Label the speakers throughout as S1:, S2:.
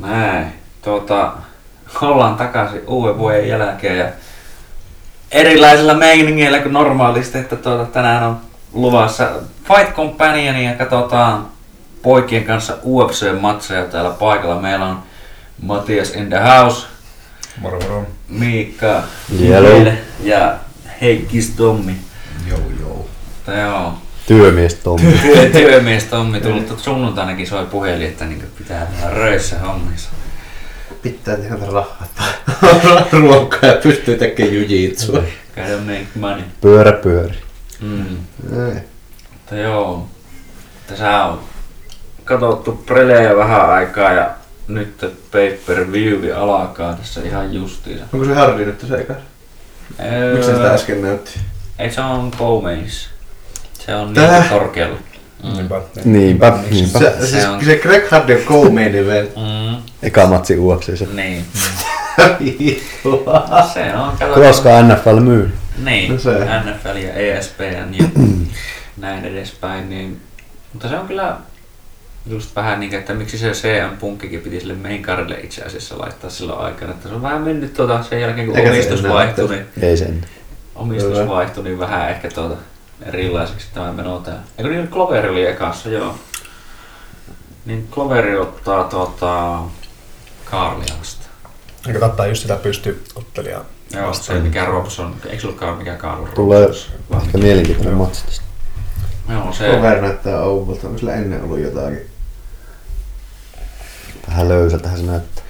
S1: Näin. Tuota, ollaan takaisin uuden vuoden jälkeen ja erilaisilla meiningeillä kuin normaalisti, että tuota, tänään on luvassa Fight Companion ja katsotaan poikien kanssa UFC-matseja täällä paikalla. Meillä on Matias in the house,
S2: Moro moro.
S1: Miikka
S3: Jelo.
S1: Ville ja Heikki Tommi.
S2: Joo joo.
S1: Mutta joo,
S3: Työmies Tommi.
S1: työ, työmies Tommi tullut sunnuntainakin soi puhelin, että niin pitää olla röissä hommissa.
S4: pitää tehdä rahaa tai ruokaa ja pystyy tekemään jujitsua.
S1: Gotta make money.
S3: Pyörä pyöri.
S1: Mm. Mutta joo, tässä on katsottu prelejä vähän aikaa ja nyt pay per view alkaa tässä ihan justiinsa.
S4: Onko se Harri nyt se eka?
S1: Öö,
S4: Miksi se sitä äsken näytti?
S1: Ei se on Comeis. Se on
S4: Tää?
S1: niin korkealla. Mm.
S2: Niinpä.
S3: Niinpä, niinpä.
S4: Se, siis
S1: on-
S4: se Greg Hardy on co-main event.
S1: Mm.
S3: Eka matsi UFCssä.
S1: Niin.
S4: Vittua.
S1: Se on katsottu.
S3: Koska NFL myy.
S1: Niin,
S4: No se.
S1: NFL ja E ESPN ja näin edespäin. Niin, mutta se on kyllä just vähän niin, että miksi se CM Punkkikin piti sille mainkarille itse asiassa laittaa silloin aikana. Että se on vähän mennyt tuota sen jälkeen, kun
S4: Eikä se
S1: omistus
S4: enää
S1: vaihtui, niin,
S3: Ei sen.
S1: omistus
S4: Kyllä.
S1: vaihtui, niin vähän ehkä tuota erilaiseksi tämä meno tää. Eikö niin Cloveri oli ekassa, joo. Niin Cloveri ottaa tuota Karlia vastaan.
S2: Eikö kattaa just sitä pystyottelijaa?
S1: Joo, se ei mikään Robson. Eikö se ollutkaan mikään Karl
S3: Tulee
S1: Robson? Vai-
S3: ehkä mielenkiintoinen matsi tästä.
S1: Joo, se...
S4: Cover näyttää ouvolta. Onko sillä ennen ollut jotakin?
S3: Vähän löysältähän se näyttää.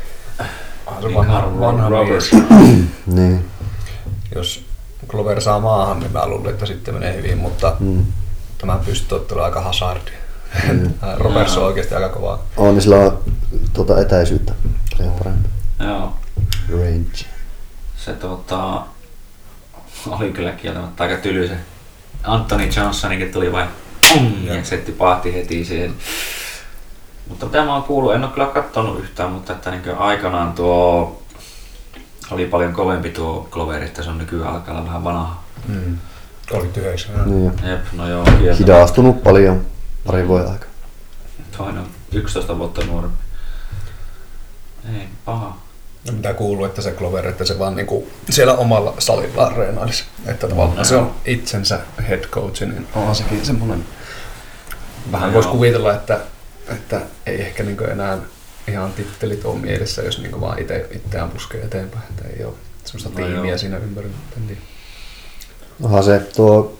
S2: Onhan Ah, se
S1: Niin
S2: vanha,
S1: Carl
S2: vanha
S1: Roberts.
S2: mies.
S3: Niin.
S2: Jos Glover saa maahan, niin mä luulen, että sitten menee hyvin, mutta
S3: Mm.
S2: tämä pystyottelu on aika hazardi.
S4: Mm.
S2: Roberts on oikeasti aika kova.
S3: On, niin sillä on tuota etäisyyttä. Paljon parempi.
S1: Joo.
S3: Range.
S1: se tota, oli kyllä kieltämättä aika tyly se. Anthony Johnsonikin tuli vain pum, ja se tipahti heti siihen. Mutta mitä mä oon kuullut, en oo kyllä kattonut yhtään, mutta että niin aikanaan tuo oli paljon kovempi tuo Clover, että se on nykyään alkaa olla vähän vanha.
S2: Mm. 39.
S3: Niin jo.
S1: Jep, no joo, kieltä.
S3: Hidastunut paljon pari vuoden aikaa.
S1: Toinen on 11 vuotta nuorempi. Ei, paha.
S2: Ja mitä kuuluu, että se Glover, että se vaan niinku siellä omalla salilla reenailisi. Että tavallaan se on itsensä head coach, niin onhan sekin semmoinen. Vähän
S1: No
S2: voisi
S1: joo.
S2: kuvitella, että, että ei ehkä niinku enää ihan tittelit ole mielessä, jos niinku vaan itse itseään puskee eteenpäin. Että ei ole semmoista
S1: No
S2: tiimiä
S1: joo.
S2: siinä ympärillä. Että Niin.
S3: Onhan se tuo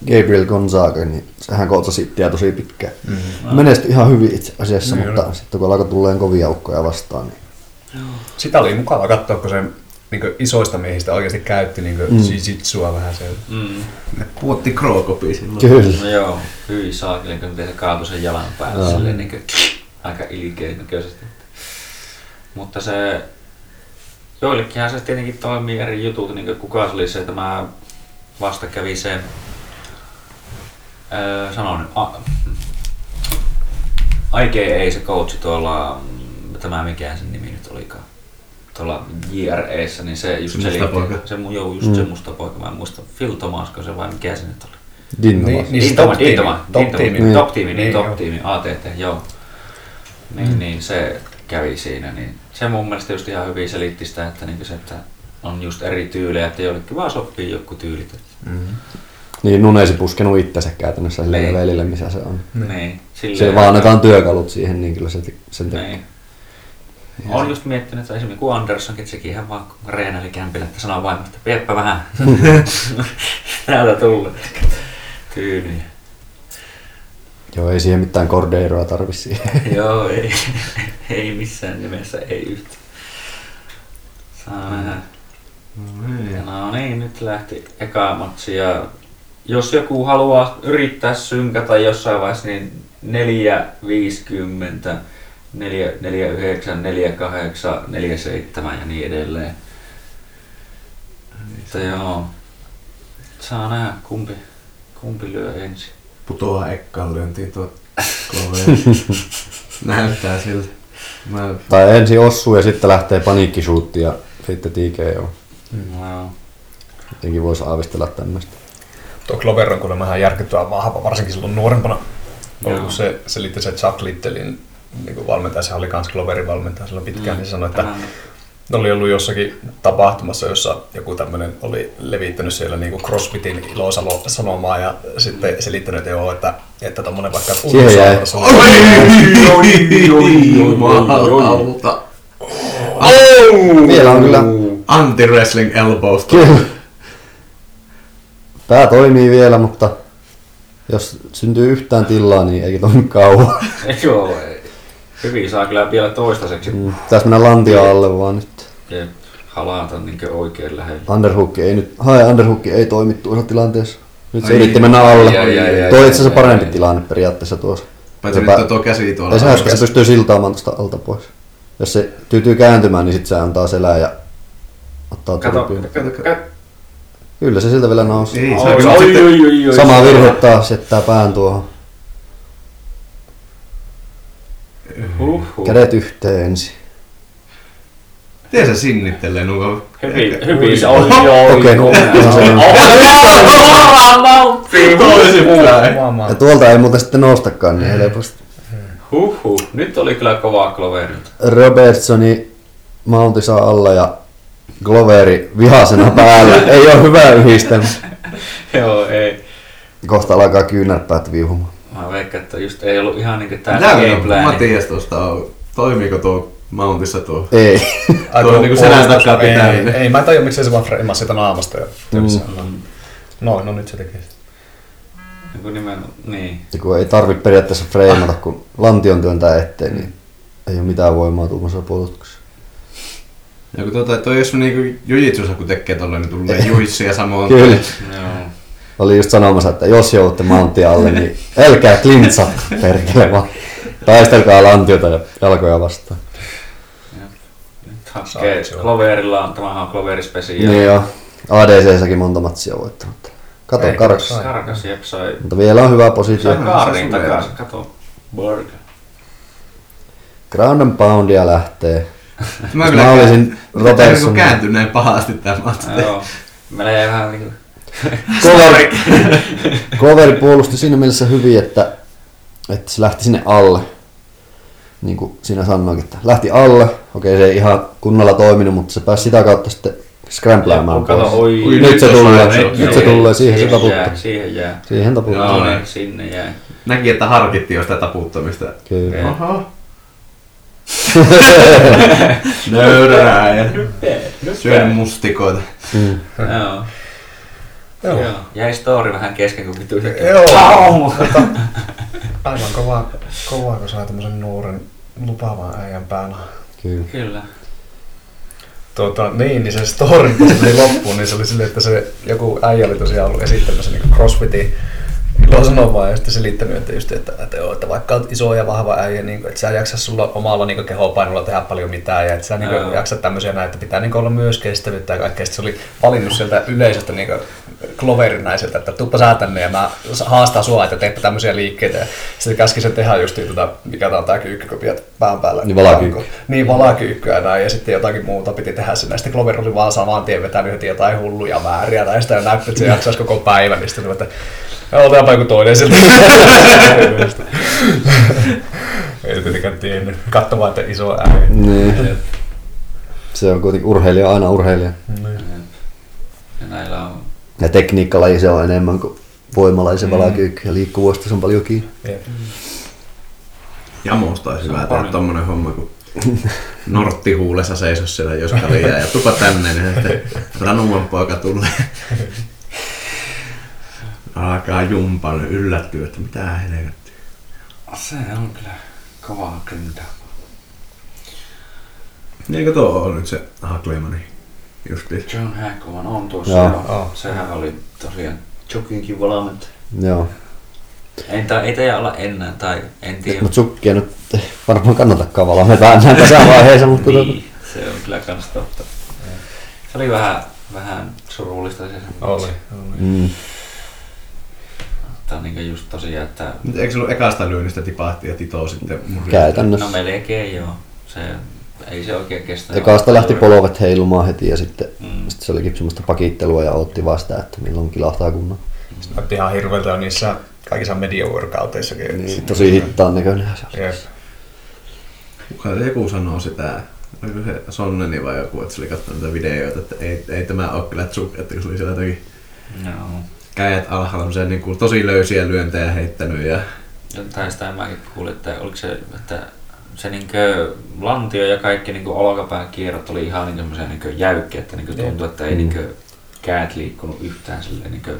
S3: Gabriel Gonzaga, niin sehän kootsasi itseään tosi pitkään.
S4: Mm-hmm.
S3: Menestyi ihan hyvin itse asiassa,
S2: Niin
S3: mutta
S2: oli.
S3: sitten kun alkoi tulleen kovia ukkoja vastaan, niin
S2: Sitä oli mukava katsoa, kun se niinku isoista miehistä oikeasti käytti niinku mm. jiu-jitsua vähän siellä.
S1: Mm.
S4: Ne puotti Krookopi silloin.
S3: kyllä.
S1: No joo, hyi saakeli, kun miten se kaatui sen jalan päälle
S3: Joo.
S1: silleen niin kuin, aika ilkeen näköisesti. Mutta se, joillekinhan se tietenkin toimii eri jutut, niin kuin kuka se oli se, tämä vasta kävi se, öö, sanon, a, Aike ei se coachi tuolla, mm, tämä mikä sen nimi nyt olikaan, tuolla JREssä, niin se just
S4: Se musta poika.
S1: Se, mu- joo, just mm. se musta poika, mä en muista, Phil Tomasko se vai mikä se nyt oli.
S3: Dinamo.
S1: Niin,
S2: se
S1: top tiimi, top tiimi,
S3: Niin.
S1: top tiimi, niin
S2: Niin,
S1: top
S2: joo.
S1: tiimi, ATT, joo. Niin, niin se kävi siinä, niin se mun mielestä just ihan hyvin selitti sitä, että niinku se, että on just eri tyylejä, että jollekin vaan sopii joku tyylit.
S2: Mm-hmm.
S3: Niin, Nune ei se puskenut itsensä käytännössä sille
S1: Niin.
S3: levelille, missä se on.
S1: Niin, silleen,
S3: Se vaan annetaan työkalut siihen, niin kyllä se te- sen tekee.
S1: Niin.
S3: Niin.
S1: Olen just miettinyt, että esimerkiksi kun Anderssonkin, että sekin ihan vaan reenaili kämpillä, että sanoo vain, että pieppä vähän. Täältä tullut. Tyyliä.
S3: Joo, ei siihen mitään kordeiroa tarvi siihen.
S1: Joo, ei, ei missään nimessä, ei yhtään. Saa nähdä. Ja No niin, nyt lähti eka matsi ja jos joku haluaa yrittää synkätä jossain vaiheessa, niin 450, 449, 48, 47 ja niin edelleen. Mutta joo, saa nähdä kumpi, kumpi lyö ensin.
S4: Putoaa ekkaan lyöntiin tuo Clover. Näyttää siltä. Mä
S3: tai ensin osuu ja sitten lähtee paniikkisuutti ja sitten TKO.
S1: No,
S3: Jotenkin voisi aavistella tämmöistä.
S2: Tuo Glover on kuulemma ihan järkyttävän vahva, varsinkin silloin nuorempana.
S1: Joo.
S2: Ollut se selitti se Chuck Littlein niin kuin valmentaja, sehän oli kans Gloverin valmentaja silloin pitkään, mm. niin se sanoi, että
S1: Tämä-
S2: ne oli ollut jossakin tapahtumassa, jossa joku tämmöinen oli levittänyt siellä niinku CrossFitin ilosanomaa ja sitten selittänyt, että joo, että, että tommonen vaikka
S3: Siihen jäi.
S2: pulsautus-
S4: Jumalauta.
S3: Vielä on kyllä.
S4: Anti-wrestling elbows.
S3: Kyllä. Pää toimii vielä, mutta jos syntyy yhtään tilaa, niin ei toimi kauan.
S1: Joo, ei. hyvin saa kyllä vielä toistaiseksi.
S3: Mm, Pitäisi mennä lantia alle vaan nyt.
S1: Mm. Halata niin oikein lähelle.
S3: Underhook ei nyt, hae underhook ei toimi tuossa tilanteessa. Nyt se
S4: Ai
S3: yritti
S4: niin.
S3: mennä alle.
S1: Ai, ai, ai,
S3: Tuo
S1: ai,
S3: itse asiassa
S1: ai,
S3: parempi
S1: ai.
S3: tilanne periaatteessa tuossa.
S4: Paitsi
S3: Sepä-
S4: nyt on tuo käsi tuolla.
S3: Ja sehän se pystyy siltaamaan tuosta alta pois. Jos se tyytyy kääntymään, niin sitten se antaa selää ja ottaa
S1: Kato,
S3: turpiin.
S1: kato, kato.
S3: Kyllä se siltä vielä nousee.
S4: Ei,
S1: Oi,
S4: se on
S1: oi,
S4: sitten...
S1: oi, oi, oi.
S3: Sama virhe taas jättää pään tuohon.
S1: Huhhuh.
S3: Kädet yhteen ensin.
S4: Miten se sinnittelee nuo?
S1: Hyvin, hyvin se on. Joo,
S3: Okei, no, ihan se on.
S4: Toisinpäin.
S3: Ja
S2: Huomaa.
S3: tuolta ei muuten sitten noustakaan niin helposti.
S1: Huhhuh. Nyt oli kyllä kovaa kloverilta.
S3: Robertsoni mounti saa alla ja Gloveri vihasena päällä. Ei ole hyvä yhdistelmä.
S1: Joo, ei.
S3: Kohta alkaa kyynärpäät viuhumaan.
S1: Mä veikkaan, että just ei ollut ihan niinku tää
S4: Mitä
S1: game
S4: vielä
S1: plan.
S4: Matias tuosta on? Toimiiko tuo mountissa tuo?
S3: Ei.
S2: Ai,
S4: Tuo
S2: tuo
S4: niinku selän
S2: puolustus-
S4: takaa pitää.
S2: Ei, ei, mä en tajua, miksei se vaan freimasi sitä naamasta. Ja
S3: Mm.
S2: No, no nyt se tekee. sen.
S1: Niinku nimen, niin.
S3: Ja kun ei tarvi periaatteessa freimata, kun lantion työntää eteen, niin ei ole mitään voimaa tuommoisella puolustuksessa.
S4: Ja kun tuota, toi jos niinku jujitsussa kun tekee tolleen, niin tulee juissi ja samoin.
S3: Kyllä.
S1: Joo.
S3: Oli just sanomassa, että jos joudutte mountia alle, niin älkää klintsa perkele vaan. Taistelkaa lantiota ja jalkoja vastaan.
S1: Nyt hakee Cloverilla on, tämähän on Cloveri
S3: Ja.
S1: Special.
S3: Niin joo. ADC-säkin monta matsia voittanut. Kato
S2: Ei,
S3: karkas.
S2: kato.
S1: Sarkas, jep, sai,
S3: Mutta vielä on hyvä positio.
S1: sai
S4: Joo,
S1: kaarin
S4: se on
S1: takaisin, kato. Burger.
S3: Ground and poundia lähtee.
S4: Mä,
S3: Jos
S4: kyllä
S3: mä
S4: kääntyn-
S3: olisin
S4: Tää
S3: Robertson.
S4: niinku kääntyy näin pahasti tää matsi.
S1: Joo. Menee vähän niinku...
S3: Cover, cover puolusti siinä mielessä hyvin, että, että se lähti sinne alle. Niin kuin siinä sanoikin, että lähti alle. Okei, se ei ihan kunnolla toiminut, mutta se pääsi sitä kautta sitten scramblaamaan pois.
S1: Kato, oi.
S4: Ui,
S3: Nyt se
S4: Nyt jos
S3: tulee,
S4: mä-
S3: se-
S4: nyt
S3: nyt se
S4: ei-
S3: tulee, siihen se
S1: jää,
S3: taputtaa.
S1: Siihen jää.
S3: Siihen taputtaa.
S1: Joo,
S4: Joo,
S1: niin.
S4: niin.
S1: Sinne jäi.
S4: Näki, että harkittiin jo sitä taputtamista.
S3: Kyllä.
S4: Aha. Nöyrää ja syön mustikoita.
S3: Mm.
S1: Joo.
S2: Joo.
S1: Joo. Ah, Jäi story vähän kesken, kun vittu yhtäkkiä.
S2: Joo. Tota,
S1: Au!
S2: Aivan kovaa, kovaa kun saa tämmöisen nuoren lupaavan äijän päällä.
S3: Kyllä.
S1: Kyllä.
S2: Tuota, niin, niin se story kun se tuli loppuun, niin se oli silleen, että se joku äijä oli tosiaan ollut esittämässä niin crossfitin ilosanomaa ja sitten selittänyt, että, just, että, että, joo, että vaikka olet iso ja vahva äijä, niin, että sä et jaksa sulla omalla niin kehopainolla tehdä paljon mitään ja että sä niin
S1: Joo.
S2: kuin, jaksa tämmöisiä näin, että pitää niin kuin, olla myös kestävyyttä ja kaikkea. Sitten se oli valinnut sieltä yleisöstä niin kuin, kloverinaiselta, että tuppa sä tänne ja mä haastan sua, että teepä tämmöisiä liikkeitä. Ja sitten käski sen tehdä just tätä, mikä tää on tää kyykky, kun pidät pään päällä.
S3: Niin valakyykky.
S2: Niin valakyykkyä näin, ja sitten jotakin muuta piti tehdä sinne. Sitten Glover oli vaan saman tien vetänyt heti jotain hulluja määriä tai sitä ja näytti, että se jaksaisi koko päivän. Niin sitten tuli, että joo, tehdäänpä joku toinen siltä. Ei se tietenkään tiennyt. Katso vaan, että iso ääni.
S3: Niin. Se on kuitenkin urheilija, aina urheilija.
S2: niin.
S1: Ja näillä on...
S3: Ja tekniikkalaji se on enemmän kuin voimalaisen
S1: Mm.
S3: valakyykky ja liikkuvuudesta se on paljon kiinni.
S2: Jep.
S4: Ja musta olisi hyvä tehdä tommonen homma, kun Nortti huulessa seiso siellä, jos kaljaa ja tupa tänne, niin että ranuman poika tulee. Alkaa jumpan yllättyä, että mitä helvettiä.
S1: Se on kyllä kovaa kyntä.
S4: Eikö Niin tuo ole nyt se Haklemani? Justiin.
S1: John Hackman on tuossa.
S3: Joo.
S1: Joo.
S2: Joo.
S1: Sehän oli tosiaan Jokinkin valmentaja.
S3: Joo.
S1: Ei, tai, ei taida olla enää, tai en tiedä.
S3: Mutta sukkia nyt ei varmaan kannatakaan valmentaa enää tässä vaiheessa, mutta niin.
S1: niin, se on kyllä kans totta. Se oli vähän, vähän surullista se.
S2: Oli.
S3: mm,
S1: Tämä on niinku just tosiaan, että
S4: Mutta eikö sulla ekasta lyönnistä tipahti ja Tito sitten
S1: no
S4: murjahti?
S3: käytännössä.
S1: melkein joo. Se, ei se oikein kestä.
S3: Ekasta lähti polvet heilumaan heti ja sitten,
S1: Mm.
S3: mm. sitten se olikin semmoista pakittelua ja otti vaan sitä, että milloin kilahtaa kunnon.
S2: Se Näytti ihan hirveältä jo niissä kaikissa media workouteissakin.
S3: Niin. Tosi hittaan näköinen se oli.
S2: Niin. Jep.
S4: Kuka joku sanoo sitä, oliko se Sonneni vai joku, että se oli katsonut niitä videoita, että ei, ei tämä ole kyllä tsuk, että kun se oli siellä jotakin
S1: Joo.
S4: kädet alhaalla, semmoisia niin kuin tosi löysiä lyöntejä heittänyt ja
S1: Jotain sitä mäkin kuulin, että oliko se, että se niinkö lantio ja kaikki niinkö olkapään kierrot oli ihan niinku semmoisia niinkö jäykkiä, että niinkö tuntui, että ei niinkö käät liikkunut yhtään silleen niinkö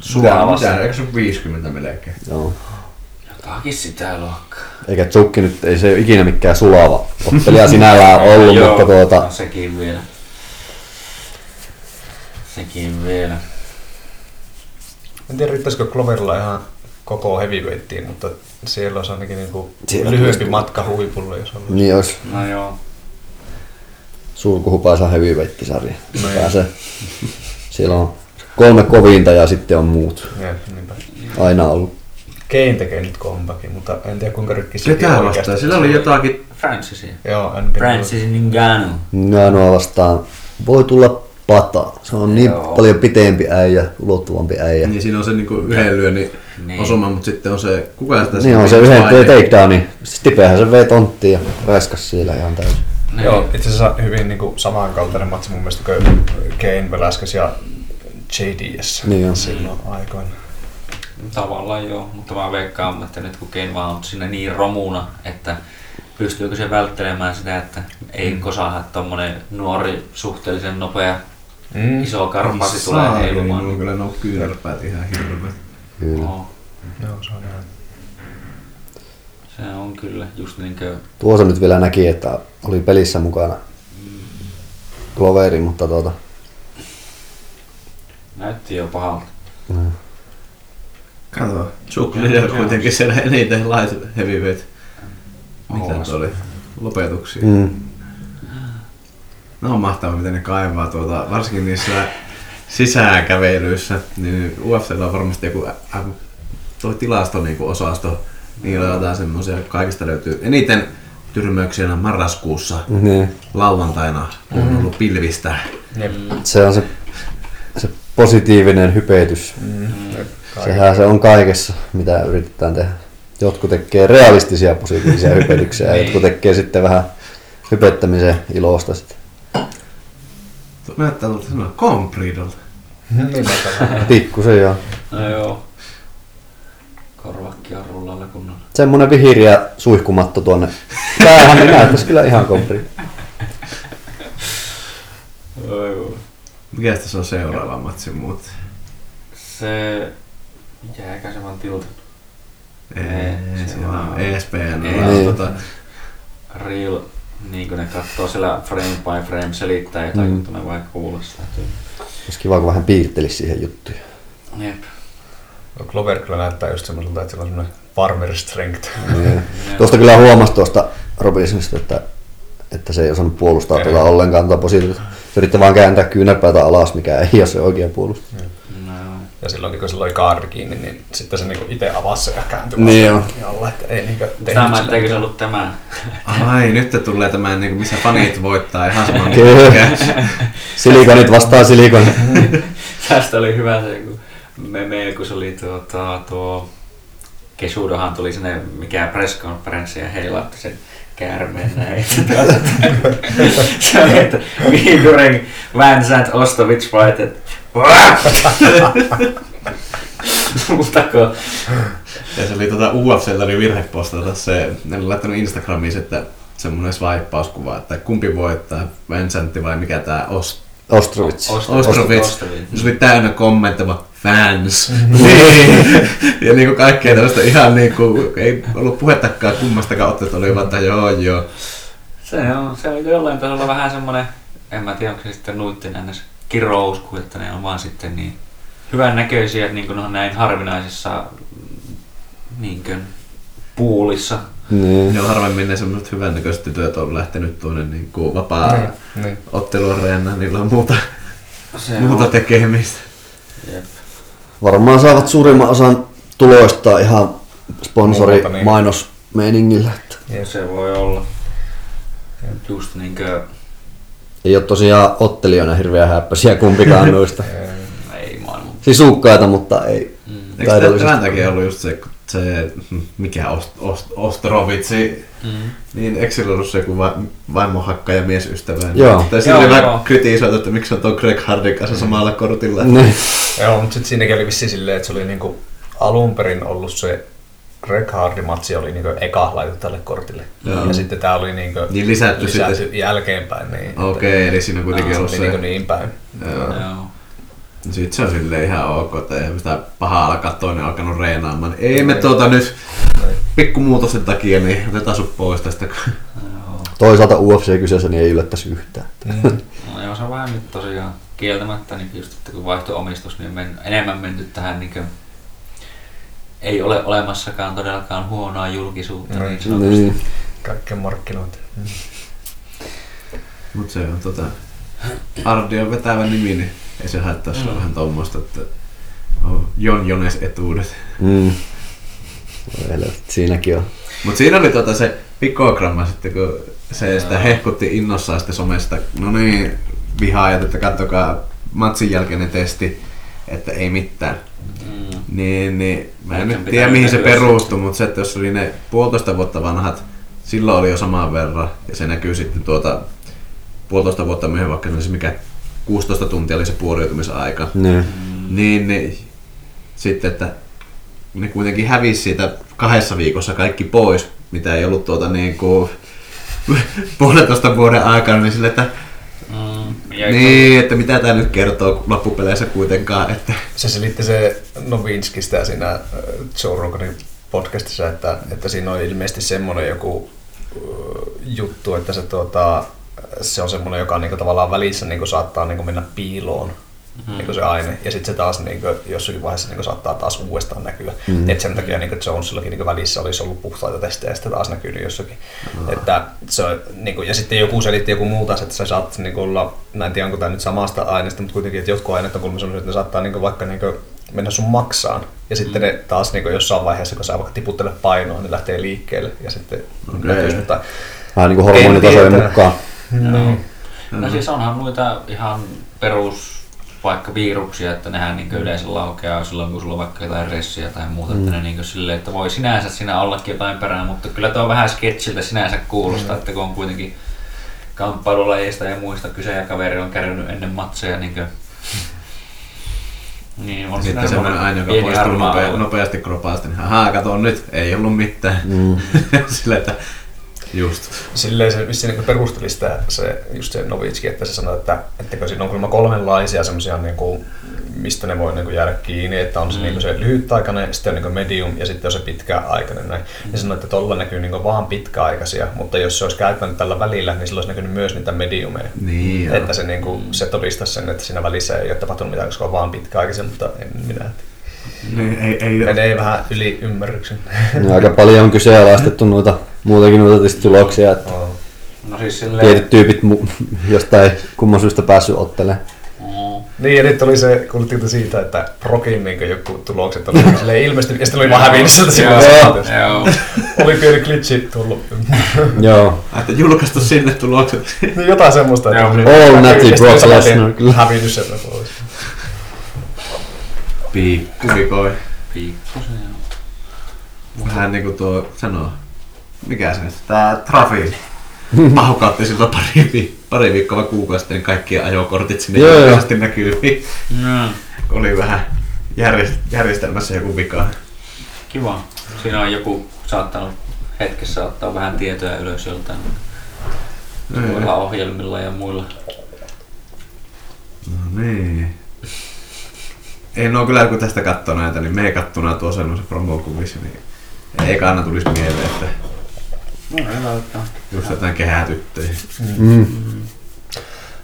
S1: sulavassa.
S4: Mitä, eikö se ole 50 melkein?
S3: Joo.
S1: Jotakin sitä luokkaa.
S3: Eikä Tsukki nyt, ei se ole ikinä mikään sulava ottelija sinällään ollut,
S1: Joo,
S3: mutta tuota,
S1: no Sekin vielä. Sekin vielä.
S2: En tiedä, riittäisikö Cloverilla ihan koko heavyweightiin, mutta siellä olisi ainakin niinku
S3: Siellä
S2: lyhyempi
S3: olisi-
S2: matka huipulle, jos on.
S3: niin olisi
S1: No joo.
S3: sulkuhupaisa heavyweight-sarja.
S2: No joo.
S3: Pääsee. Siellä on kolme kovinta ja sitten on muut.
S2: Ja, niinpä.
S3: Aina ollut.
S2: Kane tekee nyt comebackin, mutta en tiedä kuinka rikki sekin
S4: Ketään
S2: oikeasti.
S4: vastaan? Sillä oli jotakin...
S1: Francisia.
S2: Joo, en tiedä.
S1: Francis Ngannou.
S3: Nanoa vastaan voi tulla pata. Se on niin
S1: Joo.
S3: paljon pitempi äijä, ulottuvampi äijä.
S4: Niin siinä on se niinku yhden lyönnin
S1: Niin.
S4: niin. osuma, mutta sitten niinku on se... Kuka sitä
S3: Niin on se
S4: Spike-
S3: yhden takedowni. Stipehän se vei tonttiin ja räiskäs siellä ihan täysin.
S1: Niin.
S2: Joo, itse asiassa hyvin niinku samankaltainen matsi mun mielestä kuin Kane Velasquez ja JDS
S3: Niin on.
S2: silloin aikoina.
S1: Tavallaan joo, mutta mä veikkaan, että nyt kun Kane vaan on siinä niin romuna, että pystyykö se välttelemään sitä, että
S3: Mm.
S1: ei kosaha tommonen nuori, suhteellisen nopea,
S2: Mm.
S1: iso karpasi tulee
S3: niin
S4: Saakeli, mulla on
S1: heilumaan.
S4: niin kyllä nuo kyynärpäät ihan hirveet.
S3: Kyllä.
S1: Joo,
S2: Joo, se on ihan.
S1: se on kyllä just niinkö
S3: Tuossa nyt vielä näki, että oli pelissä mukana Cloveri, mutta tuota,
S1: näytti jo pahalta.
S4: Kato, Chuck Liddell kuitenkin siellä eniten laiset heavyweight. Mitä
S1: Oho.
S4: se oli? Lopetuksia.
S3: mm,
S4: Ne on mahtavaa, miten ne kaivaa tuota, varsinkin niissä sisäänkävelyissä, niin UFCllä on varmasti joku ä- ä- toi tilasto niin kuin osasto, niillä on jotain semmoisia, kaikista löytyy. Eniten tyrmäyksiä on marraskuussa
S3: niin.
S4: lauantaina on ollut pilvistä.
S2: Jep.
S3: se on se, se positiivinen hypetys.
S2: Mm.
S3: Sehän se on kaikessa, mitä yritetään tehdä. Jotkut tekee realistisia positiivisia hypetyksiä ja
S1: Niin.
S3: jotkut tekee sitten vähän hypettämisen ilosta sitten.
S4: Tuo Näyttää tuolta sanoa kompridolta.
S2: Niin, mä
S3: Pikkusen joo.
S1: No joo. Korvakki on rullalla kunnolla.
S3: Semmonen vihiriä suihkumatto tuonne päähän, niin näyttäisi kyllä ihan kompri.
S1: Joo.
S4: Mikä tässä on seuraava matsi muuten?
S1: Se... Mikähän se vaan tilta?
S4: Ei, se E
S1: vaan-
S4: on ESPN.
S1: Ei.
S4: Ei. Tota,
S1: Real, niin kuin ne katsoo siellä frame by frame selittää jotain
S3: Mm.
S1: mm. juttua, ne vaikka kuulostaa.
S3: Olisi kiva, kun vähän piirtelisi siihen juttuja.
S1: Jep.
S2: Clover kyllä näyttää just semmoiselta, että sillä on semmoinen farmer strength.
S3: Niin. Tuosta kyllä huomasi tuosta Robinsonista, että, että se ei osannut puolustaa
S2: Ei.
S3: tuota ollenkaan tuota positiivista. Se yritti vaan kääntää kyynärpäätä alas, mikä ei ole se oikea puolustus.
S1: No.
S2: Ja silloin kun sillä oli kaardi kiinni, niin sitten se niinku itse avasi ja kääntyi
S3: Niin
S2: vastaan alla, että ei niinku
S1: Tämä,
S2: sillä-
S1: etteikö se ollut tämä?
S4: ai, nyt tulee tämä, niin kuin, missä fanit voittaa ihan sama.
S3: Kyllä. Silikonit vastaa silikonit.
S1: Tästä oli hyvä se, kun meme, kun se oli tuota, tuo... Kesudohan tuli sinne mikään presskonferenssi ja heilautti sen käärmeen näin. se oli, että Viikurin Van Sant Ostovich fight, Mutta kun
S4: Ja se oli tota UFCltä oli virhe postata se, ne oli laittanut Instagramiin se, että semmoinen swippauskuva, että kumpi voittaa, Vansantti vai mikä tää Ost...
S3: Ostrovits.
S4: Ostrovits.
S1: Ostrovits.
S4: Se oli täynnä kommentoiva fans. ja niinku kaikkea tällaista ihan niinku, ei ollut puhettakaan kummastakaan otteesta, oli vaan, että joo joo.
S1: Se on, se on jollain tasolla vähän semmoinen, en mä tiedä onko se sitten nuitten ns. kirous, kun että ne on vaan sitten niin hyvän näköisiä, niin kuin ne on näin harvinaisessa niin kuin, puulissa.
S3: Niin.
S4: Ja harvemmin ne semmoiset hyvännäköiset tytöt on lähtenyt tuonne niinku vapaa
S2: Niin, niin.
S4: otteluareenaan, niillä on muuta,
S1: Se
S4: muuta tekemistä.
S1: Jep.
S3: Varmaan saavat suurimman osan tuloista ihan sponsori
S2: Muuta, niin.
S3: mainosmeiningillä. että
S1: Ja Niin se voi olla just niin kuin,
S3: Ei ole tosiaan ottelijoina hirveän häppäisiä kumpikaan noista.
S2: Ee,
S1: ei maailman.
S3: Sisukkaita, mutta ei
S1: Mm.
S4: Eikö tämä tämän takia ollut just se, kun se, mikä Ost, Ost, Ostrovitsi,
S1: Mm.
S4: niin eikö sillä ollut se joku va, vaimohakka ja miesystävä?
S3: Joo.
S4: Tai sillä
S1: Joo,
S4: oli
S1: joo.
S4: vähän kritisoitu, että miksi on tuo Greg Hardin kanssa samalla kortilla.
S3: Niin.
S2: Joo, mutta sitten siinäkin oli vissiin silleen, että se oli niinku alun perin ollut se Greg Hardy-matsi oli niinku eka laitettu tälle kortille.
S4: Joo.
S2: Ja sitten tää oli niinku
S4: Niin lisätty
S2: lisätty
S4: sitten.
S2: jälkeenpäin. Niin
S4: Okei, eli siinä on kuitenkin
S2: Että,
S4: ollut
S2: se oli
S4: se.
S2: niinku niin päin.
S4: Joo.
S1: Joo.
S4: Sitten se on silleen ihan ok, että ei sitä pahaa alkaa toinen alkanut reenaamaan. Ei me tuota nyt pikkumuutosten takia, niin otetaan sut pois tästä.
S1: Joo.
S3: Toisaalta UFC kyseessä niin ei yllättäisi yhtään.
S2: Niin,
S1: No joo, se on vähän nyt tosiaan kieltämättä, niin just, että kun vaihtoi omistus, niin men, enemmän menty tähän niin kuin, ei ole olemassakaan todellakaan huonoa julkisuutta.
S2: No,
S1: Niin sanotusti.
S3: Niin.
S2: Kaikkien markkinointi.
S4: Mut se on tota... Hardi on vetävä nimi, niin ei se haittaa
S2: Mm.
S4: se on vähän tommosta, että on Jon Jones etuudet.
S3: Mm. Voi helvetti, Siinäkin on.
S4: Mut siinä oli tota se pikogramma sitten, kun se sitä hehkutti innossaan sitten somesta. No niin, vihaajat, että kattokaa matsin jälkeinen testi, että ei mitään.
S1: Mm.
S4: Niin, niin. Mä en
S1: Niiden
S4: nyt
S1: pitää
S4: tiedä mihin se
S1: näkyä
S4: perustui, mutta se, että jos oli ne puolitoista vuotta vanhat, silloin oli jo saman verran. Ja se näkyy sitten tuota puolitoista vuotta myöhemmin, vaikka se olisi mikä 16 tuntia oli se puoriutumisaika.
S3: Niin.
S4: Niin, niin. Sitten, että ne kuitenkin hävisi siitä kahdessa viikossa kaikki pois, mitä ei ollut tuota niin kuin puolentoista vuoden aikana, niin sille, että
S1: Mm. Ja
S4: niin, että mitä tämä nyt kertoo loppupeleissä kuitenkaan, että
S2: Se selitti se Novinskistä siinä äh, Joe Roganin podcastissa, että, että siinä on ilmeisesti semmoinen joku äh, juttu, että se, tuota, se on semmoinen, joka niinku tavallaan välissä niinku saattaa niinku mennä piiloon mm. niinku se aine. Ja sitten se taas niinku, jossakin vaiheessa niinku saattaa taas uudestaan näkyä. Mm. Et sen takia niinku Jonesillakin niinku välissä olisi ollut puhtaita testejä ja sitten taas näkynyt jossakin. Mm. Että se, on niinku, ja sitten joku selitti joku muu taas, että se saat niinku olla, mä en tiedä onko tämä nyt samasta aineesta, mutta kuitenkin, että jotkut aineet on kuulemma sellaisia, että ne saattaa niinku vaikka niinku mennä sun maksaan. Ja sitten ne taas niinku jossain vaiheessa, kun sä vaikka tiputtelet painoa, ne lähtee liikkeelle ja sitten
S4: Okei.
S2: näkyy jotain.
S3: Vähän niin kuin hormonitasojen
S2: En tiedä.
S3: mukaan.
S1: No.
S4: Niin.
S1: no siis onhan muita ihan perus vaikka viruksia, että nehän niin
S4: Mm.
S1: yleensä laukeaa silloin, kun sulla on vaikka jotain ressiä tai muuta, mm. että ne niin silleen, että voi sinänsä siinä ollakin jotain perää, mutta kyllä tuo vähän sketsiltä sinänsä kuulostaa, mm. että kun on kuitenkin kamppailulajeista ja muista kyse ja kaveri on kärrynyt ennen matseja, niin kuin, niin on siinä
S4: Sitten semmoinen aina, joka
S1: pieni
S4: poistuu no,
S1: harmaa
S4: nopea,
S1: alue.
S4: nopeasti kropaasta, niin ahaa, kato nyt, ei ollut mitään. Mm. Sillä, että just.
S2: Silleen se vissiin niin perusteli sitä se, just se Novitski, että se sanoi, että, että kun siinä on kuulemma kolmenlaisia semmoisia, niin kuin, mistä ne voi niin kuin, jäädä kiinni, että on se, mm. niin kuin, se lyhytaikainen, sitten on niin kuin medium ja sitten on se pitkäaikainen. Näin. Mm. Ja sanoi, että tuolla näkyy niin kuin, vaan pitkäaikaisia, mutta jos se olisi käyttänyt tällä välillä, niin silloin olisi näkynyt myös niitä mediumeja.
S4: Niin, joo.
S2: Että se, niin kuin, se todistaisi sen, että siinä välissä ei ole tapahtunut mitään, koska on vaan pitkäaikaisia, mutta en minä.
S4: Niin, ei, ei,
S2: Menee vähän yli ymmärryksen.
S3: Niin aika paljon on kyseenalaistettu noita, muutenkin noita tietysti tuloksia, että
S2: Oh.
S1: No siis silleen,
S3: tietyt tyypit mu- jostain kumman syystä päässyt ottelemaan.
S1: mm,
S2: Niin, ja nyt oli se, kuulitteko siitä, että Prokin niin joku tulokset oli niin silleen ilmestynyt, ja sitten oli vaan hävinnyt sieltä silloin.
S3: Joo.
S1: joo,
S2: Oli pieni glitchi tullut.
S3: Joo.
S4: Ai, että julkaistu sinne tulokset.
S2: Niin jotain semmoista.
S1: Joo,
S2: oli
S3: all
S2: hävinnyt,
S3: natty
S2: ja sitten
S3: Brock
S2: saman tien
S3: Lesnar, kyllä.
S2: Hävinnyt sieltä pois.
S4: Piikkuvikoin.
S1: pikkusen joo.
S4: Vähän niinku tuo sanoo. Mikä se nyt? Tää trafi. Pahukautti siltä pari, vi- pari viikkoa vai kuukausi sitten niin kaikkien ajokortit sinne
S3: Joo, joo.
S4: julkaisesti näkyy. niin
S1: Mm.
S4: Oli vähän järjest- järjestelmässä joku vika.
S1: Kiva. Siinä on joku saattanut hetkessä ottaa vähän tietoja ylös joltain muilla ohjelmilla ja muilla.
S4: No niin. Ei no kyllä kun tästä katsoo näitä, niin me kattuna tuossa semmoisen promokuvissa, niin ei kanna tulisi mieleen, että
S1: No ei välttämättä.
S4: just jotain kehätyttöjä.
S3: Mm.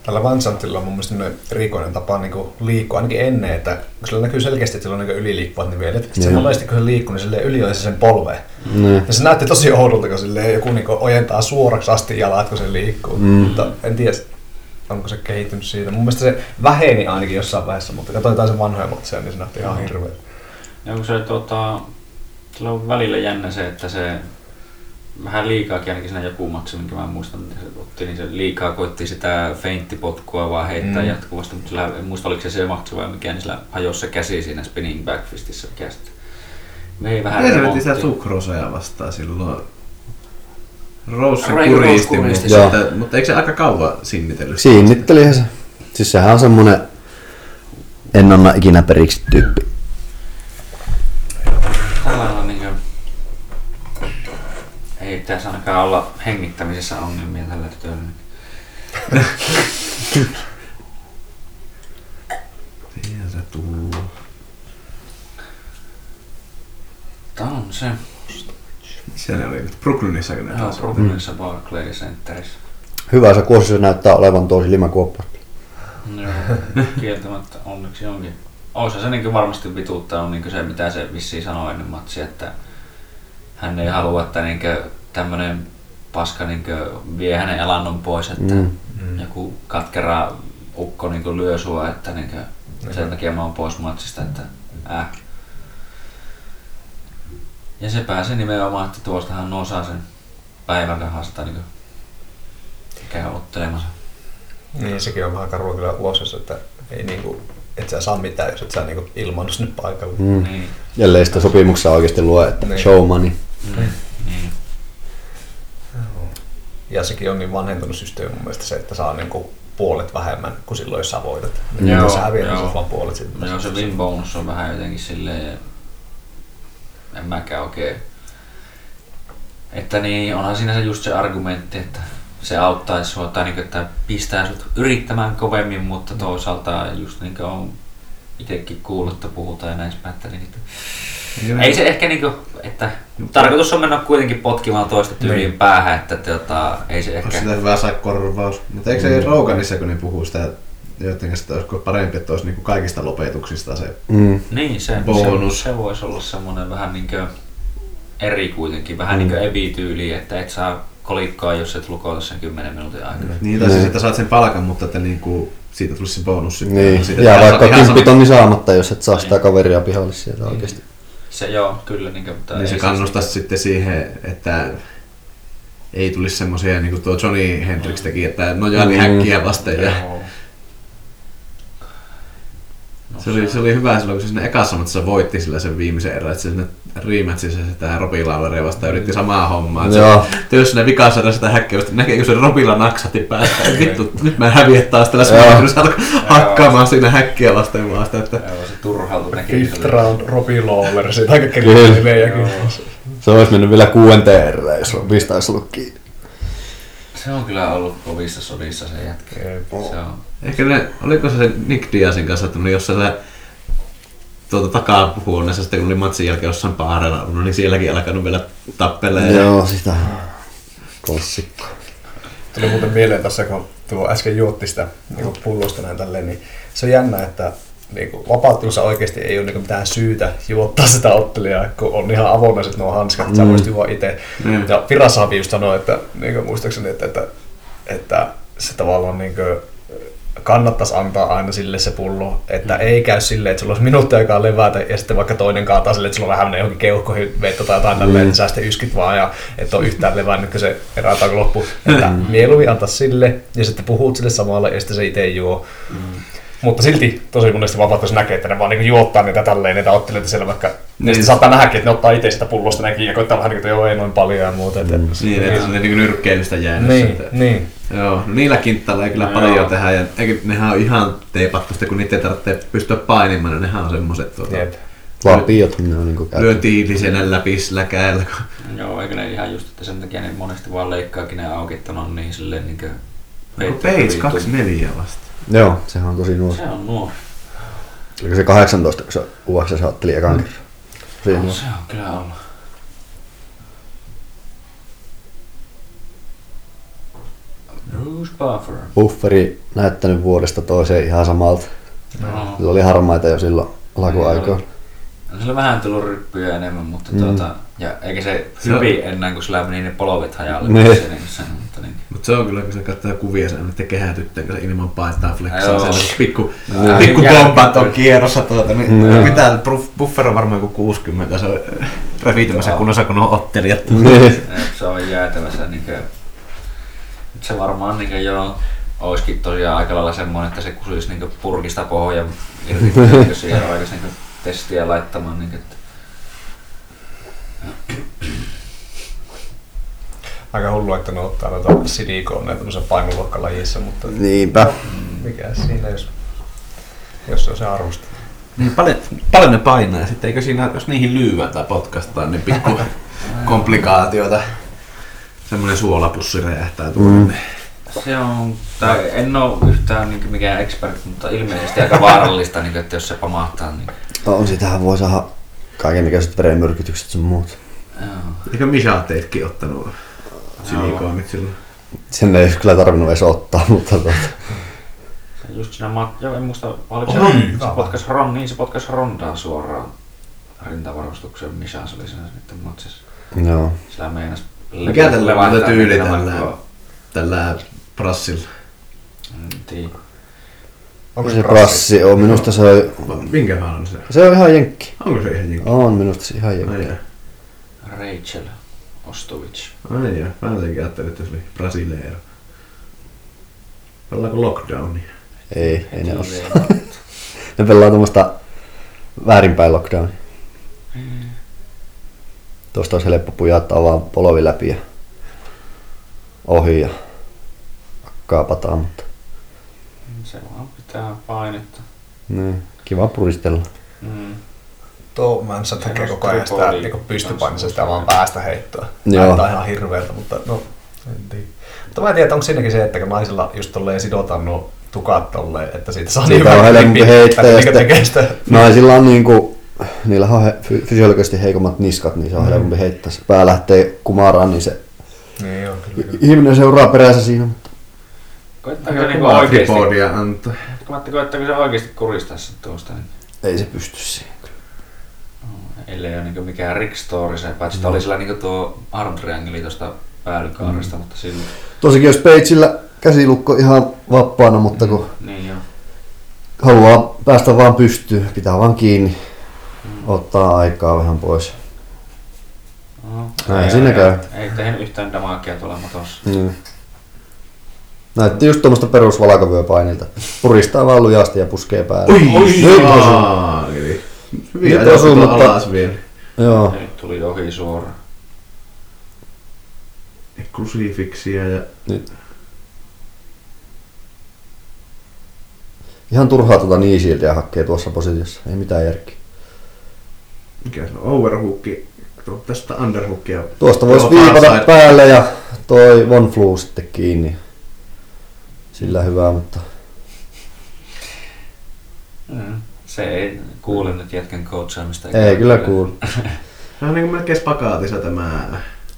S2: Tällä Vansantilla on mun mielestä semmoinen erikoinen tapa niin liikkua ainakin ennen, että kun sillä näkyy selkeästi, että sillä on niin yliliikkuvat nivelet. Sitten se
S3: Joo.
S2: monesti, kun se liikkuu, niin sille yli oli se sen polveen.
S3: Niin.
S2: Ja se näytti tosi oudolta, kun silleen joku niin ojentaa suoraksi asti jalat, kun se liikkuu. Mm. Mutta en tiedä, onko se kehittynyt siitä. Mun mielestä se väheni ainakin jossain vaiheessa, mutta katsoin jotain sen vanhoja matseja, niin se näytti ihan hirveä.
S1: Ja kun se tota, sillä on välillä jännä se, että se vähän liikaakin ainakin siinä joku matsi, minkä mä en muista, mitä se otti, niin se liikaa koitti sitä feinttipotkua vaan heittää
S2: Mm.
S1: mm. jatkuvasti, mutta sillä, en muista oliko se se matsi vai mikä, niin sillä hajosi se käsi siinä spinning backfistissä, mikä sitten Vei vähän
S4: Helvetin sitä
S1: remonttia.
S4: sukrosoja vastaan silloin. Rose
S1: Rose
S4: kuristi
S1: kuristi
S4: minusta
S3: Joo.
S4: sitä, mutta eikö se aika kauan sinnitellyt?
S3: Sinnittelihän se. Siis sehän on semmonen en anna ikinä periksi tyyppi.
S1: Tällä lailla niinkö... niinku- Ei pitäisi ainakaan olla hengittämisessä ongelmia tällä tytöllä. nyt.
S4: Sieltä tuu.
S1: Tää on se.
S4: Missä ne oli nyt? Brooklynissa kun ne
S1: Joo,
S4: taas oli.
S1: Brooklynissa Barclay Centerissä.
S3: Hyvä se kuosi, se näyttää olevan tosi limakuoppa.
S1: Joo, kieltämättä onneksi onkin. Osa se niinku varmasti vituuttanut niinku se, mitä se vissiin sanoi ennen matsia, että hän ei halua, että niinku tämmönen paska niinku vie hänen elannon pois, että
S3: Mm.
S2: Mm.
S1: joku katkera ukko niinku lyö sua, että niinku sen
S2: Niin.
S1: takia mä oon pois matsista, että äh. Ja se pääsi nimenomaan, että tuostahan osaa sen päivän rahasta niinku käy ottelemassa.
S2: Niin, sekin on vähän karua kyllä ulos, että ei niinku, et sä saa mitään, jos et sä niinku ilmaannu sinne paikalle.
S3: Mm.
S1: Niin.
S3: Jälleen sitä sopimuksessa oikeasti lue, että
S2: Niin.
S3: show money.
S1: Mm. Niin.
S2: Ja sekin on niin vanhentunut systeemi mun mielestä se, että saa niinku puolet vähemmän kuin silloin, jos sä voitat.
S1: Joo,
S2: Joo, jos sä häviät, niin
S1: joo.
S2: sä vaan puolet sitten.
S1: Joo, se win bonus on vähän jotenkin silleen, en mäkään oikein. Että niin, onhan siinä se just se argumentti, että se auttaisi sua tai niin, että pistää sut yrittämään kovemmin, mutta toisaalta just niin on itsekin kuullut, että puhutaan ja näin päin, että niin, että ei se ehkä niin kuin, että tarkoitus on mennä kuitenkin potkimaan toista tyyliin päähän, että tota, ei se
S4: Onko
S1: ehkä...
S4: sitä hyvä saa korvaus? Mutta eikö se mm. Roganissa, kun ne puhuu sitä, joiden kanssa, että olisiko parempi, että olisi niinku kaikista lopetuksista se.
S3: Mm.
S1: Niin, se,
S4: Bonus.
S1: se, se voisi olla semmoinen vähän niinkö eri kuitenkin, vähän niinkö
S4: Mm.
S1: ebityyli, että et saa kolikkaa, jos et lukota sen 10 minuutin aikana.
S4: Niin, tai siis,
S3: Niin.
S4: että saat sen palkan, mutta että niinku, siitä tulisi se bonus sitten.
S3: Niin.
S4: Siitä,
S3: ja
S4: että
S3: vaikka
S4: ihan sama-
S3: kymppitonni saamatta, jos et saa
S1: Niin.
S3: sitä kaveria pihalle sieltä oikeasti.
S1: Se joo, kyllä. Niinkö, mutta
S4: Niin se
S1: ei
S4: kannustaa sitten siihen, että ei tulisi semmoisia, niin kuin tuo Johnny Hendrix teki, että nojaili
S3: Mm.
S4: mm. häkkiä vasten. Ja
S1: Joo. No,
S4: se, oli, se oli hyvä silloin, kun se siinä ekassa matsissa voitti sillä sen viimeisen erän, että se siinä rematchissa sitä Robbie Laueria vastaan
S1: Mm.
S4: yritti samaa hommaa. että
S3: Joo.
S4: Se työssä ne vikassa erää sitä häkkiä vastaan, näkeekö se Robilla naksahti päästä, että vittu, nyt mä en häviä taas tällä
S3: Joo.
S4: smaakilla, se alkoi hakkaamaan siinä häkkiä vasten vaan sitä, että
S1: Joo, se turhautu
S2: Fifth
S1: näkemistä.
S2: round Robbie Lawler, siitä aika
S3: Kyllä.
S2: kertaa meidänkin.
S3: Se olisi mennyt vielä kuuenteen erään, jos Robista olisi ollut kiinni.
S1: Se on kyllä ollut kovissa sodissa se jätkä.
S4: Oh.
S1: Se on.
S4: Ehkä ne, oliko se se Nick Diazin kanssa tämmönen, jossa se tuota takaa huoneessa sitten kun oli matsin jälkeen jossain baarella ollut, niin sielläkin alkanut vielä tappella. Ja
S3: Joo, sitä. Klassikko.
S2: Tuli muuten mieleen tässä, kun tuo äsken juotti sitä niin pullosta näin tälleen, niin se on jännä, että niin kuin vapauttelussa oikeasti ei ole niin mitään syytä juottaa sitä ottelijaa, kun on ihan avoimeiset nuo hanskat, että sä voisit juo itse.
S4: Mm.
S2: Ja Pirasavi just sanoi, että niin kuin muistaakseni, että, että, että se tavallaan niin kuin, kannattaisi antaa aina sille se pullo, että mm. ei käy silleen, että sulla olisi minuutti aikaa levätä ja sitten vaikka toinen kaataa silleen, että sulla on vähän menee johonkin keuhkoihin vettä tai jotain tälleen, että sä sitten yskit vaan ja et ole yhtään levännyt, kun se erätauko loppuu. Että mieluummin anta sille ja sitten puhut sille samalle ja sitten se itse juo. Mutta silti tosi monesti vapautus näkee, että ne vaan niinku juottaa niitä tälleen, niitä ottelijoita siellä vaikka. Niin. Ja sitten saattaa nähdäkin, että ne ottaa itse sitä pullosta näkin ja koittaa vähän niinku, että joo ei noin paljon ja muuta. Että, mm.
S4: niin, että se oli niinku nyrkkeilystä jäänyt.
S2: Niin,
S4: sitten.
S2: niin.
S4: Joo, no niillä kinttailla ei kyllä
S1: Joo.
S4: paljon tehdä. Ja eikä, nehän on ihan teipattu sitten, kun niitä ei tarvitse pystyä painimaan, niin nehän on semmoset tuota,
S2: Jep.
S3: Lapiot, ne on niinku
S4: lyö
S3: käytetty.
S4: tiilisenä läpi sillä kädellä. kun-
S1: Joo, eikö ne ihan just, että sen takia ne monesti vaan leikkaakin ne auki, että ne on niin silleen niinkö...
S4: Onko Page 24 vasta?
S3: Joo, sehän on tosi nuori.
S1: Se on nuori.
S3: Oliko se 18, kun se UFC saatteli ekan
S4: Mm.
S3: kerran? Siinä
S1: No,
S3: on.
S1: se on kyllä ollut. Bruce Buffer.
S3: Bufferi näyttänyt vuodesta toiseen ihan samalta.
S1: No.
S3: Sillä oli harmaita jo silloin alkuaikoina.
S1: No, sillä vähän tullut ryppyjä enemmän, mutta
S3: Mm.
S1: mm. tuota, ja eikä se
S4: Se on-
S1: hyvi ennen kuin sillä meni ne polvet hajalle.
S3: Ne.
S1: kun se niin sanoi, mutta niin.
S4: Mutta se on kyllä, kun se katsoo kuvia, se on niiden kehätyttöön, kun se ilman paitaa flexaa
S1: Joo.
S4: siellä. Pikku,
S1: Joo.
S4: pikku
S1: Jälkeen-
S4: kombat on kierrossa tuota, niin
S3: Joo.
S4: mitä buff- buffer on varmaan joku 60, se on revitymässä
S1: Joo.
S4: kunnossa kun on ottelijat.
S3: Niin.
S1: eh, Se on jäätävä se niinkö... Nyt se varmaan niinkö joo oiskin tosiaan aika lailla semmoinen, että se kusuisi niinkö purkista pohja irti, jos siihen oikeasti niinkö testiä laittamaan niinkö, että
S2: aika hullu, että ne ottaa noita sidikoneja tämmöisen painoluokkalajissa, mutta
S3: Niinpä.
S2: mikä siinä, jos, jos se on se arvosta.
S4: Niin paljon, paljon ne painaa, ja sitten eikö siinä, jos niihin lyyvää tai potkastaan, niin pikku komplikaatioita. Semmoinen suolapussi räjähtää tuonne. Mm.
S1: Se on, tai en ole yhtään niin mikään expert, mutta ilmeisesti aika vaarallista, niin kuin, että jos se pamahtaa. Niin,
S3: On sitähän voi saada kaikenlaiset verenmyrkytykset sun muut.
S1: joo.
S4: Eikö Misha teitkin ottanut silikoonit silloin?
S3: Sen ei kyllä tarvinnut edes ottaa, mutta tuota,
S1: Se Just siinä, ma- joo, en muista, oliko se,
S4: Ron.
S1: se potkas Ron, niin se potkas Rondaa suoraan rintavarustuksen, missä se oli siinä sitten matsissa.
S3: joo.
S1: Sillä meinas
S4: Mikä tällä
S1: levähtää
S4: tällä tyyli
S1: niitä
S4: tällä,
S1: matkoa.
S4: tällä prassilla?
S1: En tiedä.
S2: Onko
S3: Se prassi on, minusta se on,
S4: Minkähän on se?
S3: se on ihan jenkki.
S4: Onko se ihan jenki?
S3: On minusta se ihan
S4: Ai
S3: jenkki.
S4: jaa.
S1: Rachel Ostovic.
S4: Ai jaa. Mä jotenkin ajattelin, että se oli brasileero. Pellaanko lockdownia?
S3: Ei, ei ne
S1: Heti
S3: osaa.
S1: leikkaa.
S3: Ne pelaa tuommoista väärinpäin lockdownia.
S1: Niin,
S3: Tuosta olisi helppo pujata vaan polvi läpi ja ohi ja hakkaa pataa, mutta
S1: Se vaan pitää painetta.
S3: niin, kiva puristella.
S1: Mm.
S2: Tuo Mansä tekee koko ajan sitä
S1: Tripoli.
S2: niin pystypainissa sitä vaan päästä heittoa.
S3: Joo.
S2: Näyttää ihan hirveältä, mutta no, en tiedä. Mutta mä en tiedä, onko siinäkin se, että kun naisilla just tolleen sidotaan nuo tukat tolleen, että siitä saa niin
S3: Siitä on
S2: hyvän
S3: helpompi
S2: gripin,
S3: heittää No.
S2: että
S3: ja
S2: niinku
S3: sitten-
S2: tekee sitä.
S3: Naisilla on niinku, niillä on he, fy- fysiologisesti heikommat niskat, niin se on helpompi heittää. Se pää lähtee kumaraan, niin se
S2: Niin joo, kyllä, kyllä.
S3: ihminen seuraa perässä siinä. Mutta
S1: Koittaako, niinku oikeesti,
S4: tripodia antaa.
S1: koittaako, koittaako se oikeesti kuristaa sen tuosta? Niin.
S3: ei se pysty siihen.
S1: Ellei ole niinku mikään Rick Story se, paitsi mm. oli sillä niinku tuo Arm Triangeli tuosta päällykaaresta, mm. mutta sillä...
S3: Tosikin jos peitsillä käsilukko ihan vapaana, mutta kun
S1: Niin joo.
S3: haluaa päästä vaan pystyyn, pitää vaan kiinni, ottaa aikaa vähän pois.
S1: No,
S3: Näin
S1: ei-
S3: siinä
S1: ei-
S3: käy.
S1: Ei tehnyt yhtään damaakia tuolla matossa.
S3: Mm. Näytti just tuommoista perusvalkovyöpainilta. Puristaa vaan lujasti ja puskee päälle. Nyt osui.
S4: Saakeli. Hyvin
S3: Nyt
S4: ajettu
S3: osuu,
S4: tuo
S3: mutta-
S4: alas vielä.
S3: Joo.
S1: Ja nyt tuli ohi suoraan.
S4: Krusifiksiä ja...
S3: Ihan turhaa tuota niisiltiä hakkee tuossa positiossa. Ei mitään järkeä.
S4: Mikä se on? Overhookki. Tuo tästä underhookia.
S3: Tuosta voisi
S4: Joo,
S3: viipata
S4: frontside.
S3: päälle ja toi Von Flu sitten kiinni. Sillä hyvää, mutta
S1: Mm. Se ei kuule nyt jätkän coachaamista.
S3: ei kyllä kuulu.
S4: Tämä on niin melkein spakaatissa tämä...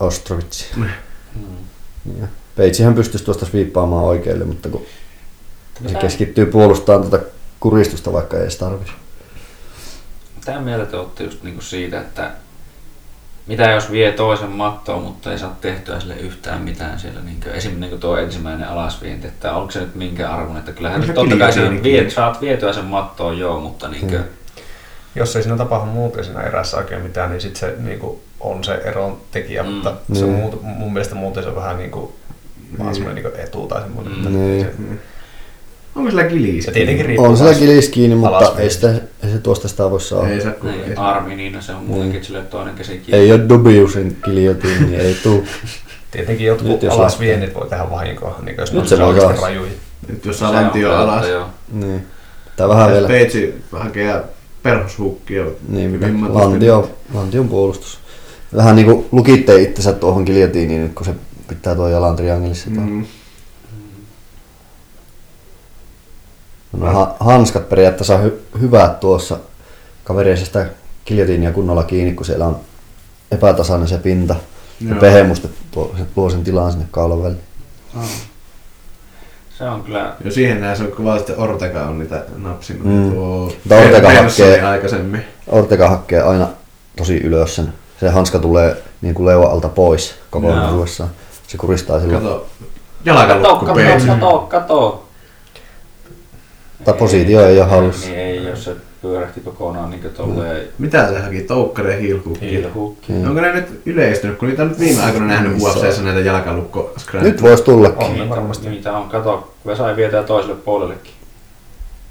S3: Ostrovitsi.
S1: Mm.
S3: Peitsihän pystyisi tuosta sviippaamaan oikealle, mutta kun se
S1: Mitä-
S3: keskittyy puolustamaan tuota kuristusta, vaikka ei edes tarvitse.
S1: Mitä mieltä te olette just niinku siitä, että mitä jos vie toisen mattoon, mutta ei saa tehtyä sille yhtään mitään siellä. Niin kuin, esimerkiksi niin kuin tuo ensimmäinen alasvienti, että onko se nyt minkä arvon, että kyllähän
S4: No se
S1: nyt totta kai sen
S4: kiljailijakin.
S1: viet, saat vietyä sen mattoon joo, mutta niin kuin,
S3: Hmm.
S2: Jos ei siinä tapahdu muuten siinä erässä oikein mitään, niin sitten se niinku, on se eron tekijä,
S1: Mm.
S2: mutta se
S3: Niin.
S2: muut, mun mielestä muuten se on vähän niinku, vaan semmoinen niinku etu tai semmoinen.
S1: Mm.
S2: että
S3: Niin.
S2: se-
S4: Onko sillä kiliisi?
S2: Se tietenkin riippuu.
S3: On sillä
S2: taas-
S3: kilis kiinni, mutta
S2: alaspäin.
S3: ei, sitä, ei se tuosta sitä voi saa.
S4: Ei saa
S1: mm.
S4: kun ei
S1: niin,
S4: saa.
S1: armi, niin se on muutenkin sille toinen käsi kiinni.
S3: Hmm. Ei ole Dubiusin kiljotiini, ei tuu.
S2: Tietenkin jotkut
S3: Nyt jos
S2: alasviennit voi tehdä vahinkoa, niin kuin jos
S3: Nyt
S2: ne
S3: se
S2: on
S3: voi
S2: oikeasti
S3: kanssa.
S2: rajuja.
S4: Nyt jos
S1: Se on
S4: Alantio
S1: totta,
S4: alas.
S1: joo.
S3: Niin. Tää vähän
S4: Jos
S3: vielä.
S4: Peitsi hakee perhoshukkia.
S3: Niin, mikä
S4: vimmatusti,
S3: lantio, lantion puolustus. Vähän niinku lukitte itsensä tuohon kiljotiiniin nyt, kun se pitää tuo jalan triangelissa. Mm.
S4: Mm.
S3: No, ha- hanskat periaatteessa on hy- hyvät tuossa. Kaveri ei saa sitä kiljotiinia kunnolla kiinni, kun siellä on epätasainen se pinta. Ja
S4: Joo.
S3: pehemusta tuo, se tuo sen tilaan sinne kaulan väliin.
S1: Se on kyllä
S4: Ja siihen näin se on kuvaa, että Ortega on niitä napsinut.
S3: Mm.
S4: Tuo
S3: Mutta Ortega
S4: Personi
S3: hakee-
S4: aikaisemmin.
S3: Ortega hakkee aina tosi ylös sen. Se hanska tulee niin kuin leuan alta pois kokonaisuudessaan. Se kuristaa silloin.
S4: Kato.
S1: Kato,
S4: Jalkalukku
S1: kato,
S4: Peitsi.
S1: kato, kato.
S3: Tai positio ei ole hallussa.
S1: Niin ei, jos se pyörähti kokonaan niin tolleen
S4: Mitä se haki? Toukkareen hiilkukki.
S1: ilhukki.
S3: Mm.
S4: No, Onko ne nyt yleistynyt, kun niitä on nyt viime aikoina nähnyt
S2: Iso.
S4: UFCssä näitä jalkalukko
S3: Siis Nyt voisi tullakin.
S2: On ne varmasti.
S1: Niitä on, kato. Vesa ei vietää toiselle puolellekin.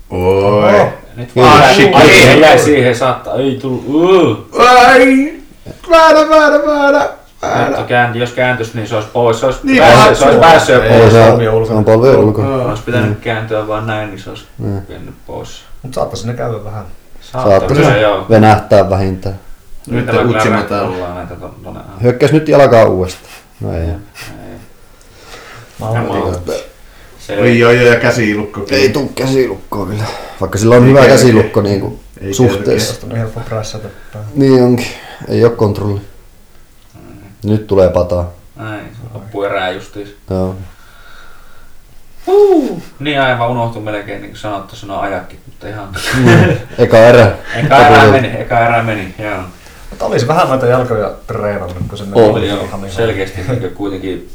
S4: Oi.
S2: Oho.
S1: Nyt
S3: Niin.
S1: vaan.
S4: Shit.
S1: Ai, ei jäi siihen saattaa. Ei tullu. Uh.
S4: Ai! Väärä, väärä, väärä!
S1: Mutta käänti, jos kääntyisi, niin se olisi pois. Se olisi,
S4: Niin,
S1: niin, päässyt, se olisi
S2: vaan-
S1: päässyt jo
S2: Ei,
S1: pois.
S3: Ei, se
S2: polvi
S3: on,
S2: ulkona.
S3: se on polvi ulkona.
S1: Olisi pitänyt kääntyä vaan näin, niin se olisi
S3: Mm.
S1: mennyt pois.
S2: Mutta saattaisi ne käydä vähän.
S1: Saattaa
S3: Saattaisi.
S1: kyllä, joo.
S3: Venähtää vähintään.
S1: Nyt
S4: Nyt
S1: tämä kyllä
S4: utsimataan.
S1: rullaan näitä tuonne.
S3: Hyökkäys nyt jalkaa uudestaan. No ei.
S4: Oi, oi, oi, ja käsilukko.
S3: Ei tuu käsilukkoa kyllä. Vaikka sillä on hyvä
S4: kerkeä.
S3: käsilukko niin kuin
S4: Ei
S3: suhteessa.
S2: Tästä on helppo prässätä päähän.
S3: Niin onkin. Ei oo kontrolli. Nyt tulee pataa.
S1: Näin, se loppuu erää justiis.
S3: Joo.
S1: Huu. Niin aivan unohtui melkein, niin kuin sanottu, sanoa ajakin, mutta ihan...
S3: Eka erä.
S1: Eka erää meni, eka erää meni, joo.
S2: Mutta olisi vähän noita jalkoja treenannut, kun se
S3: On,
S1: Oli joo, selkeästi niin kuitenkin
S2: Niin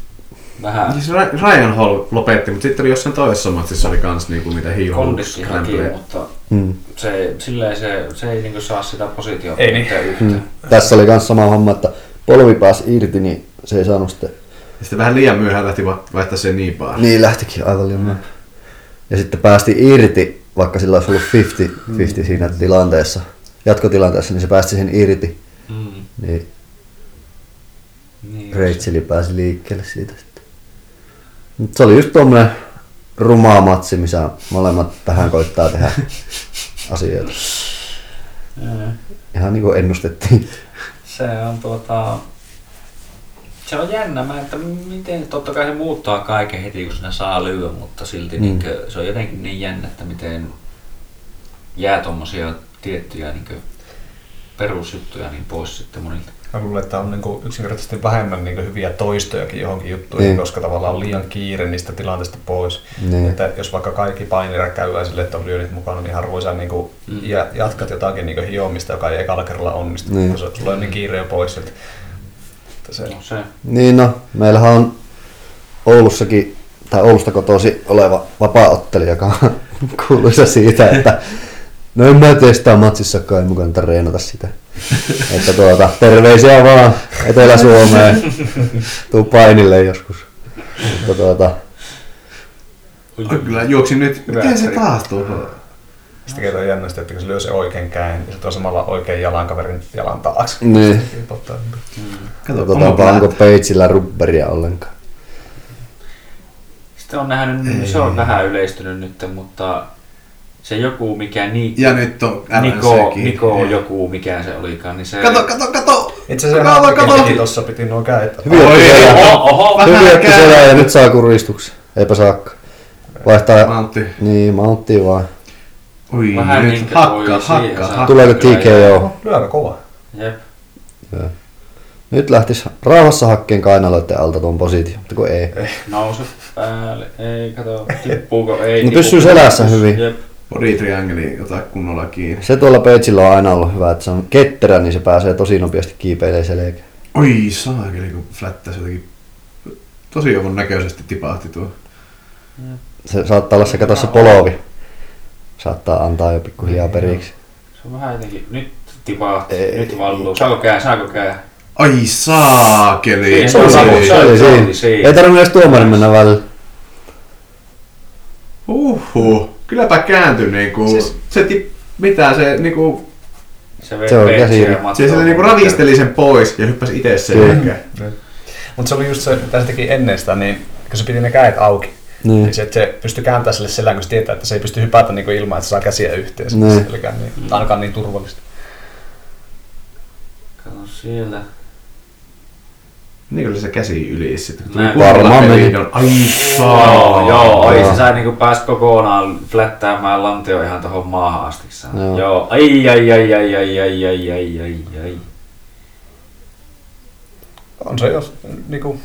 S1: vähän
S4: Siis Ra- Ryan Hall lopetti, mutta sitten oli jossain toisessa matsissa oli kans niinku mitä hiilohulluksi
S1: kondissa ihan kiinni,
S4: krämpyjä.
S1: mutta
S3: Mm.
S1: se, silleen se, se ei niinku saa sitä positiota
S2: Ei niin.
S1: mitään yhtään.
S3: Mm. Tässä oli myös sama homma, että polvi pääsi irti, niin se ei saanut sitten.
S4: Ja sitten vähän liian myöhään lähti va- vaihtaa sen niin paljon.
S3: Niin lähtikin aivan liian myöhään. Ja sitten päästi irti, vaikka sillä olisi ollut 50-50 siinä tilanteessa, jatkotilanteessa, niin se päästi siihen irti.
S1: Mm.
S3: Niin
S1: Niin,
S3: Racheli pääsi liikkeelle siitä sitten. Mut se oli just tommonen rumaa matsi, missä molemmat vähän koittaa tehdä asioita.
S1: Joo.
S3: Ihan niin kuin ennustettiin.
S1: Se on tuota... Se on jännä, mä, että miten, totta kai se muuttaa kaiken heti, kun sinä saa lyö, mutta silti
S3: Mm.
S1: mm. niin, se on jotenkin niin jännä, että miten jää tommosia tiettyjä niin, perusjuttuja niin pois sitten monilta.
S2: Mä luulen, että on niinku yksinkertaisesti vähemmän niinku hyviä toistojakin johonkin juttuihin,
S3: Niin.
S2: koska tavallaan on liian kiire niistä tilanteista pois.
S3: Niin.
S2: Että jos vaikka kaikki painira käy sille, että on lyönnit mukana, niin harvoin sä niinku
S1: Mm.
S2: ja jatkat jotakin niinku hiomista, joka ei ekalla kerralla onnistu,
S3: Niin.
S2: niin. kun se- sulla on niin kiire jo pois sieltä. Että se,
S1: No se,
S3: Niin no, meillähän on Oulussakin, tai Oulusta kotosi oleva vapaaottelija, joka on kuuluisa siitä, että no en mä testaa matsissakaan, ei mukaan treenata sitä. Että tuota, terveisiä vaan Etelä-Suomeen, tuu painille joskus. Mutta tuota, Niin.
S4: Oi, Kyllä juoksin nyt.
S2: Hyvä,
S4: Miten se
S2: että-
S4: taas tuohon?
S2: Sitten kertoo jännästi, että kun se lyö se oikein käin, niin se tuo samalla oikein jalan kaverin jalan taakse.
S3: Niin.
S2: Se kipottaa ympäri.
S4: Kato,
S3: katsotaan vaan, onko
S4: onko
S3: peitsillä rubberia ollenkaan.
S1: Sitten on nähnyt, se on vähän yleistynyt nyt, mutta se joku mikä ni,
S4: Ja nyt on
S1: Niko,
S4: RNCkin.
S1: Niko joku mikä se olikaan, niin se...
S4: Kato, kato, kato!
S2: Itse asiassa
S4: kato,
S2: Hakkinen
S4: kato!
S2: teki tossa piti nuo kädet.
S3: Hyvin otti selää,
S1: Oho, oho,
S4: vähän
S3: hyvin otti
S4: käy.
S3: selää ja nyt saa kuristuksen. Eipä saakka. Vaihtaa,
S4: Mantti.
S3: niin malttia vaan.
S4: Oi,
S1: Vähän
S4: nyt
S1: niinkö, oi,
S4: hakkaa,
S1: siihen saa.
S4: hakkaa, hakkaa.
S3: Tuleeko
S1: Kyllä,
S3: TKO?
S2: Lyö aika kova.
S1: Jep.
S3: Nyt lähtis rauhassa hakkeen kainaloiden alta tuon positio, mutta kun ei.
S1: Eh. Nouse päälle, ei kato, tippuuko, ei
S3: No
S1: tipu.
S3: pysyy selässä hyvin.
S1: Jep.
S4: Body triangeli, ota kunnolla kiinni.
S3: Se tuolla peitsillä on aina ollut hyvä, että se on ketterä, niin se pääsee tosi nopeasti kiipeilee selkään.
S4: Oi saakeli, kun flättäsi jotenkin. Tosi jovon näköisesti tipahti tuo.
S3: Se saattaa olla se katossa polovi. Saattaa antaa jo pikkuhiljaa periksi.
S1: Se on vähän jotenkin, nyt tipahti,
S3: Ei.
S1: nyt valluu. Saako kää, saako kää?
S4: Ai saakeli!
S1: Niin, Se on
S4: Oi.
S1: sama, se on-
S3: Ei,
S1: oli
S3: siinä.
S1: siinä.
S3: ei tarvinnut edes tuomarin mennä välillä.
S4: Huhhuh. Kylläpä kääntyi niinku...
S2: Siis-
S4: Siis... Se tip... Mitä se niinku...
S1: Se, vei
S3: Se on
S1: peitsiä
S3: käsi.
S1: ja mattoa.
S4: Siis se niinku ravisteli sen pois ja hyppäsi itse selkään.
S2: Mutta Mm. se oli just se, mitä se teki ennen sitä, niin kun se piti ne kädet auki,
S3: Niin.
S2: niin se, että se pystyi kääntämään sille selän, kun se tietää, että se ei pysty hypätä niin kuin ilman, että se saa käsiä yhteen.
S3: Niin.
S2: Niin. Selkään, niin ainakaan niin turvallista.
S1: Kato siellä.
S4: Niin kyllä se käsi yli sitten. kun tuli
S1: Näin.
S4: kunnolla
S3: Varmaan
S4: peli,
S3: meni.
S4: niin on- Ai
S1: Joo,
S4: saa.
S1: joo, ai
S3: Joo.
S1: se sai niinku pääs kokonaan flättäämään lantio ihan tohon maahan asti. saa.
S3: Joo.
S1: Joo, ai ai ai ai ai ai ai ai ai ai.
S2: On se jos niin kuin,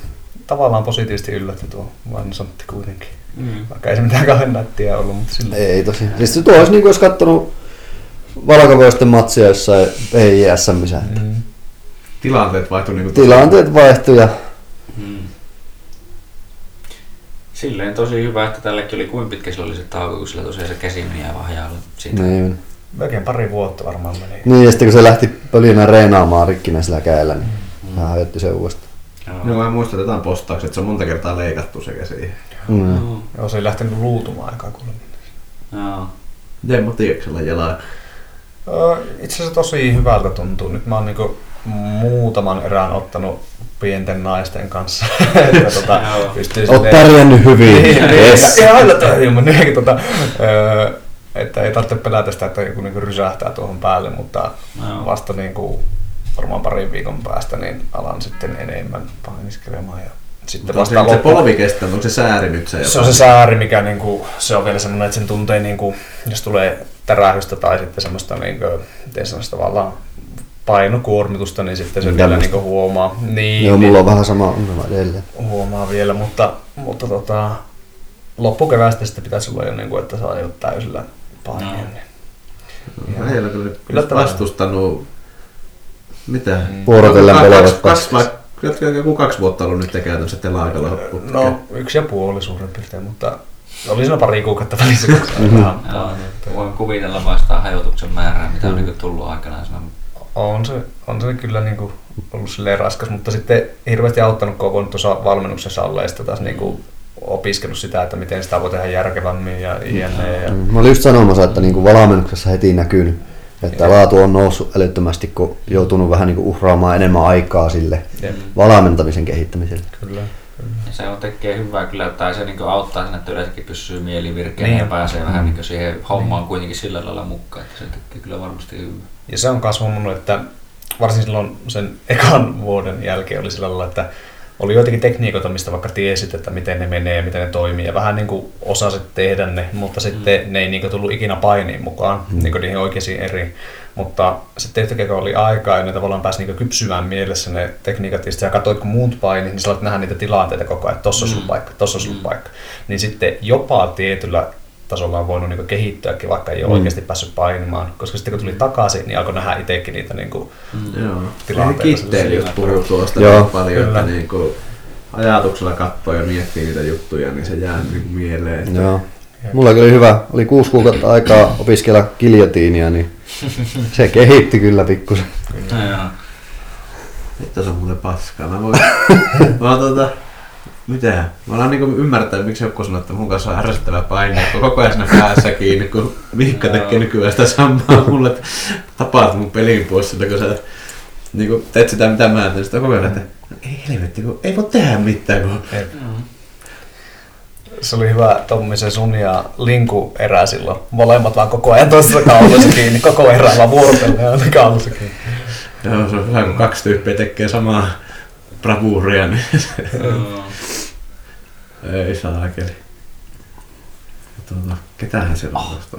S2: tavallaan positiivisesti yllätti tuo Vansantti kuitenkin.
S1: Mm.
S2: Vaikka ei se mitään kauhean nättiä ollut, mutta sillä
S3: Ei tosiaan. Siis se tuo olisi niinku jos kattonut valkovoisten matsia jossain PJSMissä.
S2: Mm.
S4: Tilanteet vaihtui niinku...
S3: Tilanteet vaihtui ja
S1: Mm. Silleen tosi hyvä, että tällekin oli kuin pitkä sillä oli se tauko, kun sillä tosiaan se käsi meni aivan hajalle. Siitä.
S3: niin.
S2: Melkein pari vuotta varmaan meni.
S3: Niin, ja sitten kun se lähti pölinä reenaamaan rikkinäisellä kädellä, niin hän hajotti sen uudestaan.
S1: Joo.
S4: No mä muistan jotain postauksia, että se on monta kertaa leikattu se käsi.
S3: Mm.
S1: Joo.
S2: Joo, se ei lähtenyt luutumaan aikaa kuulemma.
S1: Joo.
S4: Demmotiiksella jalaa.
S2: Ö, Itse asiassa tosi hyvältä tuntuu. Nyt mä oon niinku muutaman erään ottanut pienten naisten kanssa. että tota,
S1: Joo.
S2: pystyy
S3: Oot
S2: silleen- Niin,
S3: pärjännyt hyvin.
S4: Niin,
S2: Yes.
S3: Yes.
S2: Ei aina tajunut, niin, tota, öö, että ei tarvitse pelätä sitä, että joku niinku rysähtää tuohon päälle, mutta
S1: Joo.
S2: vasta niinku, varmaan parin viikon päästä niin alan sitten enemmän painiskelemaan. Ja sitten
S4: Mutta
S2: vasta
S4: se, se
S2: loppu,
S4: polvi kestää, mutta onko se sääri nyt se?
S2: se on se saari, mikä niinku, se on vielä semmoinen, että sen tuntee, niinku, jos tulee tärähystä tai sitten semmoista, niinku, miten sanoisi tavallaan painokuormitusta, niin sitten se
S3: Niin
S2: vielä
S3: tämmöistä.
S2: niinku huomaa. Niin,
S3: Joo,
S2: niin-
S3: mulla on vähän sama ongelma edelleen.
S2: huomaa vielä, mutta, mutta tota, loppukeväästä sitten pitäisi olla jo, niin kuin, että saa jo täysillä paineen.
S1: No.
S2: No.
S4: Heillä kyllä,
S2: Kyllä
S4: kyllä
S2: tämä-
S4: vastustanut... Mitä?
S2: Mm.
S3: Vuorotellen
S4: Kaksi-
S3: pelaavat
S4: kaksi,
S3: kaksi.
S4: vai- jotka- joku kaksi vuotta ollut nyt käytännössä telakalla.
S2: no, yksi ja puoli suurin piirtein, mutta oli siinä pari kuukautta välissä. kun
S3: Mm-hmm.
S2: sai vähän
S1: Joo,
S2: painetta.
S1: voin kuvitella vaan sitä hajotuksen määrää, mitä on niinku tullut aikanaan. Siinä on-
S2: on, se, on se kyllä niin kuin ollut silleen raskas, mutta sitten ei hirveästi auttanut, kun on voinut tuossa valmennuksessa olla ja sitten taas niin kuin opiskellut sitä, että miten sitä voi tehdä järkevämmin ja jne. Ja,
S3: Mm, Mä olin just sanomassa, että niinku valmennuksessa heti näkyy, että laatu on noussut älyttömästi, kun joutunut vähän niinku uhraamaan enemmän aikaa sille
S2: Jep.
S3: valmentamisen kehittämiselle.
S2: Kyllä.
S1: Ja se on tekee hyvää kyllä, tai se niinku auttaa sinne, että yleensäkin pysyy mieli virkeänä
S2: Niin.
S1: ja pääsee vähän niinku siihen hommaan kuitenkin sillä lailla mukaan, että se tekee kyllä varmasti hyvää.
S2: Ja se on kasvanut, että varsin silloin sen ekan vuoden jälkeen oli sillä lailla, että oli joitakin tekniikoita, mistä vaikka tiesit, että miten ne menee, miten ne toimii, ja vähän niin kuin osasit tehdä ne, mutta sitten ne ei niin kuin tullut ikinä painiin mukaan, niin kuin niihin oikeisiin eri. Mutta sitten yhtäkkiä kun oli aikaa ja ne tavallaan pääsi niin kuin kypsymään mielessä ne tekniikat, ja sitten sä katsoit kun muut paini, niin sä olet nähdä niitä tilanteita koko ajan, että tossa on sun paikka, tossa on sun paikka. Niin sitten jopa tietyllä tasolla on voinut niin kehittyäkin, vaikka ei ole mm. oikeasti päässyt painimaan. Koska sitten
S3: Mm.
S2: kun tuli takaisin, niin alkoi nähdä itsekin niitä niin kuin,
S4: Joo.
S2: Tilanteita
S4: Kitteilijät puhuu tuosta
S3: Joo.
S4: Joo, paljon,
S2: Kyllä.
S4: että niinku ajatuksella katsoo ja miettii niitä juttuja, niin se jää niinku mieleen. Että
S3: Joo. Mulla oli hyvä, oli kuusi kuukautta aikaa opiskella kiljotiinia, niin se kehitti kyllä pikkusen.
S1: Joo.
S4: Vittu se on muuten paskaa. Mä voin... mä oon tota... Mitä? Mä olen niinku ymmärtänyt, miksi joku sanoo, että mun kanssa on ärsyttävä paine, kun koko ajan siinä päässä kiinni, kun Miikka
S1: Joo.
S4: tekee nykyään sitä samaa mulle, että tapaat mun pelin pois siltä, kun sä niinku teet sitä mitä mä teen, sitä koko ajan, että ei helvetti, kun ei voi tehdä mitään, kun
S2: Se oli hyvä Tommi, se sun ja Linku erä silloin. Molemmat vaan koko ajan toisessa kaulassa kiinni, niin koko erä vaan vuorotellen aina kaulassa kiinni.
S4: Joo, se on hyvä, kun kaksi tyyppiä tekee samaa bravuuria, niin
S1: Joo.
S4: ei saa äkeli. Tuota, ketähän siellä on tuosta?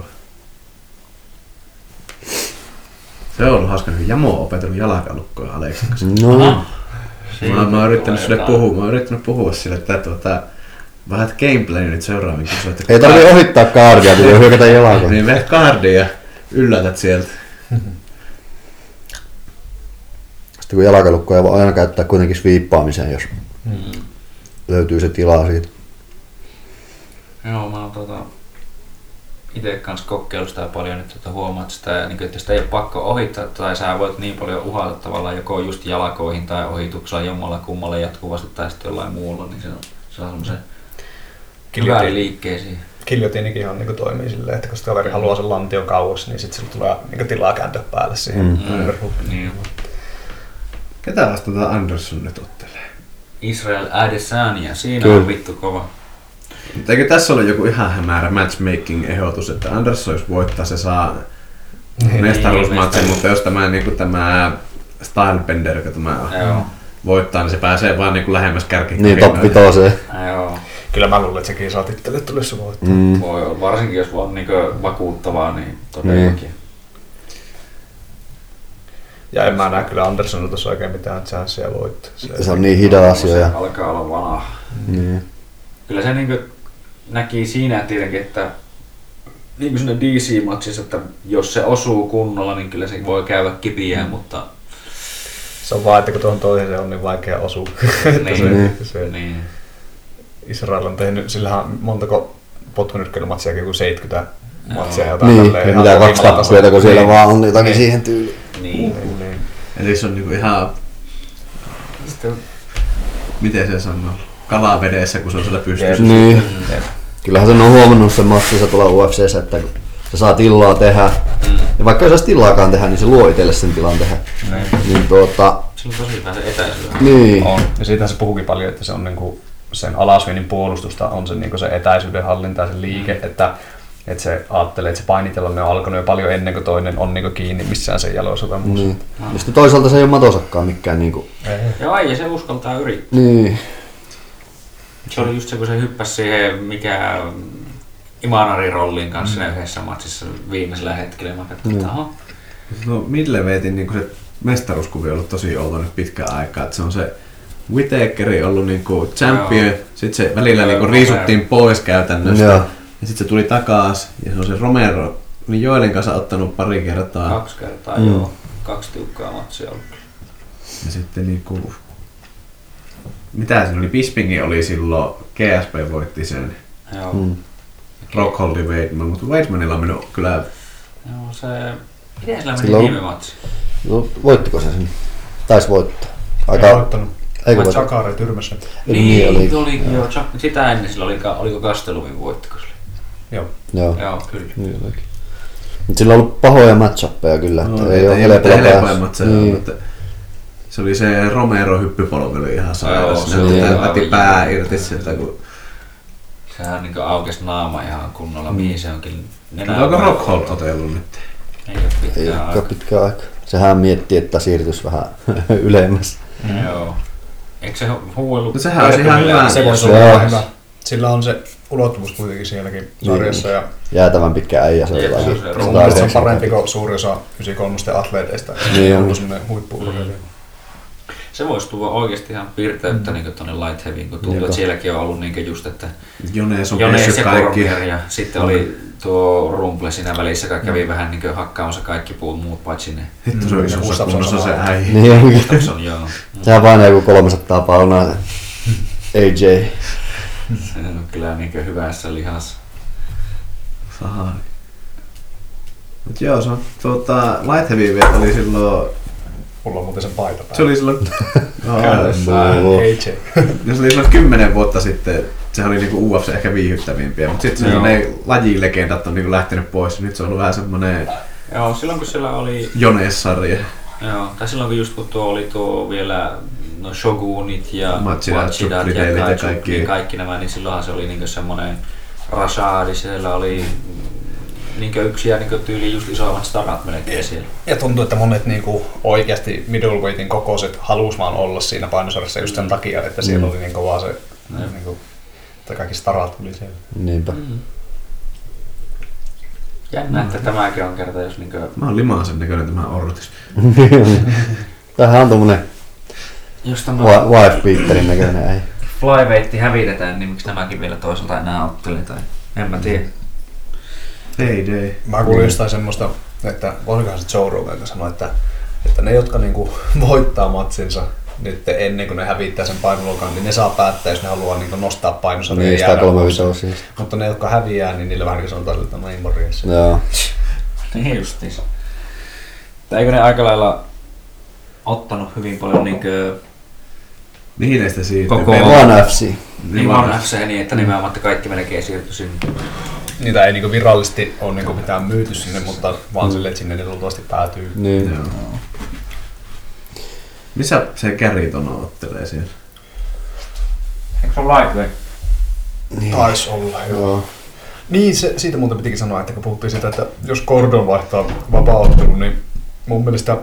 S4: Se on ollut hauska, kun Jamo on opetellut jalkailukkoja Aleksin kanssa.
S3: No,
S4: Mä, mä oon yrittänyt sille
S1: Jotain.
S4: puhua, mä oon yrittänyt puhua sille, että tuota, vähän että gameplay nyt seuraaviin kun
S3: ei tarvi ohittaa kaardia, kun voi hyökätä jalakoon.
S4: Niin vedet kaardia ja yllätät sieltä.
S3: Sitten kun jalakalukkoja voi aina käyttää kuitenkin sviippaamiseen, jos Hmm. löytyy se tila siitä.
S1: Joo, mä oon tota, itse kanssa kokeillut sitä paljon, että tota, huomaat sitä, niin kuin, että sitä ei ole pakko ohittaa, tai sä voit niin paljon uhata tavallaan joko just jalkoihin tai ohituksella jommalla kummalla jatkuvasti tai sitten jollain muulla, niin se on, se on semmoisen kiväärin liikkeisiin.
S2: Kiljotiinikin ihan niin toimii silleen, että kun se kaveri haluaa sen lantion kauas, niin sitten sillä tulee niin tilaa kääntyä päälle siihen. Mm.
S1: Niin.
S4: Ketä vastaan tää Andersson nyt ottelee?
S1: Israel Adesanya, siinä
S3: Kyllä.
S1: on vittu kova.
S4: Mutta Eikö tässä ole joku ihan hämärä matchmaking-ehdotus, että Andersson jos voittaa, se saa
S3: Niin.
S4: mestaruusmatsin,
S1: mestaruus.
S4: mutta jos tämä, niin kuin tämä Stylebender, joka tämä
S1: Joo.
S4: voittaa, niin se pääsee vaan niin kuin lähemmäs kärkiin.
S3: Niin top vitoseen.
S1: Joo.
S2: Kyllä mä luulen, että sekin saa tittele tullessa voittaa.
S3: Mm.
S1: Voi olla, varsinkin jos on niin vakuuttavaa, niin todellakin.
S2: Ja en mä näe kyllä Anderssonilla tuossa oikein mitään chanssia voittaa.
S3: Se on niin hidas jo.
S1: Se
S3: Ja,
S1: alkaa olla vanha.
S3: niin.
S1: kyllä se niin näki siinä tietenkin, että niin kuin siinä DC-matsissa, että jos se osuu kunnolla, niin kyllä se voi käydä kipiään, mutta
S2: Se on vaan, että kun tuohon toiseen on niin vaikea osua. Että
S1: Niin.
S2: se, se,
S1: niin.
S2: Israel on tehnyt, sillä on montako potkunyrkkeilymatsia, joku 70 matsia ja jotain
S3: niin.
S2: tälleen,
S3: ja
S2: ihan
S3: mitä kaksi
S2: huimalla
S3: tappiota, kun siellä
S2: tasolla.
S3: vaan on jotakin siihen tyyliin.
S1: niin.
S2: Niin, niin.
S4: Eli se on niin kuin ihan,
S1: Sitten,
S4: miten se sanoo, kalavedessä, kun se on siellä pystyssä.
S3: Niin. Kyllähän sen on huomannut sen matsissa tuolla UFCssä, että kun sä saa tilaa tehdä.
S1: Mm.
S3: Ja vaikka ei saisi tilaakaan tehdä, niin se luo itselle sen tilan tehdä.
S1: Näin.
S3: Niin tuota,
S1: Sillä on tosi hyvä se etäisyys.
S3: niin.
S2: On. Ja siitähän se puhukin paljon, että se on niinku sen alasvinin puolustusta, on se, niinku se etäisyyden hallinta ja se liike, että että se ajattelee, että se painitelma on alkanut jo paljon ennen kuin toinen on niinku kiinni missään sen jaloissa tai muussa.
S3: Niin. Ja sitten toisaalta se ei ole matosakkaan mikään niinku...
S2: Ei.
S1: Joo, ei, ja se uskaltaa yrittää.
S3: Niin.
S1: Se oli just se, kun se hyppäsi siihen, mikä Imanarin rollin kanssa siinä yhdessä matsissa viimeisellä hetkellä. Mä katsoin, että aha,
S4: No Midlevetin niin se mestaruuskuvio on ollut tosi outo nyt pitkään aikaa. että se on se Whitakeri ollut niin kuin champion,
S1: Joo.
S4: sitten se välillä
S1: Joo,
S4: niin kuin
S1: Romero.
S4: riisuttiin pois käytännössä.
S3: Joo.
S4: Ja sitten se tuli takaas ja se on se Romero niin Joelin kanssa ottanut pari kertaa.
S1: kaksi kertaa mm. joo. Kaksi tiukkaa matsia ollut.
S4: Ja sitten niin kuin, mitä se oli, Bispingin oli silloin, GSP voitti sen
S1: Joo. Mm.
S3: Mm.
S4: Rockholdi Weidman, mutta Weidmanilla on mennyt kyllä
S1: joo se... Miten sillä meni
S3: Silloin-
S1: viime matsi?
S3: No, voittiko se sen? Taisi voittaa.
S2: Ei
S3: Aika...
S2: voittanut.
S3: Eikö
S1: Vai
S3: voittaa?
S2: Sakari tyrmässä.
S1: Niin,
S3: oli.
S1: oli, oli joo. joo. Sitä ennen sillä oli, oliko Kastelumin voittiko sillä?
S2: Joo.
S3: Joo.
S1: Joo, kyllä.
S3: Niin olikin. Mut sillä on ollut pahoja matchappeja kyllä, että
S4: No,
S3: ei ole helpolla
S4: helpoimmat
S3: päässä.
S4: se on,
S3: Niin.
S4: mutta se oli se Romero hyppypolvi oli ihan
S1: Joo,
S4: sairas.
S1: se
S4: Ne
S1: oli
S4: otti-
S1: aivan
S4: otti pää
S1: jäätävä.
S4: irti sieltä. Kun...
S1: Sehän niin aukesi naama ihan kunnolla, mihin se onkin nenää.
S4: Mutta onko Rockhold otellut nyt?
S1: Ei ole
S3: Ei
S1: pitkään
S3: olekaan
S1: aikaa.
S3: pitkään aikaa. Sehän mietti, että siirtyisi vähän ylemmäs.
S1: Joo. Eikö se hu- huuellut?
S4: Mm. No sehän olisi ihan
S1: Perkeleellä?
S4: hyvä.
S2: Se voisi
S3: Joo.
S2: olla ihan hyvä. Sillä on se ulottuvuus kuitenkin sielläkin sarjassa. Ja
S3: Jäätävän pitkä äijä se Niin. on
S1: Jep,
S3: jotakin.
S1: se on se.
S2: mun mielestä se on parempi kuin suuri osa 93 atleeteista.
S3: Niin
S2: Se
S3: on.
S2: on semmoinen huippuurheilija.
S1: Se voisi tuoda oikeasti ihan piirteyttä mm. niin tuonne light heavyin, kun tuntuu,
S3: Joka-
S1: että sielläkin on ollut niin just, että
S4: Jones on
S1: Jones
S4: pessyt
S1: ja
S4: kaikki.
S1: Kormier ja sitten oli tuo Rumble siinä välissä, joka
S4: Mm.
S1: kävi vähän niin hakkaamassa kaikki puut muut paitsi ne.
S4: Hitto se on
S2: Mm,
S4: isossa
S2: Gustafsson
S4: kunnossa se
S2: samaa.
S4: äijä.
S3: Niin onkin.
S1: Gustafsson, joo.
S3: Sehän vain joku 300 paunaa se AJ.
S1: Se on kyllä niin hyvässä lihassa.
S4: Sahari. Mut joo, se on tuota, Light Heavy vielä oli silloin,
S2: Mulla on muuten sen paita päällä.
S4: se oli silloin, no,
S3: Joo.
S2: AJ.
S4: Ja se oli silloin kymmenen vuotta sitten, sehän oli niinku UFC ehkä viihyttävimpiä, mutta sitten
S1: Joo.
S4: ne lajilegendat on niinku lähtenyt pois, nyt se on ollut vähän semmonen
S1: Joo, silloin kun siellä oli,
S4: Jones-sarja.
S1: joo, tai silloin kun just kun tuo oli tuo vielä no Shogunit ja
S4: Machidat,
S1: Machidat
S4: Tsukrideilit ja
S1: Kaiju-
S4: kaikki.
S1: kaikki nämä, niin silloinhan se oli niin semmoinen Rashadi, siellä oli niin yksi ja niin tyyli just isoimmat starat melkein siellä.
S2: Ja tuntuu, että monet niinku oikeasti middleweightin kokoiset halus vaan olla siinä painosarjassa just sen takia, että siellä oli niin kovaa se,
S1: Mm.
S2: niinku, että kaikki starat tuli siellä.
S3: Niinpä.
S1: Jännä, että tämäkin on kerta, jos niinkö...
S4: Mä oon limaan sen näköinen tämä Ortis.
S3: Tämähän on tommonen
S1: Jos
S3: wa- wife beaterin näköinen äijä.
S1: flyweight hävitetään, niin miksi tämäkin vielä toisaalta enää ottelee tai... En mä tiedä.
S4: Hei day.
S2: Mä kuulin jostain semmoista, että olikohan se Joe Rogan, joka sanoi, että, että ne, jotka niinku voittaa matsinsa nyt ennen kuin ne hävittää sen painoluokan, niin ne saa päättää, jos ne haluaa niinku nostaa painonsa.
S3: Niin, 135 siis.
S2: Mutta ne, jotka häviää, niin niillä vähän sanotaan, siltä, että no ei morjens.
S3: Joo.
S1: Niin justiis. Tai eikö ne aika lailla ottanut hyvin paljon niinkö...
S4: Niihin sitä siirtyy.
S1: Koko-
S4: Meillä-
S3: One FC.
S1: Niin
S4: vaan-
S1: vaan FC niin, että nimenomaan, että kaikki melkein siirtyi sinne.
S2: Niitä ei niinku virallisesti ole niinku mitään myyty sinne, mutta vaan silleen, että sinne ne luultavasti päätyy.
S3: Niin.
S4: Joo. Missä se Käritono ottelee siellä?
S1: Eikö se ole lightweight?
S3: Niin.
S2: Taisi olla, joo.
S3: Joo.
S2: Niin, se, siitä muuten pitikin sanoa, että kun puhuttiin siitä, että jos Gordon vaihtaa vapaaottelun, niin mun mielestä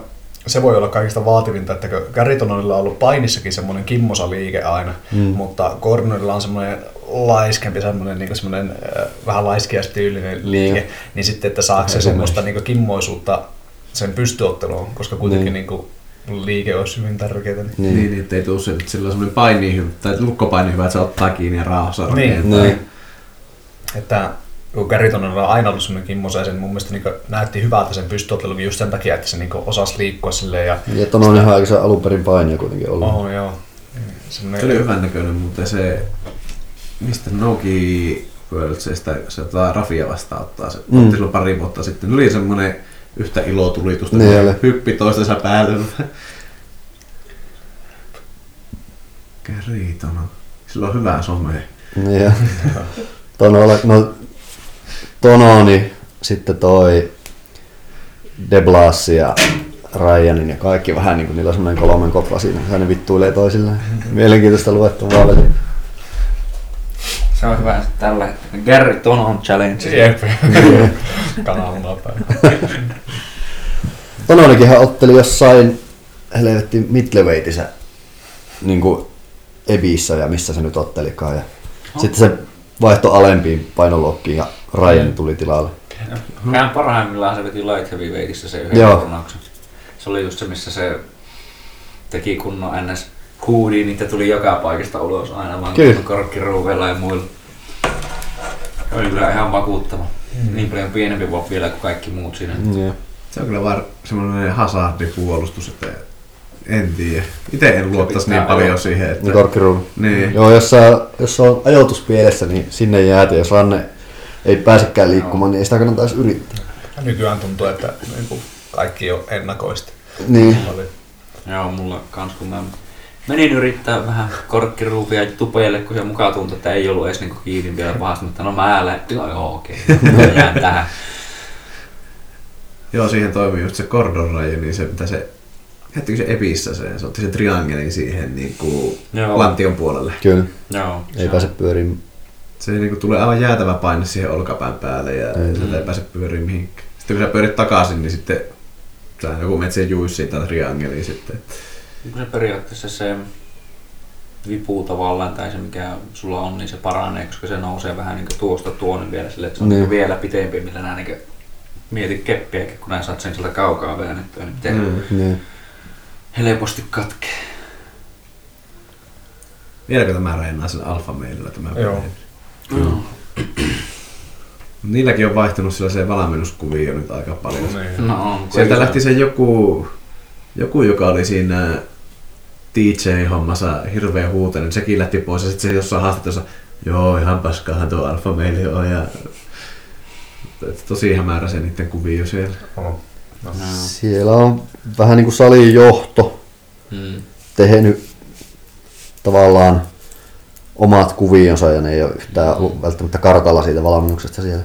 S2: se voi olla kaikista vaativinta, että kun Garitonilla on ollut painissakin semmoinen kimmosa liike aina, mm. mutta Gordonilla on semmoinen laiskempi, semmoinen, niin semmoinen äh, vähän laiskias tyylinen liike,
S3: Niin.
S2: niin, niin sitten, että saako se semmoista niin kimmoisuutta sen pystyotteluun, koska kuitenkin niin. Niin liike olisi hyvin tärkeää. Niin.
S4: Niin,
S3: Niin.
S4: niin ettei tuu se, että sillä on semmonen paini hyvä, tai lukkopaini hyvä, että se ottaa kiinni ja rauhassa
S2: Niin.
S4: rakentaa.
S3: Niin.
S2: Että kun Geritonella on aina ollut semmoinen kimmosa ja sen mun mielestä niin näytti hyvältä sen pystyottelukin just sen takia, että se niin osasi liikkua silleen ja
S3: Ja ton on ihan aika alun perin painia kuitenkin ollut.
S2: Oho, joo.
S4: Se oli
S2: Semmoinen
S4: hyvän näköinen, mutta se, mistä Noki Worldsista, se tota, Rafia vastaan ottaa se,
S3: Mm.
S4: mm. silloin pari vuotta sitten, oli semmoinen yhtä ilotulitusta,
S3: Niin
S4: niin
S3: oli.
S4: hyppi toistensa päälle. Käriitona. Sillä on hyvää somea.
S3: Niin. ja- Tono, ole, no, Tono, niin sitten toi De Blasi ja Ryanin ja kaikki vähän niin kuin niillä on semmoinen kolmen kopla siinä, ja ne vittuilee toisilleen. Mielenkiintoista luettavaa väliin.
S1: Se on hyvä että tällä hetkellä. Gary Tonon challenge.
S2: Jep. Kanavalla päin.
S3: Tononikinhan otteli jossain helvetti middleweightissa niin kuin Ebissä ja missä se nyt ottelikaan. Ja Sitten se vaihto alempiin painoluokkiin ja Ryan tuli tilalle.
S1: Hän parhaimmillaan se veti light heavyweightissa se yhden
S3: Joo.
S1: turnauksen. Se oli just se, missä se teki kunnon ns kuudi, niitä tuli joka paikasta ulos aina vaan
S3: Kyllä.
S1: kunnon korkkiruuveilla ja muilla. Se oli kyllä ihan vakuuttava. Niin paljon pienempi voi vielä kuin kaikki muut siinä.
S3: Joo.
S4: Se on kyllä vaan semmoinen hazardipuolustus, että en tiedä. Itse en luottaisi niin
S1: pitää
S4: paljon
S1: ajaa.
S4: siihen, että...
S3: Niin korkkiruuvi.
S4: Niin.
S3: Joo, jos, sä, jos sä on ajoitus pielessä, niin sinne jäät. ja Jos ranne ei pääsekään liikkumaan, niin ei sitä kannata edes yrittää.
S2: Nykyään tuntuu, että niinku kaikki on ennakoista.
S3: Niin.
S2: Oli.
S1: Joo, mulla kans kun mä menin yrittää vähän korkkiruuvia tupeille, kun se mukaan tuntui, että ei ollut edes niinku kiinni vielä pahasti, mutta no mä älä, joo joo, okei, okay. jään tähän.
S4: Joo, siihen toimii just se Gordon Ryan, niin se mitä se... Jättikö se epissä se? Se otti sen triangelin siihen niin kuin
S1: Joo.
S4: lantion puolelle.
S3: Kyllä,
S1: Joo,
S3: ei
S1: se-
S3: pääse pyörimään.
S4: Se niin kuin tulee aivan jäätävä paine siihen olkapään päälle ja
S3: Mm.
S4: mm. sieltä ei pääse pyöriin mihinkään. Sitten kun sä pyörit takaisin, niin sitten sä joku menet sen juisi siitä triangeliin sitten.
S1: Onko niinku se periaatteessa se vipu tavallaan tai se mikä sulla on, niin se paranee, koska se nousee vähän niin tuosta tuonne vielä sille, että se on
S3: Niin.
S1: niin. vielä pitempi, millä nää niin mieti keppiäkin, kun nää saat sen sieltä kaukaa väännettyä, niin miten mm.
S3: Niin.
S1: helposti katkee.
S4: Vieläkö tämä reinaa sen alfameilillä tämä
S2: Joo.
S4: perhe?
S1: No,
S4: Niilläkin on vaihtunut sillä se valmennuskuvio nyt aika paljon.
S2: Niin.
S1: No on. kun
S4: Sieltä
S1: ei
S4: lähti se joku, joku joka oli siinä DJ-hommassa hirveä huuta, niin sekin lähti pois ja sitten se jossain haastattelussa, joo ihan paskaahan tuo alfa meili on ja Et tosi hämärä se niiden kuvio siellä.
S2: Oh. No.
S3: Mm. Siellä on vähän niin kuin salin johto
S1: Mm.
S3: tehnyt tavallaan omat kuvionsa ja ne ei ole yhtään ollut välttämättä kartalla siitä valmennuksesta siellä.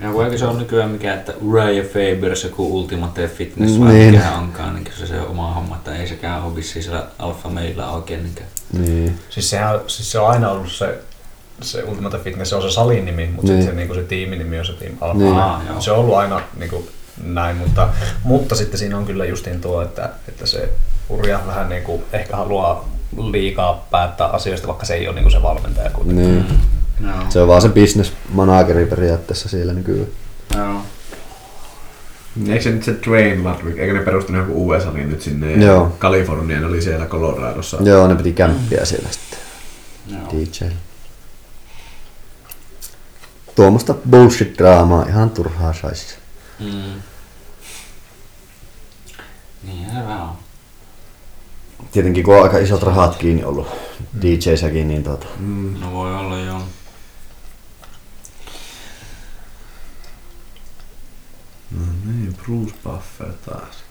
S1: Ja voi eikö se on nykyään mikä, että Uriah Faber, se kun Ultimate Fitness vai
S3: Niin.
S1: niin. mikä onkaan, niin se se on oma homma, että ei sekään ole vissiin sillä alfa meillä oikein niinkään.
S3: Niin.
S2: Siis, sehän, siis se on aina ollut se, se Ultimate Fitness, se on se salin nimi, mutta
S3: Niin.
S2: niin. se, niinku, se tiimin nimi on se Team Alpha.
S3: Niin.
S1: Aa, joo.
S2: se on ollut aina niinku, näin, mutta, mutta sitten siinä on kyllä justiin tuo, että, että se Urja vähän niinku, ehkä haluaa liikaa päättää asioista, vaikka se ei ole niinku, se valmentaja. Kuten.
S3: niin.
S1: Joo.
S3: Se on vaan se business manageri periaatteessa siellä niin nykyään.
S1: Joo.
S4: Eikö se nyt se Dwayne Ludwig, eikö ne perustanut joku USA niin nyt sinne
S3: Joo.
S4: Kaliforniaan, ne oli siellä Coloradossa.
S3: Joo, ne piti kämppiä siellä sitten
S1: Joo.
S3: DJ. Tuommoista bullshit-draamaa ihan turhaa saisi.
S1: Mm. Niin se vähän on.
S3: Tietenkin kun on aika isot rahat kiinni ollut DJ-säkin, niin tota,
S4: Mm.
S1: No voi olla joo.
S4: No niin, Bruce Buffer taas.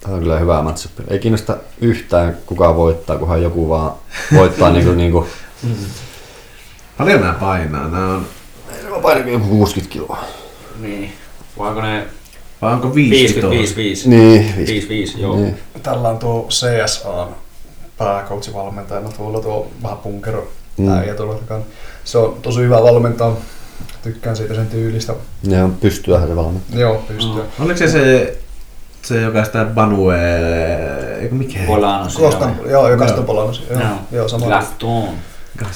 S3: Tämä on kyllä hyvä matchup. Ei kiinnosta yhtään kuka voittaa, kunhan joku vaan voittaa niinku niinku...
S4: Paljon nämä painaa, nämä on,
S3: Mä painokin joku 60 kiloa.
S1: Niin. Voiko ne
S4: vai onko 55?
S1: 55?
S3: Niin,
S1: 55, joo.
S3: Niin.
S2: Tällä on tuo CSA pääcoachivalmentajana tuolla tuo vähän punkero
S3: Mm.
S2: äijä tuolla takana. Se on tosi hyvä valmentaa. Tykkään siitä sen tyylistä.
S3: Ne on pystyähän se valmiin.
S2: Joo, pystyy.
S1: Mm.
S4: Oliko se se, se joka sitä Banue, eikö mikä?
S1: Volano se
S2: Kostan, joo, joka
S4: Joo.
S2: sitten on palannut. Joo,
S1: Joo.
S2: joo sama.
S1: Lafton.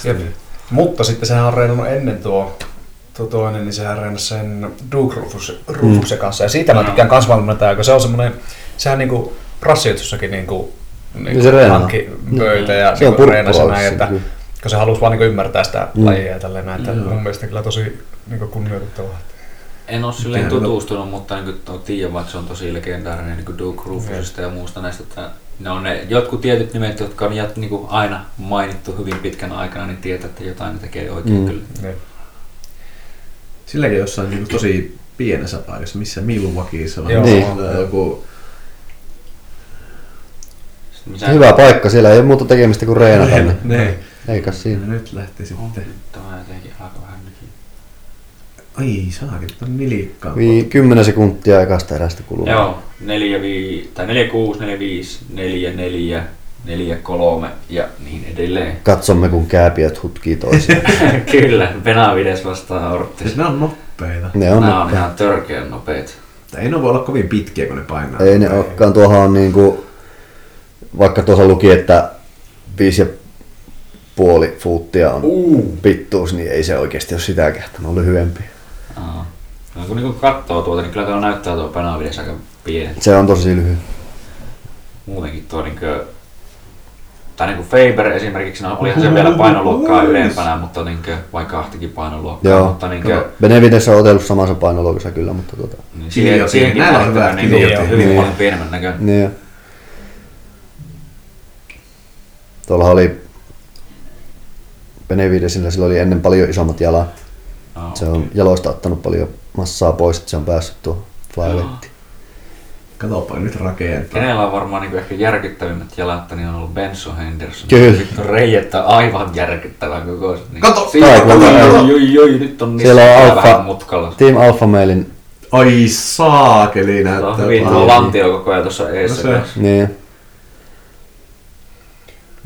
S2: Jep. Mutta sitten sehän on reenannut ennen tuo, tuo toinen, niin sehän reenasi sen Duke Rufus,
S3: Mm.
S2: Rufuksen kanssa. Ja siitä mä tykkään kans valmentaa, kun se on semmoinen, sehän niinku rassiutussakin niinku, niinku
S3: Niin se reenaa.
S2: hankki pöytä ja
S3: Se on
S2: niinku reenasi
S3: purppulaus.
S2: näin, että
S3: kyllä.
S2: kun se halusi vaan niinku ymmärtää sitä
S3: Mm.
S2: lajia ja tälleen näin, että
S4: Joo.
S2: mun mielestä kyllä tosi niinku kunnioitettavaa.
S1: En ole silleen
S4: Tiedän.
S1: tutustunut, mutta niin kuin tiedän, vaan että se on tosi legendaarinen niin kuin Duke Rufusista ja muusta näistä. Että ne on ne jotkut tietyt nimet, jotka on jat, niin kuin aina mainittu hyvin pitkän aikana, niin tietää, että jotain ne tekee oikein
S3: Mm.
S1: mm. kyllä.
S2: Niin.
S4: Silläkin jossain niin tosi pienessä paikassa, missä Milwaukeeissa on
S2: Joo.
S3: Niin.
S4: Siellä joku
S1: Sitten mitä-
S3: Hyvä paikka, siellä ei ole muuta tekemistä kuin reenata. niin
S4: ne.
S3: Eikä siinä.
S4: Nyt lähti
S1: Oh, On
S4: sitten.
S1: nyt Tämä jotenkin alkaa vähän nykin.
S4: Ai saakin, tämä on milikkaa.
S3: Vii, 10 sekuntia ekasta erästä kuluu.
S1: Joo, 4, 5, tai 4, 6, 4, 5, 4, 4, 4, 3 ja niin edelleen.
S3: Katsomme, kun kääpiöt hutkii toisiaan.
S1: Kyllä, Benavides vastaa
S4: Siis
S1: Orttis.
S4: ne on nopeita.
S3: ne on.
S1: Nämä on ihan törkeän nopeita.
S4: Tai ei ne voi olla kovin pitkiä, kun ne painaa.
S3: Ei ne olekaan. Tuohan on niinku, vaikka tuossa luki, että viisi ja puoli fuuttia on
S1: Uu.
S3: pittuus, niin ei se oikeasti ole sitäkään. Tämä on lyhyempi.
S1: Aa. No, kun niinku katsoo tuota, niin kyllä tuo näyttää tuo Benavides aika pieni.
S3: Se on tosi lyhyt.
S1: Muutenkin tuo niinkö... Tai niinku Faber esimerkiksi, no olihan se vielä painoluokkaa ylempänä, mutta niinkö, vai kahtakin painoluokkaa,
S3: Joo.
S1: mutta niinku niinkö...
S4: Joo.
S3: Benevides on otellut samassa painoluokassa kyllä, mutta tota,
S1: Niin
S4: Kiljotiin.
S1: siihen, siihenkin
S4: Näillä on
S1: näyttää
S4: hyvät
S1: niinku
S2: kiljotiin.
S1: hyvin
S3: Niin.
S1: paljon pienemmän näköinen.
S3: niin jo. Tuollahan oli Benevidesillä sillä oli ennen paljon isommat jalat.
S1: Aa.
S3: Se on jaloista ottanut paljon massaa pois, että se on päässyt tuo flyweightiin.
S4: Katsopa nyt rakentaa.
S1: Kenellä on varmaan niin ehkä järkyttävimmät jalat, niin on ollut Benson Henderson.
S3: Kyllä.
S1: Vittu reijettä aivan järkyttävän kokoiset. Niin
S4: Kato!
S1: Siinä
S3: Ai,
S1: on,
S3: kato,
S1: joi,
S3: kato.
S1: joi, joi, nyt on
S3: Niin Siellä
S1: niissä
S3: on alfa.
S1: vähän mutkalla.
S3: Team Alpha Mailin,
S4: Ai saakeli
S1: Se on
S4: näyttää.
S1: hyvin tuo
S4: paljon.
S1: lantio koko ajan tuossa eessä.
S4: se-
S1: kanssa.
S3: niin,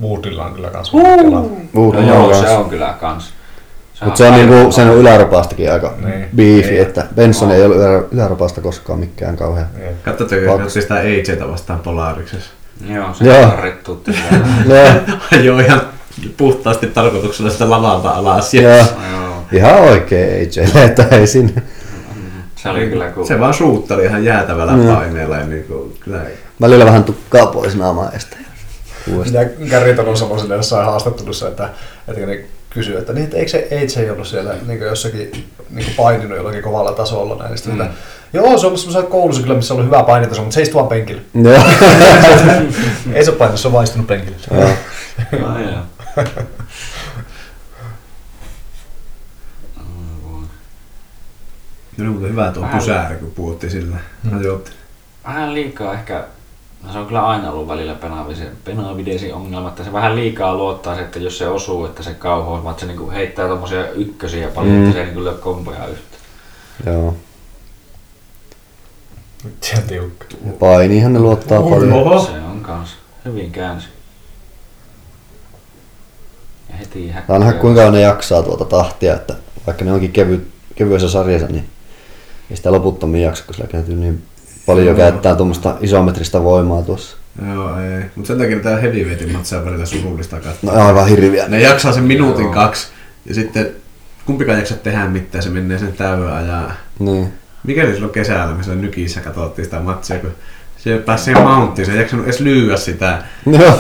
S2: Woodilla on kyllä kans uh.
S1: No
S3: uuden
S1: joo, se
S3: no,
S1: on kyllä kans.
S3: Mutta se on, niinku, sen on ylärapaastakin aika
S2: Niin.
S3: biifi,
S2: Niin.
S3: että Benson ei ole ylä- ylärapaasta koskaan mikään kauhean.
S4: Katsotteko, kun
S3: Kaksi.
S4: ne otti sitä AJtä vastaan polaariksessa?
S1: Joo, se
S3: Joo.
S1: on rittuutti. siellä.
S3: Ne,
S4: Joo, ihan puhtaasti tarkoituksella sitä lavalta alas. Ja
S3: joo,
S1: Joo,
S3: ihan oikein AJ, että ei sinne.
S1: se oli kyllä kun...
S4: se vaan suutteli ihan jäätävällä paineella. Ja niin kuin, kyllä
S3: Välillä vähän tukkaa pois naamaa estä. Uudestaan.
S2: Sitä Niin Gary Tonon sille jossain haastattelussa, että, että ne kysyy, että, niin, että eikö se AJ ollut siellä niin jossakin niin paininut jollakin kovalla tasolla näin. niin Sitten,
S3: Mm.
S2: että, joo, se on ollut semmoisessa koulussa kyllä, missä on ollut hyvä painitaso, mutta se istuu vaan penkillä.
S3: Joo.
S2: Ei se ole painittu, se on vaan istunut penkillä.
S3: Mm. Joo.
S1: Ai joo.
S4: No niin, mutta hyvä tuo
S1: Vähän-
S4: pysäärä, kun puhutti sillä. No joo.
S1: vähän liikaa ehkä, no se on kyllä aina ollut välillä Benavidesi- Benavidesin ongelma, että se vähän liikaa luottaa se, että jos se osuu, että se kauhoa, vaan että se niinku heittää tommosia ykkösiä paljon,
S3: Mm.
S1: mm. että se ei niinku lyö komboja yhtään.
S3: Joo.
S2: Se on tiukka.
S3: Ja Painiinhan ne luottaa paljon.
S4: Oho.
S1: Se on kans hyvin käänsi. Ja heti häkkää.
S3: Aina kuinka ne jaksaa tuota tahtia, että vaikka ne onkin kevy, kevyessä sarjassa, niin ei sitä loputtomiin jaksa, kun sillä käytyy niin paljon käyttää tuommoista isometristä voimaa tuossa.
S4: Joo, ei. Mutta sen takia tää heavyweightin matseja välillä surullista katsoa.
S3: No aivan hirviä.
S4: Ne jaksaa sen minuutin
S1: Joo.
S4: kaksi. Ja sitten kumpikaan jaksa tehdä mitään, se menee sen täyden ajaa.
S3: Niin.
S4: Mikä se silloin kesällä, me siellä nykissä katsottiin sitä matsia, kun se pääsi siihen mounttiin, se ei jaksanut edes lyödä sitä.
S3: Joo.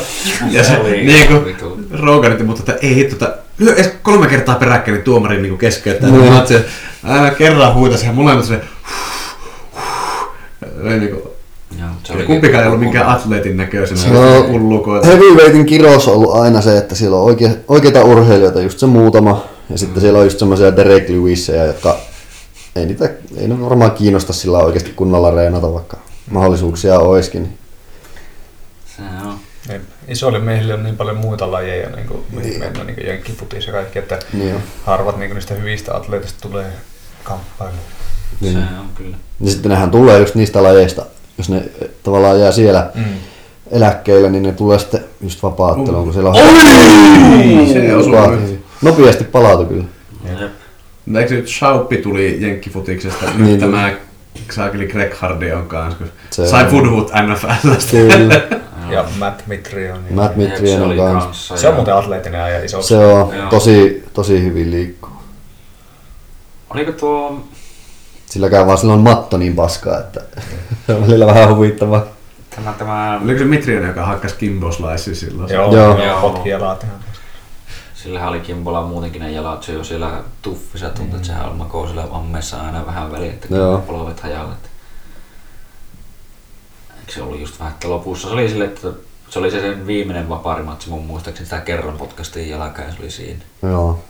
S4: Ja se
S1: Oli
S4: niinku
S1: vitu.
S4: roukarit, mutta että ei tota, lyö edes kolme kertaa peräkkäin, niin tuomari niinku keskeyttää. Mm. Matsi, aina kerran huitasi ja molemmat se ei niinku,
S1: Joo, mut se
S4: ja
S1: oli-
S4: kumpikaan ei ollut minkään atleetin näköisenä,
S3: Se on- niin
S4: ullukoita.
S3: No. Heavyweightin kirous on ollut aina se, että siellä on oikea, oikeita urheilijoita, just se muutama. Ja sitten siellä on just semmoisia Derek Lewisseja, jotka ei niitä ei ne varmaan kiinnosta sillä oikeasti kunnolla reenata, vaikka mahdollisuuksia olisikin.
S1: Se on.
S2: Niin, isoille miehille on niin paljon muita lajeja, niin kuin, mihin mennään niin jenkkifutis ja kaikki, että
S3: Niin on.
S2: harvat niin niistä hyvistä atleetista tulee kamppailu.
S1: Se
S3: Niin.
S1: on kyllä.
S3: Ja sitten nehän tulee just niistä lajeista, jos ne eh, tavallaan jää siellä
S2: Mm.
S3: eläkkeelle, niin ne tulee sitten just vapaatteluun, kun siellä on
S4: Ei, se ei osu
S3: Vapaa-
S4: nyt.
S3: Nopeasti palautui kyllä.
S1: Jep.
S4: Mutta No, Eikö se nyt Shauppi tuli jenkkifutiksesta,
S3: Niin.
S4: nyt tämä saakeli Greg Hardy on kanssa, kun
S3: Se
S4: sai
S3: on-
S4: Woodwood NFLstä.
S3: Kyllä.
S2: Ja Matt Mitrion. Niin.
S3: Matt
S1: Jep,
S3: Mitrien
S1: se
S3: on
S1: oli
S3: kans.
S1: kanssa,
S2: Se on
S1: joo.
S2: muuten atleettinen aja iso.
S3: Se on
S1: Joo.
S3: tosi, tosi hyvin liikkuu.
S1: Oliko tuo
S3: Silläkään vaan sillä on matto niin paskaa, että se on välillä vähän huvittavaa.
S1: tämä, tämä
S4: Oliko se Mitrion, joka hakkas Kimbo Slicea silloin?
S2: Joo,
S3: Joo.
S2: joo. joo. potki jalat ihan.
S1: Sillähän oli Kimbola muutenkin ne jalat, se jo siellä tuffissa tuntuu, että sehän on makoo siellä ammeessa aina vähän väliä, että
S3: Joo.
S1: kun polvet hajalle. että- Eikö se ollut just vähän, että lopussa se oli sille, että se oli se sen viimeinen vapaarimatsi mun muistaakseni, sitä kerran potkastiin jalkaan ja se oli siinä.
S3: Joo.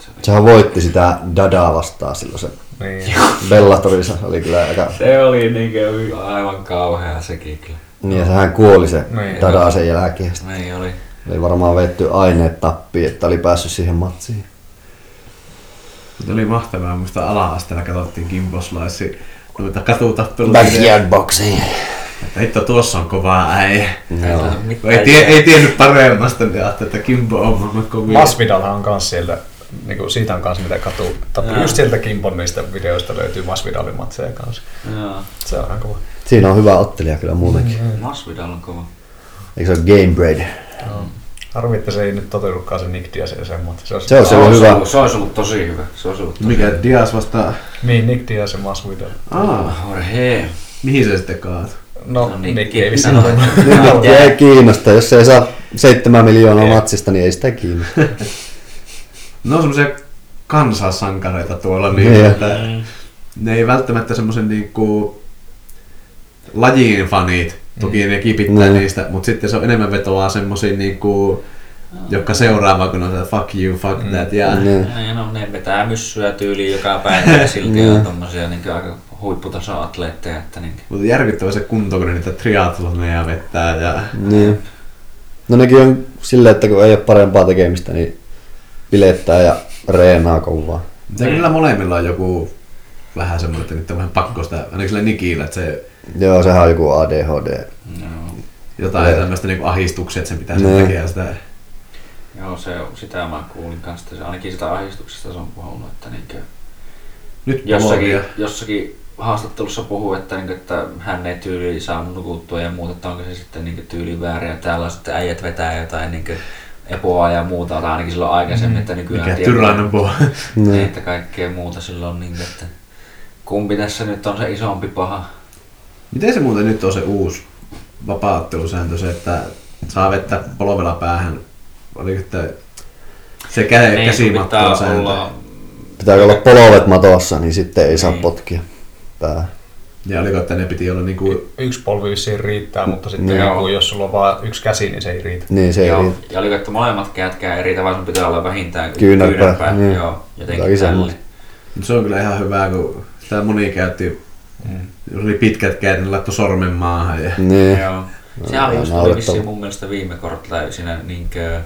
S1: Se oli,
S3: Sehän voitti sitä dadaa vastaan silloin se
S2: Niin.
S3: Bellatorissa. Oli kyllä aika...
S1: se oli niinkö aivan kauhea sekin kyllä.
S3: Niin, ja sehän kuoli se
S2: Niin.
S3: dadaa sen jälkeen. Sitten
S1: Ei oli.
S3: Oli varmaan vetty aineet tappiin, että oli päässyt siihen matsiin.
S4: Mutta oli mahtavaa, muista ala-asteella katsottiin kimposlaisi noita katutappeluita.
S3: Backyard boxing.
S4: Että hitto, tuossa on kovaa äijä.
S1: Mm.
S3: Joo.
S4: Kun Ei, tie, ei tiennyt paremmasta, niin ajattelin, että Kimbo on maailman kovin.
S2: Masvidalhan on kans sieltä, niinku siitä on kans mitä katuu. Tappelu just sieltä Kimpon niistä videoista löytyy Masvidalin matseja kanssa.
S1: Joo.
S2: Se on ihan kova.
S3: Siinä on hyvä ottelija kyllä muutenkin.
S1: Masvidal on kova.
S3: Eikö se ole game bread?
S2: Harmi, että se ei nyt toteudukaan se Nick Diaz ja sen, mutta se on
S3: Se on
S1: Se,
S3: se on
S1: olisi
S3: hyvä.
S1: Ollut, se olisi ollut tosi hyvä. Se olisi ollut tosi
S4: Mikä Dias vastaa?
S2: Niin, Nick Diaz ja Masvidal.
S4: Aa,
S1: Jorge.
S4: mihin se sitten kaatui?
S2: No,
S1: No
S2: no
S1: niin,
S2: niin, Nick
S1: kiinni
S2: ei
S1: sanoo.
S2: vissiin
S3: Nyt
S1: Joo.
S3: nyt ei kiinnosta. Jos ei saa 7 miljoonaa matsista, niin ei sitä kiinnosta.
S4: Ne on semmoisia kansansankareita tuolla, niin
S3: Niin.
S4: että ne ei välttämättä semmoisen niinku lajiin fanit, toki ne kipittää
S3: Niin.
S4: niistä, mutta sitten se on enemmän vetoaa semmoisiin niinku, jotka seuraa vaan kun ne on se fuck you, fuck that ja
S3: Niin.
S1: Ja no, ne vetää myssyä tyyliin joka päivä ja silti on tommosia niin aika huipputason atleetteja. Että niin.
S4: Mutta järkyttävä se kunto, kun ne niitä triathloneja vettää ja
S3: Niin. No nekin on silleen, että kun ei ole parempaa tekemistä, niin bilettää ja reenaa kovaa.
S4: Mutta kyllä molemmilla on joku vähän semmoinen, että nyt on vähän pakko sitä, ainakin sillä Nikillä, että se
S3: Joo, sehän on joku ADHD.
S1: Joo.
S4: jotain
S3: Niin.
S4: tämmöistä niinku ahistuksia, että se pitää sen
S3: Ne.
S4: takia sitä.
S1: Joo, se, sitä mä kuulin kanssa. Se, ainakin sitä ahdistuksesta se on puhunut, että niinkö,
S4: Nyt
S1: jossakin,
S4: Bologna.
S1: jossakin haastattelussa puhuu, että, niinkö, että hän ei tyyliin saa nukuttua ja muuta, että onko se sitten niinkö, tyyli väärin. Ja täällä on sitten äijät vetää jotain niinkö, epoa ja muuta, tai ainakin silloin
S3: Mm.
S1: aikaisemmin, että nykyään
S4: Mikä
S1: tiedetään-
S4: tyrannan po.
S1: Niin.
S3: Niin.
S1: Että kaikkea muuta silloin, niin, että kumpi tässä nyt on se isompi paha.
S4: Miten se muuten nyt on se uusi vapaattelusääntö, se, että saa vettä polvella päähän? Oliko että se kä-
S1: Niin, kun pitää
S4: käsimattelusääntö?
S1: olla-
S3: Pitääkö olla polvet matossa, niin sitten ei saa
S1: Niin.
S3: potkia päähän.
S4: Ja oliko, että ne piti olla niinku...
S2: yksi polvi vissiin riittää, mutta sitten
S1: Joo.
S2: joku, jos sulla on vaan yksi käsi, niin se ei riitä.
S3: Niin se ei
S1: Joo.
S3: riitä.
S1: Ja oliko, että molemmat kätkää eri tavalla, sun pitää olla vähintään
S3: Kyynärpää,
S1: kyynärpää.
S3: niin.
S1: Joo, jotenkin
S3: Jotakin
S1: tälle.
S3: semmoista.
S4: Mut Se on kyllä ihan hyvää, kun sitä moni käytti,
S2: Mm.
S4: jos oli pitkät kädet, niin laittoi sormen maahan. Ja...
S3: Niin.
S1: Joo.
S3: Aivan
S1: Sehän just oli
S3: naurettava.
S1: vissiin mun mielestä viime kortilla, tai siinä niinkö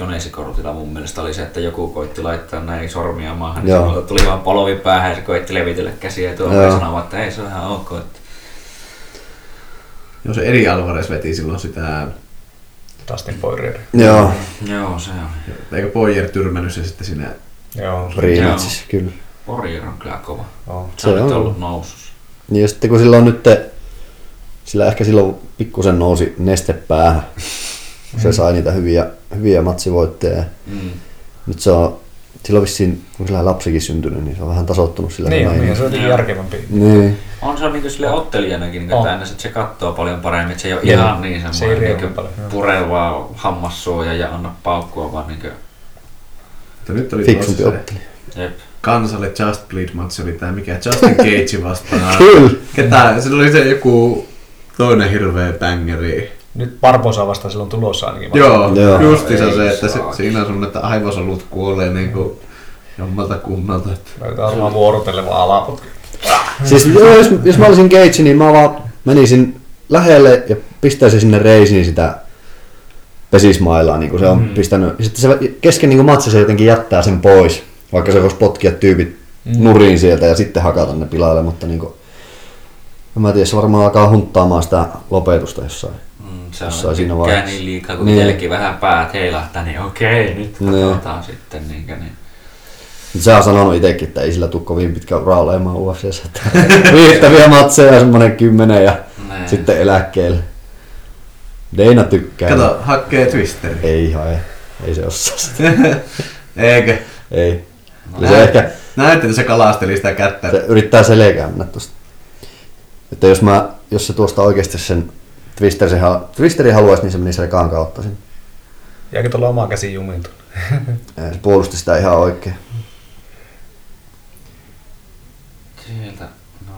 S1: Jonesikortilla mun mielestä oli se, että joku koitti laittaa näin sormia maahan, niin
S3: Joo.
S1: sanoi, että tuli vaan polvi päähän ja se koitti levitellä käsiä ja tuolla
S3: Joo.
S1: sanoi, että ei se on ihan ok. Että
S4: Jos eri Alvarez veti silloin sitä
S2: Dustin Poirier.
S3: Joo.
S1: Joo, se on.
S4: Eikö Poirier tyrmännyt se sitten sinne?
S2: Joo,
S3: Riimatsis, kyllä.
S1: Porir on kyllä kova.
S2: Joo.
S1: Se, on
S3: Se
S1: nyt
S3: on.
S1: ollut nousussa.
S3: Niin ja sitten kun silloin nyt, sillä ehkä silloin pikkusen nousi neste päähän.
S2: Mm.
S3: Se sai niitä hyviä, hyviä matsivoitteja.
S1: Mm.
S3: Nyt se on, silloin vissiin, kun sillä lapsikin syntynyt, niin se on vähän tasoittunut sillä
S2: Niin, on,
S3: meiningillä.
S2: niin, se on
S1: Joo.
S2: järkevämpi.
S3: Niin,
S1: On se niinku sille ottelijanakin, niin
S2: On.
S1: että aina sit se kattoo paljon paremmin, että se ei ole
S3: Joo.
S1: ihan niin
S2: Se ei
S1: semmoinen
S2: riemu
S1: niinku
S2: paljon, joo.
S1: purevaa hammassuoja ja anna paukkua, vaan niinku,
S4: Mutta nyt oli
S3: fiksumpi
S4: tuossa se
S3: otteli.
S1: jep.
S4: kansalle Just Bleed-matsi oli tää mikä Justin Cage vastaan.
S3: Kyllä.
S4: Ketä? Se oli se joku toinen hirveä bängeri.
S2: Nyt Barbosa vasta silloin tulossa ainakin.
S3: Joo.
S4: Joo, Joo. justiinsa
S1: Ei
S4: se, että se,
S1: saa.
S4: siinä on semmonen, että aivosolut kuolee niinku jommalta kummalta. Että
S2: Löytää varmaan vuorotelleva alaputki.
S3: Siis joo, jos, jos mä olisin Cage, niin mä vaan menisin lähelle ja pistäisin sinne reisiin sitä pesismailaa, niin kuin se on mm. pistänyt. Ja sitten se kesken niin matsi se jotenkin jättää sen pois, vaikka se voisi potkia tyypit mm. nuriin sieltä ja sitten hakata ne pilalle, mutta niin kuin, en mä tiedä, se varmaan alkaa hunttaamaan sitä lopetusta jossain.
S1: Mm, se
S3: Jossain
S1: on
S3: siinä
S1: siinä
S3: vaiheessa.
S1: niin liikaa, kun
S3: Niin.
S1: niin. vähän päät heilahtaa, niin okei, nyt
S3: Niin.
S1: katsotaan sitten. Niinkö, niin.
S3: Mutta Sehän on sanonut itsekin, että ei sillä tule kovin pitkä ura olemaan UFCssä. että Riittäviä matseja, semmonen kymmenen ja
S1: Näin.
S3: sitten eläkkeelle. Deina tykkää.
S4: Kato, hakkee twisteri.
S3: Ei ihan, ei. Ei se osaa sitä.
S4: Eikö?
S3: Ei. Kyllä se ehkä
S4: Näette, että se kalasteli sitä kättä.
S3: se yrittää selkää mennä tosta. Että jos, mä, jos se tuosta oikeasti sen twister, se, hal- twisteri haluaisi, niin se menisi rekaan kautta sen.
S2: Jääkö tuolla oma käsi jumintu?
S3: Ei, Se puolusti sitä ihan oikein.
S1: Sieltä, no...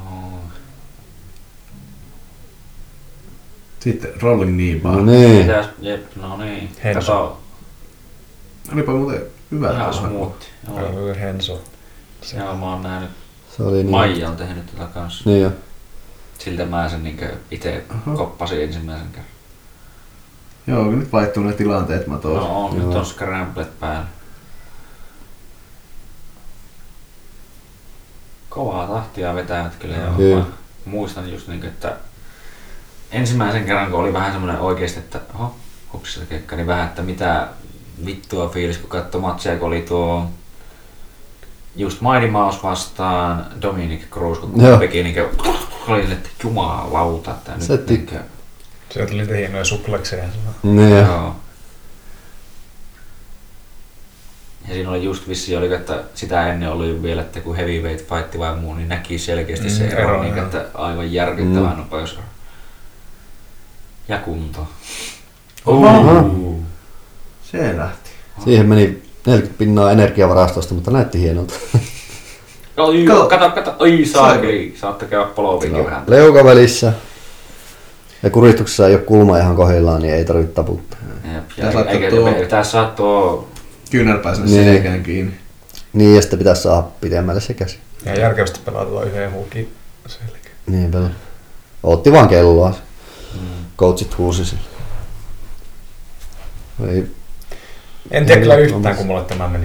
S4: Sitten rolling niin
S3: No
S4: vaan.
S3: niin.
S1: Mitäs, jep, no niin.
S2: Henso.
S1: Kato,
S4: Olipa muuten hyvä.
S1: ihan
S4: tuossa.
S1: smoothi. Joo,
S2: Joo, Henso.
S1: Joo, mä oon nähnyt.
S3: Se oli niin.
S1: Maija on tehnyt tätä kanssa.
S3: Niin jo.
S1: Siltä mä sen niinkö ite
S2: Mhm.
S4: Aha.
S1: koppasin ensimmäisen kerran.
S4: Joo, kun nyt vaihtuu ne tilanteet matoon.
S1: No on, nyt
S3: Joo.
S1: on scramblet päällä. kovaa tahtia vetävät kyllä. Ja
S3: Kyllä.
S1: mä muistan just niin, että ensimmäisen kerran kun oli vähän semmoinen oikeasti, että oho, hupsissa kekka, niin vähän, että mitä vittua fiilis, kun katsoi matseja, kun oli tuo just Mighty Mouse vastaan Dominic Cruz, kun
S3: Joo.
S1: kumpikin niin kuin, oli silleen, että jumalauta, että nyt
S3: Se
S1: niin
S3: tik-
S1: kuin,
S2: Sieltä oli niitä hienoja suplekseja.
S3: Niin.
S1: Joo. Ja siinä oli just vissi, oliko, että sitä ennen oli vielä, että kun heavyweight fight vai muu, niin näki selkeästi se
S2: Mm,
S1: ero,
S2: ero,
S1: niin,
S2: joo.
S1: että aivan järkyttävän
S3: Mm.
S1: nopeus. Ja kunto.
S4: Oho. Se lähti.
S3: Siihen meni 40 pinnaa energiavarastosta, mutta näytti hienolta.
S1: Oi,
S4: Kato.
S1: kato, kato, oi saakeli, saatte käydä polovikin vähän.
S3: Leuka välissä. Ja kuristuksessa ei ole kulma ihan kohdillaan, niin ei tarvitse taputtaa.
S1: Jep,
S4: Tää
S1: ja-
S4: saattaa
S1: eikä-
S4: tuo-
S1: me- Tässä saa tuo
S4: Kyynärpää sinne
S3: Niin.
S4: selkään kiinni.
S3: Niin, ja sitten pitäisi saada pidemmälle se käsi.
S2: Ja järkevästi pelata yhden huukin selkeä.
S3: Niin
S1: Mm.
S3: pelaa. Otti vaan kelloa. Coachit huusi sille. Ei.
S2: En tiedä kyllä
S3: Ei,
S2: yhtään,
S3: Niin, Thomas.
S2: kun mulle tämä meni.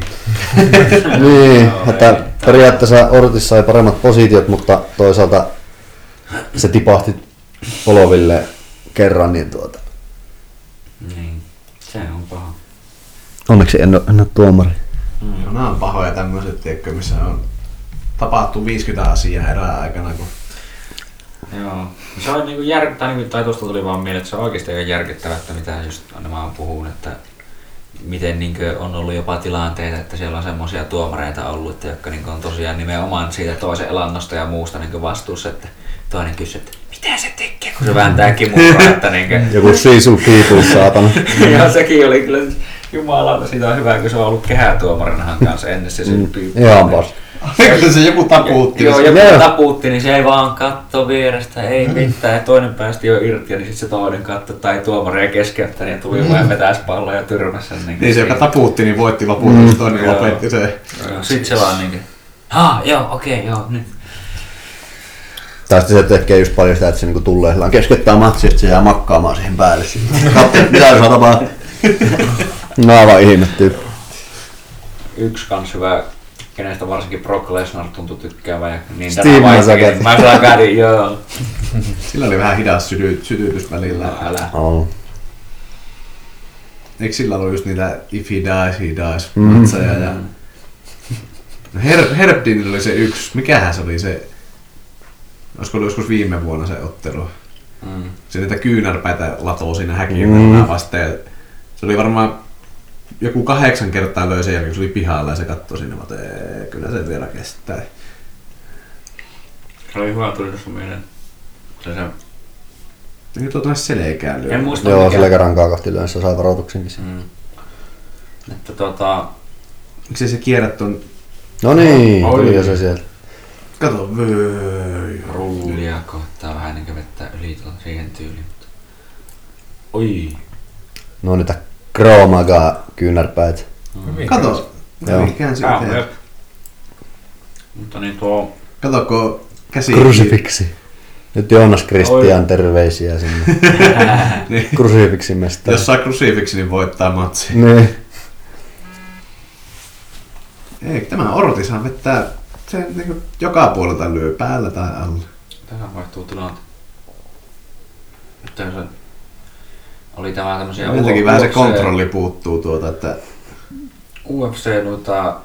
S3: Niin,
S1: Joo,
S3: että
S1: ei.
S3: periaatteessa Ortis sai paremmat positiot, mutta toisaalta se tipahti poloville kerran, niin tuota.
S1: niin, se on paha.
S3: Onneksi en ole, en ole tuomari.
S1: Mm.
S4: Joo, Nämä Niin, on pahoja tämmöiset, tiedätkö, missä on tapahtuu 50 asiaa erää aikana, kun
S1: Joo. Se on niinku jär... tai, niinku, tai tuosta tuli vaan mieleen, että se on oikeasti aika järkyttävää, että mitä just nämä on puhunut, että miten niinku on ollut jopa tilanteita, että siellä on semmoisia tuomareita ollut, että jotka niinku on tosiaan nimenomaan siitä toisen elannosta ja muusta niinku vastuussa, että toinen kysyy, että mitä se tekee, kun se vääntää kimuraa, että niinku...
S3: Joku siisu people, saatana.
S1: ja sekin oli kyllä siis jumalauta, siitä on hyvä, kun se on ollut kehätuomarinahan kanssa ennen se syntyi.
S3: Ihan pas.
S4: Kyllä se joku tapuutti.
S1: Joo,
S4: Joo,
S1: joku
S3: Joo.
S1: tapuutti, niin se ei vaan katto vierestä, ei
S4: Mm.
S1: mitään. Ja toinen päästi jo irti, ja niin sitten se toinen katto tai tuomaria keskeyttäni ja niin tuli vaan vetäis palloa ja tyrmäs sen. Niin,
S4: Mm. Niin se, joka tapuutti, niin voitti lopulta, mm. toinen
S1: Joo.
S4: lopetti se.
S1: Sitten se vaan niinkin. Ha, joo, okei, okay, joo, nyt.
S3: Tai sitten se tekee just paljon sitä, että se niinku tulee sillä keskeyttää matsi, että se jää makkaamaan siihen päälle. Katso, mitä saa tapahtuu. No aivan ihme tyyppi.
S1: Yksi kans hyvä, kenestä varsinkin Brock Lesnar tuntui tykkäävän. Ja niin
S3: Steve
S1: tänä vaikkakin.
S3: Mazagat.
S1: Niin Mazagat, joo.
S4: Sillä oli vähän hidas syty, sytytys välillä.
S1: No, älä.
S3: Oh.
S4: Eikö sillä ollut just niitä if he dies, he dies matseja ja... No Her- Herbdinillä oli se yksi, mikähän se oli se... Olisiko ollut joskus viime vuonna se ottelu?
S1: Mm.
S4: se niitä kyynärpäitä latoo siinä häkiin
S3: Mm.
S4: mm. vastaan. ja Se oli varmaan joku kahdeksan kertaa löi sen jälkeen, kun se oli pihalla ja se katsoi sinne, mutta "Ee, kyllä se vielä kestää.
S1: Se oli hyvä, tuli tuossa mieleen. Se, se.
S4: Niin tuo tuonne selkään lyö.
S1: En muista
S3: Joo,
S1: mikä.
S3: sillä rankaa kohti yleensä saa varoituksenkin. se.
S1: Mm. Että tota,
S4: Miksi se kierrät tuon...
S3: No niin,
S4: Oi.
S3: tuli jo se sieltä.
S4: Kato, vöööö.
S1: Rullia kohtaa vähän niin kuin vettä yli tuon siihen tyyliin. Mutta... Oi.
S3: No niitä Kromaga kyynärpäät.
S1: Mm.
S4: Kato.
S3: Joo.
S4: No, mikään se
S1: Tää on
S4: eteen.
S1: jep. Mutta niin tuo...
S4: Kato, kun käsi...
S3: Krusifiksi. Nyt Joonas Kristian
S1: Oi.
S3: terveisiä sinne.
S4: Niin,
S3: Krusifiksin mestari.
S4: jos saa krusifiksi, niin voittaa matsi.
S3: Niin.
S4: Ei, tämä Ortishan vettää se niin joka puolelta lyö päällä tai alla.
S1: Tähän vaihtuu tilanne. Että se oli tämä tämmöisiä
S4: Ja jotenkin vähän se kontrolli puuttuu tuota, että
S1: UFC noita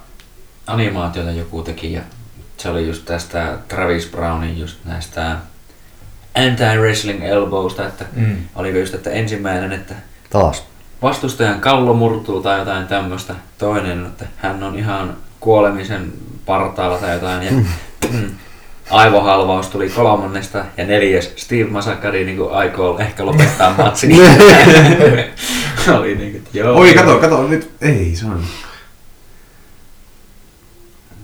S1: animaatioita joku teki ja se oli just tästä Travis Brownin just näistä anti-wrestling elbowsta, että
S2: Mm.
S1: oliko just että ensimmäinen, että
S3: Taas.
S1: vastustajan kallo murtuu tai jotain tämmöistä. Toinen, että hän on ihan kuolemisen partaalla tai jotain. Ja mm, aivohalvaus tuli kolmannesta ja neljäs. Steve Masakari niin kuin aikoo ehkä lopettaa matsin. Oli niin kuin, että joo.
S4: Oi, kato, kato, nyt. Ei, se on.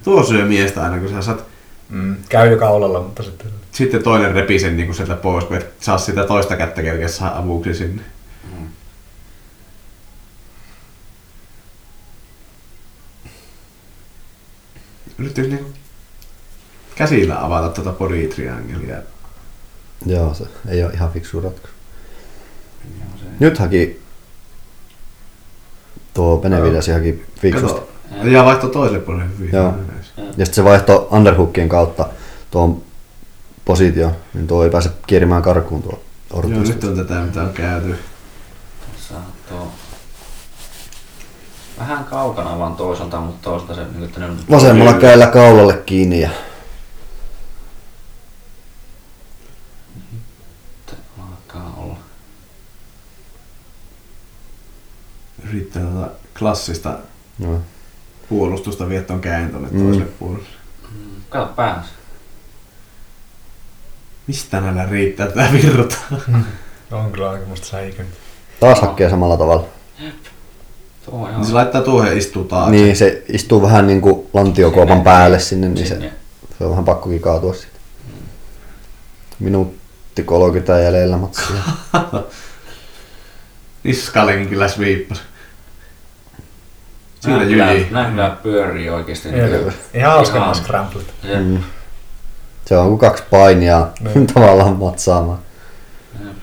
S4: Tuo syö miestä aina, kun sä saat,
S2: Mm. Käy joka olella, mutta sitten...
S4: sitten toinen repi sen niin sieltä pois, kun et saa sitä toista kättä kerkeä saa avuksi sinne.
S1: Mm.
S4: Yrittäis niinku käsillä avata tuota poritriangelia.
S3: Joo, se ei ole ihan fiksu ratkaisu. Nyt haki tuo Benevidesi haki fiksusti.
S4: Kato, ja vaihto toiselle puolelle hyvin.
S3: Joo. Ja sitten se vaihto underhookien kautta tuon positioon, niin tuo ei pääse kierimään karkuun tuo
S4: Joo,
S3: ortista.
S4: nyt on tätä, mitä on käyty.
S1: Tuossa tuo... Vähän kaukana vaan toisaalta, mutta toisaalta se niin, että ne on...
S3: Vasemmalla kädellä kaulalle kiinni ja
S1: Alkaa olla.
S4: Yrittää tätä klassista
S3: no,
S4: puolustusta viettoon käyn tuonne
S3: Mm.
S4: toiselle puolelle.
S1: Mm, Kato päässä.
S4: Mistä näillä riittää tää virta?
S1: No.
S2: No, On kyllä aikamoista säikyn.
S3: taas hakee samalla tavalla.
S1: Tuo on
S4: Niin
S1: ihan...
S4: se laittaa tuohon istuu taakse.
S3: Niin, se istuu vähän niin kuin lantiokuopan päälle sinne, niin se,
S1: sinne.
S3: se on vähän pakkokin kaatua siitä. Minuutti 30 jäljellä matsia.
S4: Niskalenkin kyllä sviippas. Siinä
S1: Nää No. kyllä-
S4: jyli.
S1: Nää kyllä pyörii oikeesti. niin
S2: Joo. Ihan hauska nämä scramblet.
S1: Jep.
S3: Mm. Se on kuin kaksi painijaa
S2: Niin.
S3: tavallaan matsaamaan.
S1: Jep.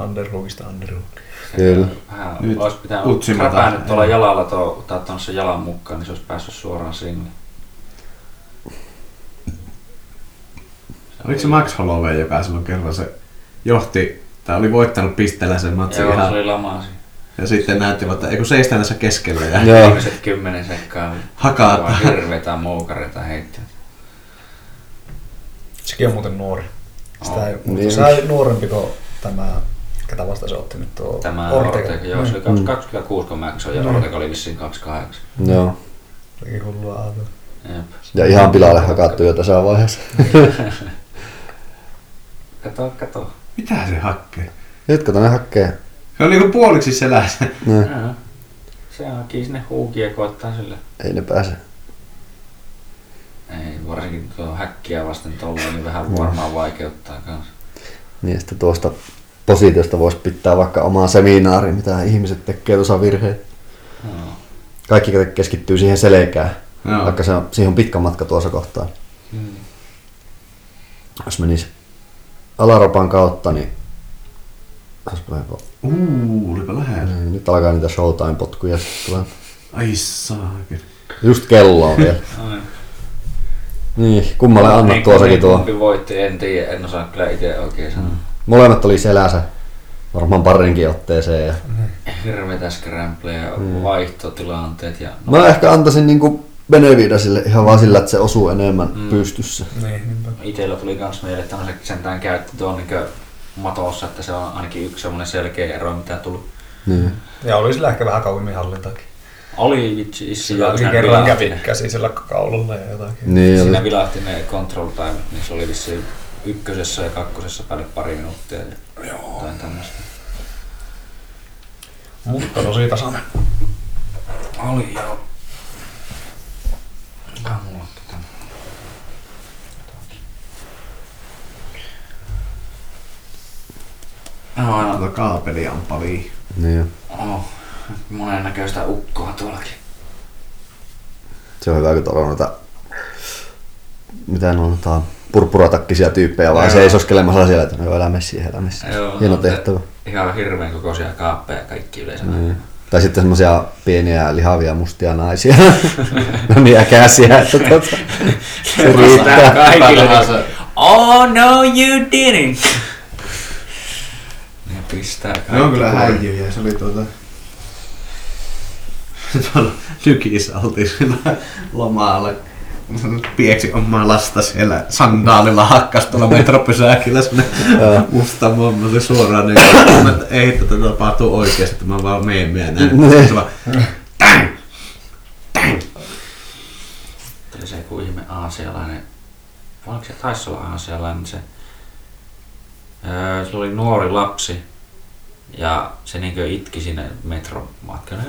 S2: Underhookista Underhook.
S3: Kyllä.
S1: Vähän
S4: Nyt
S1: olisi pitänyt
S4: kutsi
S1: träpää
S4: mataa.
S1: nyt tuolla jalalla tuo, tai tuon sen jalan mukaan, niin se olisi päässyt suoraan sinne.
S4: Oliko se Max Holloway, joka silloin kerran se johti, tai oli voittanut pisteellä sen matsin
S1: Joo, se
S4: ihan,
S1: oli lamaa siinä.
S4: ja sitten näyttivät, että eikö seistä näissä keskellä ja
S3: Joo.
S1: Viimeiset kymmenen sekkaa. niin
S4: Hakaa.
S1: vaan Hirveitä moukareita heitti.
S2: Sekin on muuten nuori. Sitä ei,
S1: On.
S2: mutta
S3: Niin.
S2: se on nuorempi kuin tämä, ketä vasta se otti nyt tuo
S1: Tämä
S2: Ortega.
S1: Ortega, joo, se oli
S3: Mm.
S1: 26, kun mä ja
S2: Mm.
S1: Ortega oli vissiin 28.
S3: Joo.
S2: Sekin hullua aaltoa.
S1: Jep.
S3: Ja ihan pilalle hakattu jo tässä vaiheessa.
S1: Kato, kato.
S4: mitä se hakkee?
S3: Nyt kato ne hakee.
S4: Se on niinku puoliksi selässä.
S3: Ne,
S1: Joo. Se haki sinne huukia ja koittaa sille.
S3: ei ne pääse.
S1: Ei, varsinkin tuo häkkiä vasten tuolla, niin
S3: Mm.
S1: vähän varmaan vaikeuttaa kanssa.
S3: Niin sitten tuosta positiosta voisi pitää vaikka omaa seminaari, mitä ihmiset tekee tuossa virheet.
S1: Joo.
S3: Kaikki keskittyy siihen selkään,
S4: Joo.
S3: vaikka se on, siihen on pitkä matka tuossa kohtaa.
S1: Mm.
S3: Jos menisi alaropan kautta, niin olisi parempi.
S4: Uu, olipa lähellä.
S3: Niin, Nyt alkaa niitä showtime-potkuja sitten tulee.
S4: Ai saakeli.
S3: Just kello on vielä.
S1: Noin.
S3: Niin, kummalle annat
S1: Niin,
S3: tuossakin
S1: kumpi-
S3: tuo.
S1: Kumpi voitti, en tiedä, en osaa kyllä itse oikein sanoa.
S3: Molemmat oli selässä varmaan parinkin otteeseen. Ja...
S1: Hirveitä scrambleja, mm. vaihtotilanteet ja... No,
S3: Mä ehkä antaisin niinku Benevidasille ihan vaan sillä, että se osuu enemmän
S1: Mm.
S3: mm. pystyssä.
S2: Niin, niinpä.
S1: itellä tuli kans mieleen, että on se sentään käytti tuon niin matossa, että se on ainakin yksi semmoinen selkeä ero, mitä tullut.
S3: Niin.
S2: Ja oli sillä ehkä vähän kauemmin hallintaakin.
S1: Oli vitsi, issi,
S2: Sillä
S1: joo,
S2: ainakin
S1: siinä
S2: kerran
S1: vilahti,
S2: kävi
S1: ne-
S2: käsisellä kaululla ja jotakin.
S3: Niin,
S1: siinä
S3: oli.
S1: vilahti ne control time, niin se oli vissiin ykkösessä ja kakkosessa päälle pari minuuttia ja jotain tämmöistä.
S2: Mutta tosi tasainen.
S1: Oli joo. Mikä mulla on tätä? Jotakin. No, aina
S4: Tuota kaapelia on paljon.
S3: niin jo.
S1: Oh, monen näköistä ukkoa tuollakin.
S3: se on hyvä, kun tuolla on noita, mitä ne on, noita purppuratakkisia tyyppejä, vaan
S1: Joo.
S3: seisoskelemassa siellä, että no joo, älä mene siihen, älä mene siihen.
S1: Joo,
S3: Hieno
S1: no, te-
S3: tehtävä.
S1: Ihan hirveän kokoisia kaappeja kaikki yleensä.
S3: Niin. Tai sitten semmoisia pieniä lihavia mustia naisia. no niin äkäisiä, että tota, se riittää.
S1: kaikille.
S4: Kuka
S1: niin- Oh no you didn't! Ne pistää kaikki.
S4: Ne on kyllä
S1: kuriin.
S4: häijyjä. Se oli tuota... Tuolla tykissä oltiin sillä lomalla. Pieksi omaa lasta siellä sandaalilla hakkas tuolla metropysäkillä sinne musta mamma se suoraan niin kuin, että ei tätä tapahtuu oikeasti, että mä vaan meen meen
S3: Niin.
S4: näin. Se vaan, "Täng!"
S1: Tuli se joku ihme aasialainen. Vai Oliko se taisi olla aasialainen se? Öö, se oli nuori lapsi. Ja se niinkö itki siinä metromatkalla.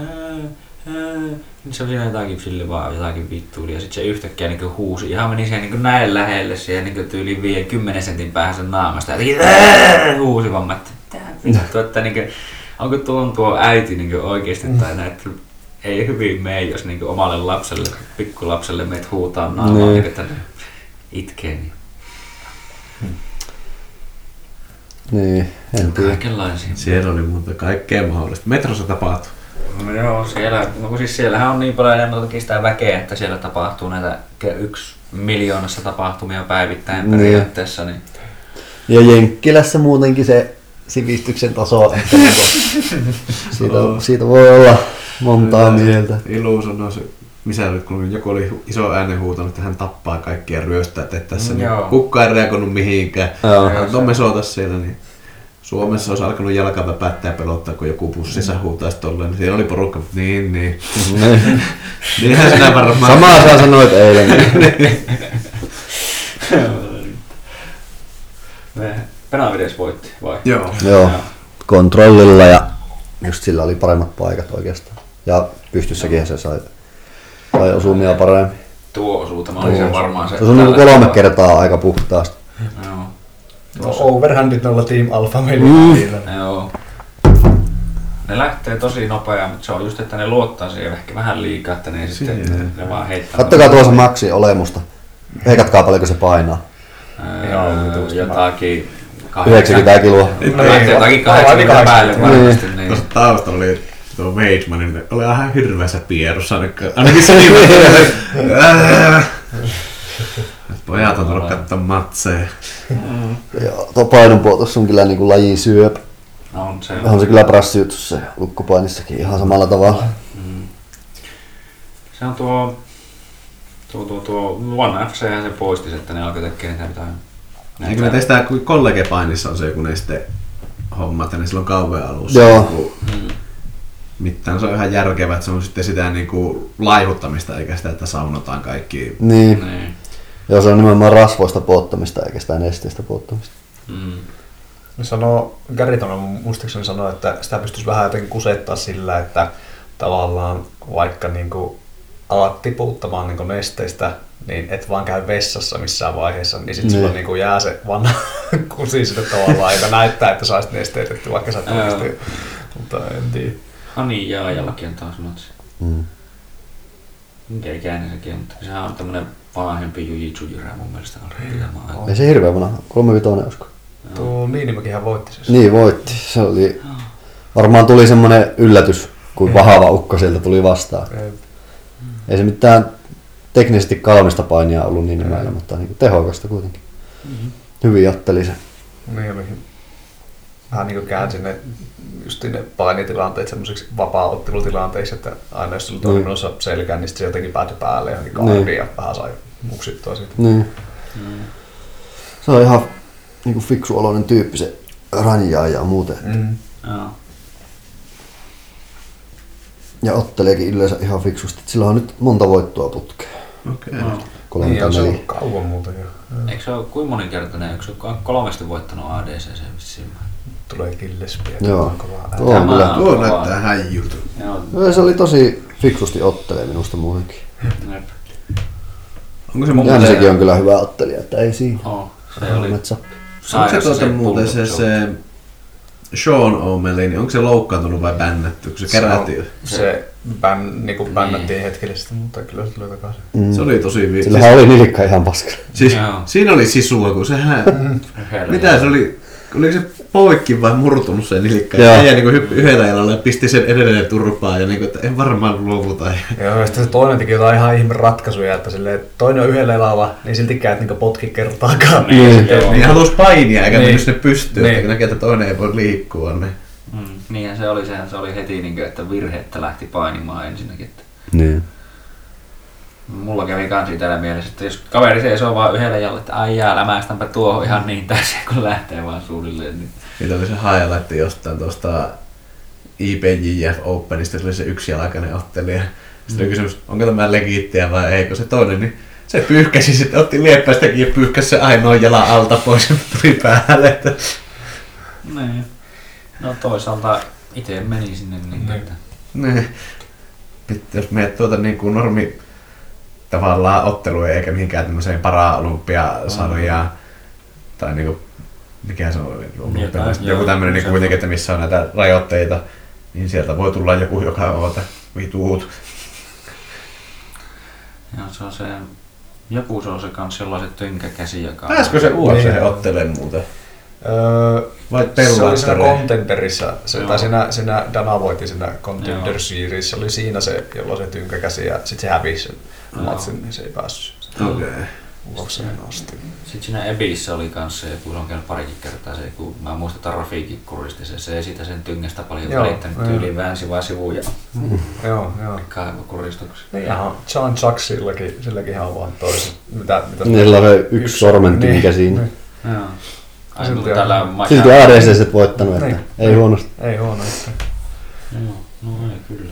S1: Niin se oli siinä jotakin sille vaan jotakin vittuili. Ja sit se yhtäkkiä niinkö huusi. Ihan meni siihen niinkö näin lähelle. Siihen niinkö tyyli 50 sentin päähän sen naamasta. Ja teki, "Ää!" huusi vaan. Mä ajattelin, "Tää vittu, Mm. että niinkö, onko tuon tuo äiti niinkö oikeesti tai näitä ei hyvin mene, jos niinku omalle lapselle, pikkulapselle meet huutaa naamaa,
S3: Niin.
S1: niin. että ne itkee. Niin.
S3: Niin, en tiedä.
S1: Kaikenlaisia.
S3: Niin,
S4: Siellä oli muuta kaikkea mahdollista. Metrossa tapahtui.
S1: No joo, siellä, no kun siis siellähän on niin paljon enemmän toki sitä väkeä, että siellä tapahtuu näitä ke- yksi miljoonassa tapahtumia päivittäin
S3: Niin.
S1: periaatteessa, niin
S3: Ja Jenkkilässä muutenkin se sivistyksen taso on ehkä niinku- siitä,
S1: Oh.
S3: siitä voi olla montaa mieltä.
S4: Ilu sanoi se misäily, kun joku oli hu- iso äänen huutanut, että hän tappaa kaikkia ryöstää, että tässä
S1: Mm,
S4: niin
S1: joo.
S4: kukka ei reagoinut mihinkään.
S3: Joo.
S4: Hän on mesota no siellä, niin Suomessa olisi alkanut jalka väpättää ja pelottaa, kun joku bussissa huutaisi tolleen. Siinä oli porukka, niin, niin.
S3: Niin.
S4: Niinhän sinä varmaan...
S3: Samaa sä sanoit eilen.
S1: Penavides voitti, vai?
S4: Joo.
S3: Joo, kontrollilla ja just sillä oli paremmat paikat oikeastaan. Ja pystyssäkin se sai, sai osumia paremmin.
S1: Tuo osuutama oli se varmaan se.
S3: Se on niinku
S1: tällä
S3: kolme
S1: tavalla.
S3: kertaa aika puhtaasti.
S1: Joo.
S2: No, overhandit nolla Team Alpha meillä
S3: Mm.
S2: mm.
S1: Joo. Ne lähtee tosi nopeaa, mutta se on just, että ne luottaa siihen ehkä vähän liikaa, että ne ei sitten
S4: Siihen.
S1: ne vaan heittää.
S3: Kattokaa tuossa maksi olemusta. Veikatkaa paljonko se painaa.
S1: Öö,
S2: Joo, vitusti.
S1: jotakin...
S3: 90 kiloa.
S1: No lähtee jotakin
S2: Niin, varmaan
S1: 80 päälle
S2: niin.
S1: varmasti. Niin.
S4: Tuossa taustalla oli tuo Weidman, niin oli ihan hirveässä pierussa. ainakin- Ainakin se niin oli. Ää. Pojat on tullut katsomaan matseja.
S3: Ja tuo painonpuotos on kyllä niinku lajin syöpä.
S1: No, on se.
S3: On se kyllä prassiutu se lukkupainissakin ihan samalla tavalla.
S1: Se on tuo... Tuo, tuo, tuo One FC ja se poisti, että ne alkoi tekemään niitä jotain.
S4: Eikö ne testaa, kun kollegepainissa on se joku neste homma, että ne silloin kauan alussa.
S3: Joo.
S4: Joku- Mittaan se on ihan järkevää, että se on sitten sitä niin kuin laihuttamista, eikä sitä, että saunotaan kaikki.
S3: Niin.
S1: Niin.
S3: Joo, se on nimenomaan rasvoista puottamista eikä sitä nesteistä puottamista.
S1: Mm.
S2: Sanoo, Gary Tonon muistaakseni sanoi, että sitä pystyisi vähän jotenkin kusettaa sillä, että tavallaan vaikka niinku alat tiputtamaan niinku nesteistä, niin et vaan käy vessassa missään vaiheessa, niin sitten
S3: Niin.
S2: sulla niinku jää se vanha kusi sitä tavallaan, joka näyttää, että saisit nesteytetty, vaikka sä et
S1: Joo.
S2: oikeasti. Mutta en tiedä.
S1: Hani Jaajallakin niin, on taas matsi.
S3: Mm.
S1: Minkä ikäinen sekin on, mutta sehän on tämmönen vanhempi jujitsu-jyrä mun mielestä on
S3: Ei se hirveä vanha, 35 usko.
S2: Tuo Niinimäkihän voitti siis.
S3: Niin voitti. Se oli, varmaan tuli semmoinen yllätys,
S1: Mm.
S3: kuin vahava ukko sieltä tuli vastaan.
S2: Niin.
S3: Ei se mitään teknisesti kalmista painia ollut niin
S1: Mm.
S3: määrä, mutta niin tehokasta kuitenkin. Hyvin otteli se.
S2: Niin, oli vähän niin kuin käänsin ne, just ne painitilanteet semmoisiksi vapaa-ottelutilanteiksi, että aina jos sulla tuli
S3: Niin.
S2: menossa selkään, niin sitten se jotenkin päätyi päälle johonkin
S3: Niin.
S2: kahviin ja vähän sai muksittua siitä.
S3: Niin.
S2: Mm.
S3: Se on ihan niin kuin fiksu oloinen tyyppi se ranjaa ja muuten.
S2: Mm.
S1: Joo.
S3: Ja otteleekin yleensä ihan fiksusti. Sillä on nyt monta voittoa putkea.
S4: Okei.
S1: Joo.
S3: Kolme
S2: Niin,
S3: tai
S2: on se
S3: neljä.
S2: ollut kauan muuten jo.
S1: No. Eikö se ole kuin moninkertainen? Eikö se ole kolmesti voittanut ADC sen vissiin?
S2: Tulee killespiä.
S3: Joo. Oh.
S2: Kovaa
S3: Tuo on
S1: Tämä-
S3: kyllä.
S4: Tuo näyttää häijyltä.
S1: Joo.
S3: Joo, Se oli tosi fiksusti ottelee minusta muutenkin.
S1: jep.
S4: Onko se muuten,
S3: Jänsekin on kyllä hyvä ottelija, että ei siinä.
S1: Oo, Oh, Se oli
S3: Metsä.
S4: onko se,
S1: sairas
S4: tuota muuten se,
S1: pullo-
S4: se Sean O'Malley, niin onko se loukkaantunut vai bännätty? Kun se kerättiin.
S2: Se bän, niin kuin bännättiin
S1: Niin.
S2: niin. hetkellisesti, mutta kyllä se tuli takaisin.
S3: Mm.
S4: Se oli tosi vi...
S3: Sillähän oli nilikka ihan paska.
S4: Siis,
S1: Joo.
S4: siinä oli sisua, kun sehän...
S1: Herra
S4: mitä se oli? Oliko se poikki vai murtunut se nilikka?
S3: Joo.
S4: Ja äijä niin hyppi yhdellä jalalla ja pisti sen edelleen turpaan ja niin kuin, että en varmaan luovuta.
S2: Joo, ja sitten se toinen teki jotain ihan ihme ratkaisuja, että silleen, toinen on yhdellä elalla, niin siltikään et niinku potki kertaakaan.
S1: Niin,
S2: Sitten-
S1: joo.
S4: Niin halus painia eikä
S2: Niin.
S4: niin. mennyt sinne pystyyn,
S2: Niin.
S4: niin. kun näkee, että toinen ei voi liikkua. Niin.
S1: Mm, niin se oli, sehän se oli heti niin kuin, että virhettä lähti painimaan ensinnäkin. Että
S3: Niin.
S1: mulla kävi kans itellä mielessä, että jos kaveri seisoo vaan yhdellä jalla, että ai jää, lämäistänpä tuohon ihan niin täysin, kun lähtee vaan suunnilleen. Niin.
S4: Niitä oli se highlight jostain tuosta IPJF Openista, se oli se yksijalkainen ottelija. Sitten oli kysymys, onko tämä legiittiä vai eikö se toinen, niin se pyyhkäsi sitten, otti lieppäistäkin ja pyyhkäsi se ainoa jalan alta pois ja tuli päälle. Että
S1: Niin. No toisaalta itse meni sinne niin,
S2: Niin.
S1: että...
S4: Niin. Nyt jos menet tuota niin kuin normi tavallaan otteluja eikä mihinkään tämmöiseen paraolympiasarjaan tai niin kuin, mikä se on,
S2: Niin,
S4: olympia,
S1: Jotain,
S4: joku
S1: joo,
S4: tämmöinen niin
S1: se-
S4: kuitenkin, että missä on näitä rajoitteita, niin sieltä voi tulla joku, joka on, että vituut.
S1: Ja se on se... Joku se on se kans jolla on se tynkäkäsi, joka...
S4: Pääskö se UFC
S2: Niin.
S4: niin. ottelemaan muuten?
S2: Öö,
S4: Vai
S2: Se
S4: pelaa
S2: oli siinä
S4: sitä
S2: Contenderissa, se,
S1: Joo.
S2: tai siinä, siinä Danavoiti siinä
S1: Joo.
S2: Contender Series, oli siinä se, jolla se tynkäkäsi ja sitten se hävisi sen
S1: Joo.
S2: matsin, niin se ei päässyt
S4: Okei. Okay.
S2: ulokseen asti.
S1: Sitten No. siinä Ebissä oli kanssa se, kun se on käynyt parikin kertaa se, kun mä muistan Rafiikin kuristi se, se ei sitä sen tyngästä paljon
S2: Joo,
S1: välittänyt
S2: joo.
S1: tyyliin väänsi vaan sivuun ja
S2: Joo, joo.
S1: kaivokuristuksi.
S2: Niin ihan John Chuck silläkin, silläkin on vaan toiset, mitä, mitä
S3: Niillä on se yksi sormen tynkä siinä.
S2: Niin,
S1: Joo. Ai
S2: Silti
S1: mutta
S2: on-
S1: täällä on maja.
S3: Silti ADC voittanut, että
S2: Niin.
S3: ei huonosti.
S2: ei huono yhtään.
S1: Joo, no ei kyllä.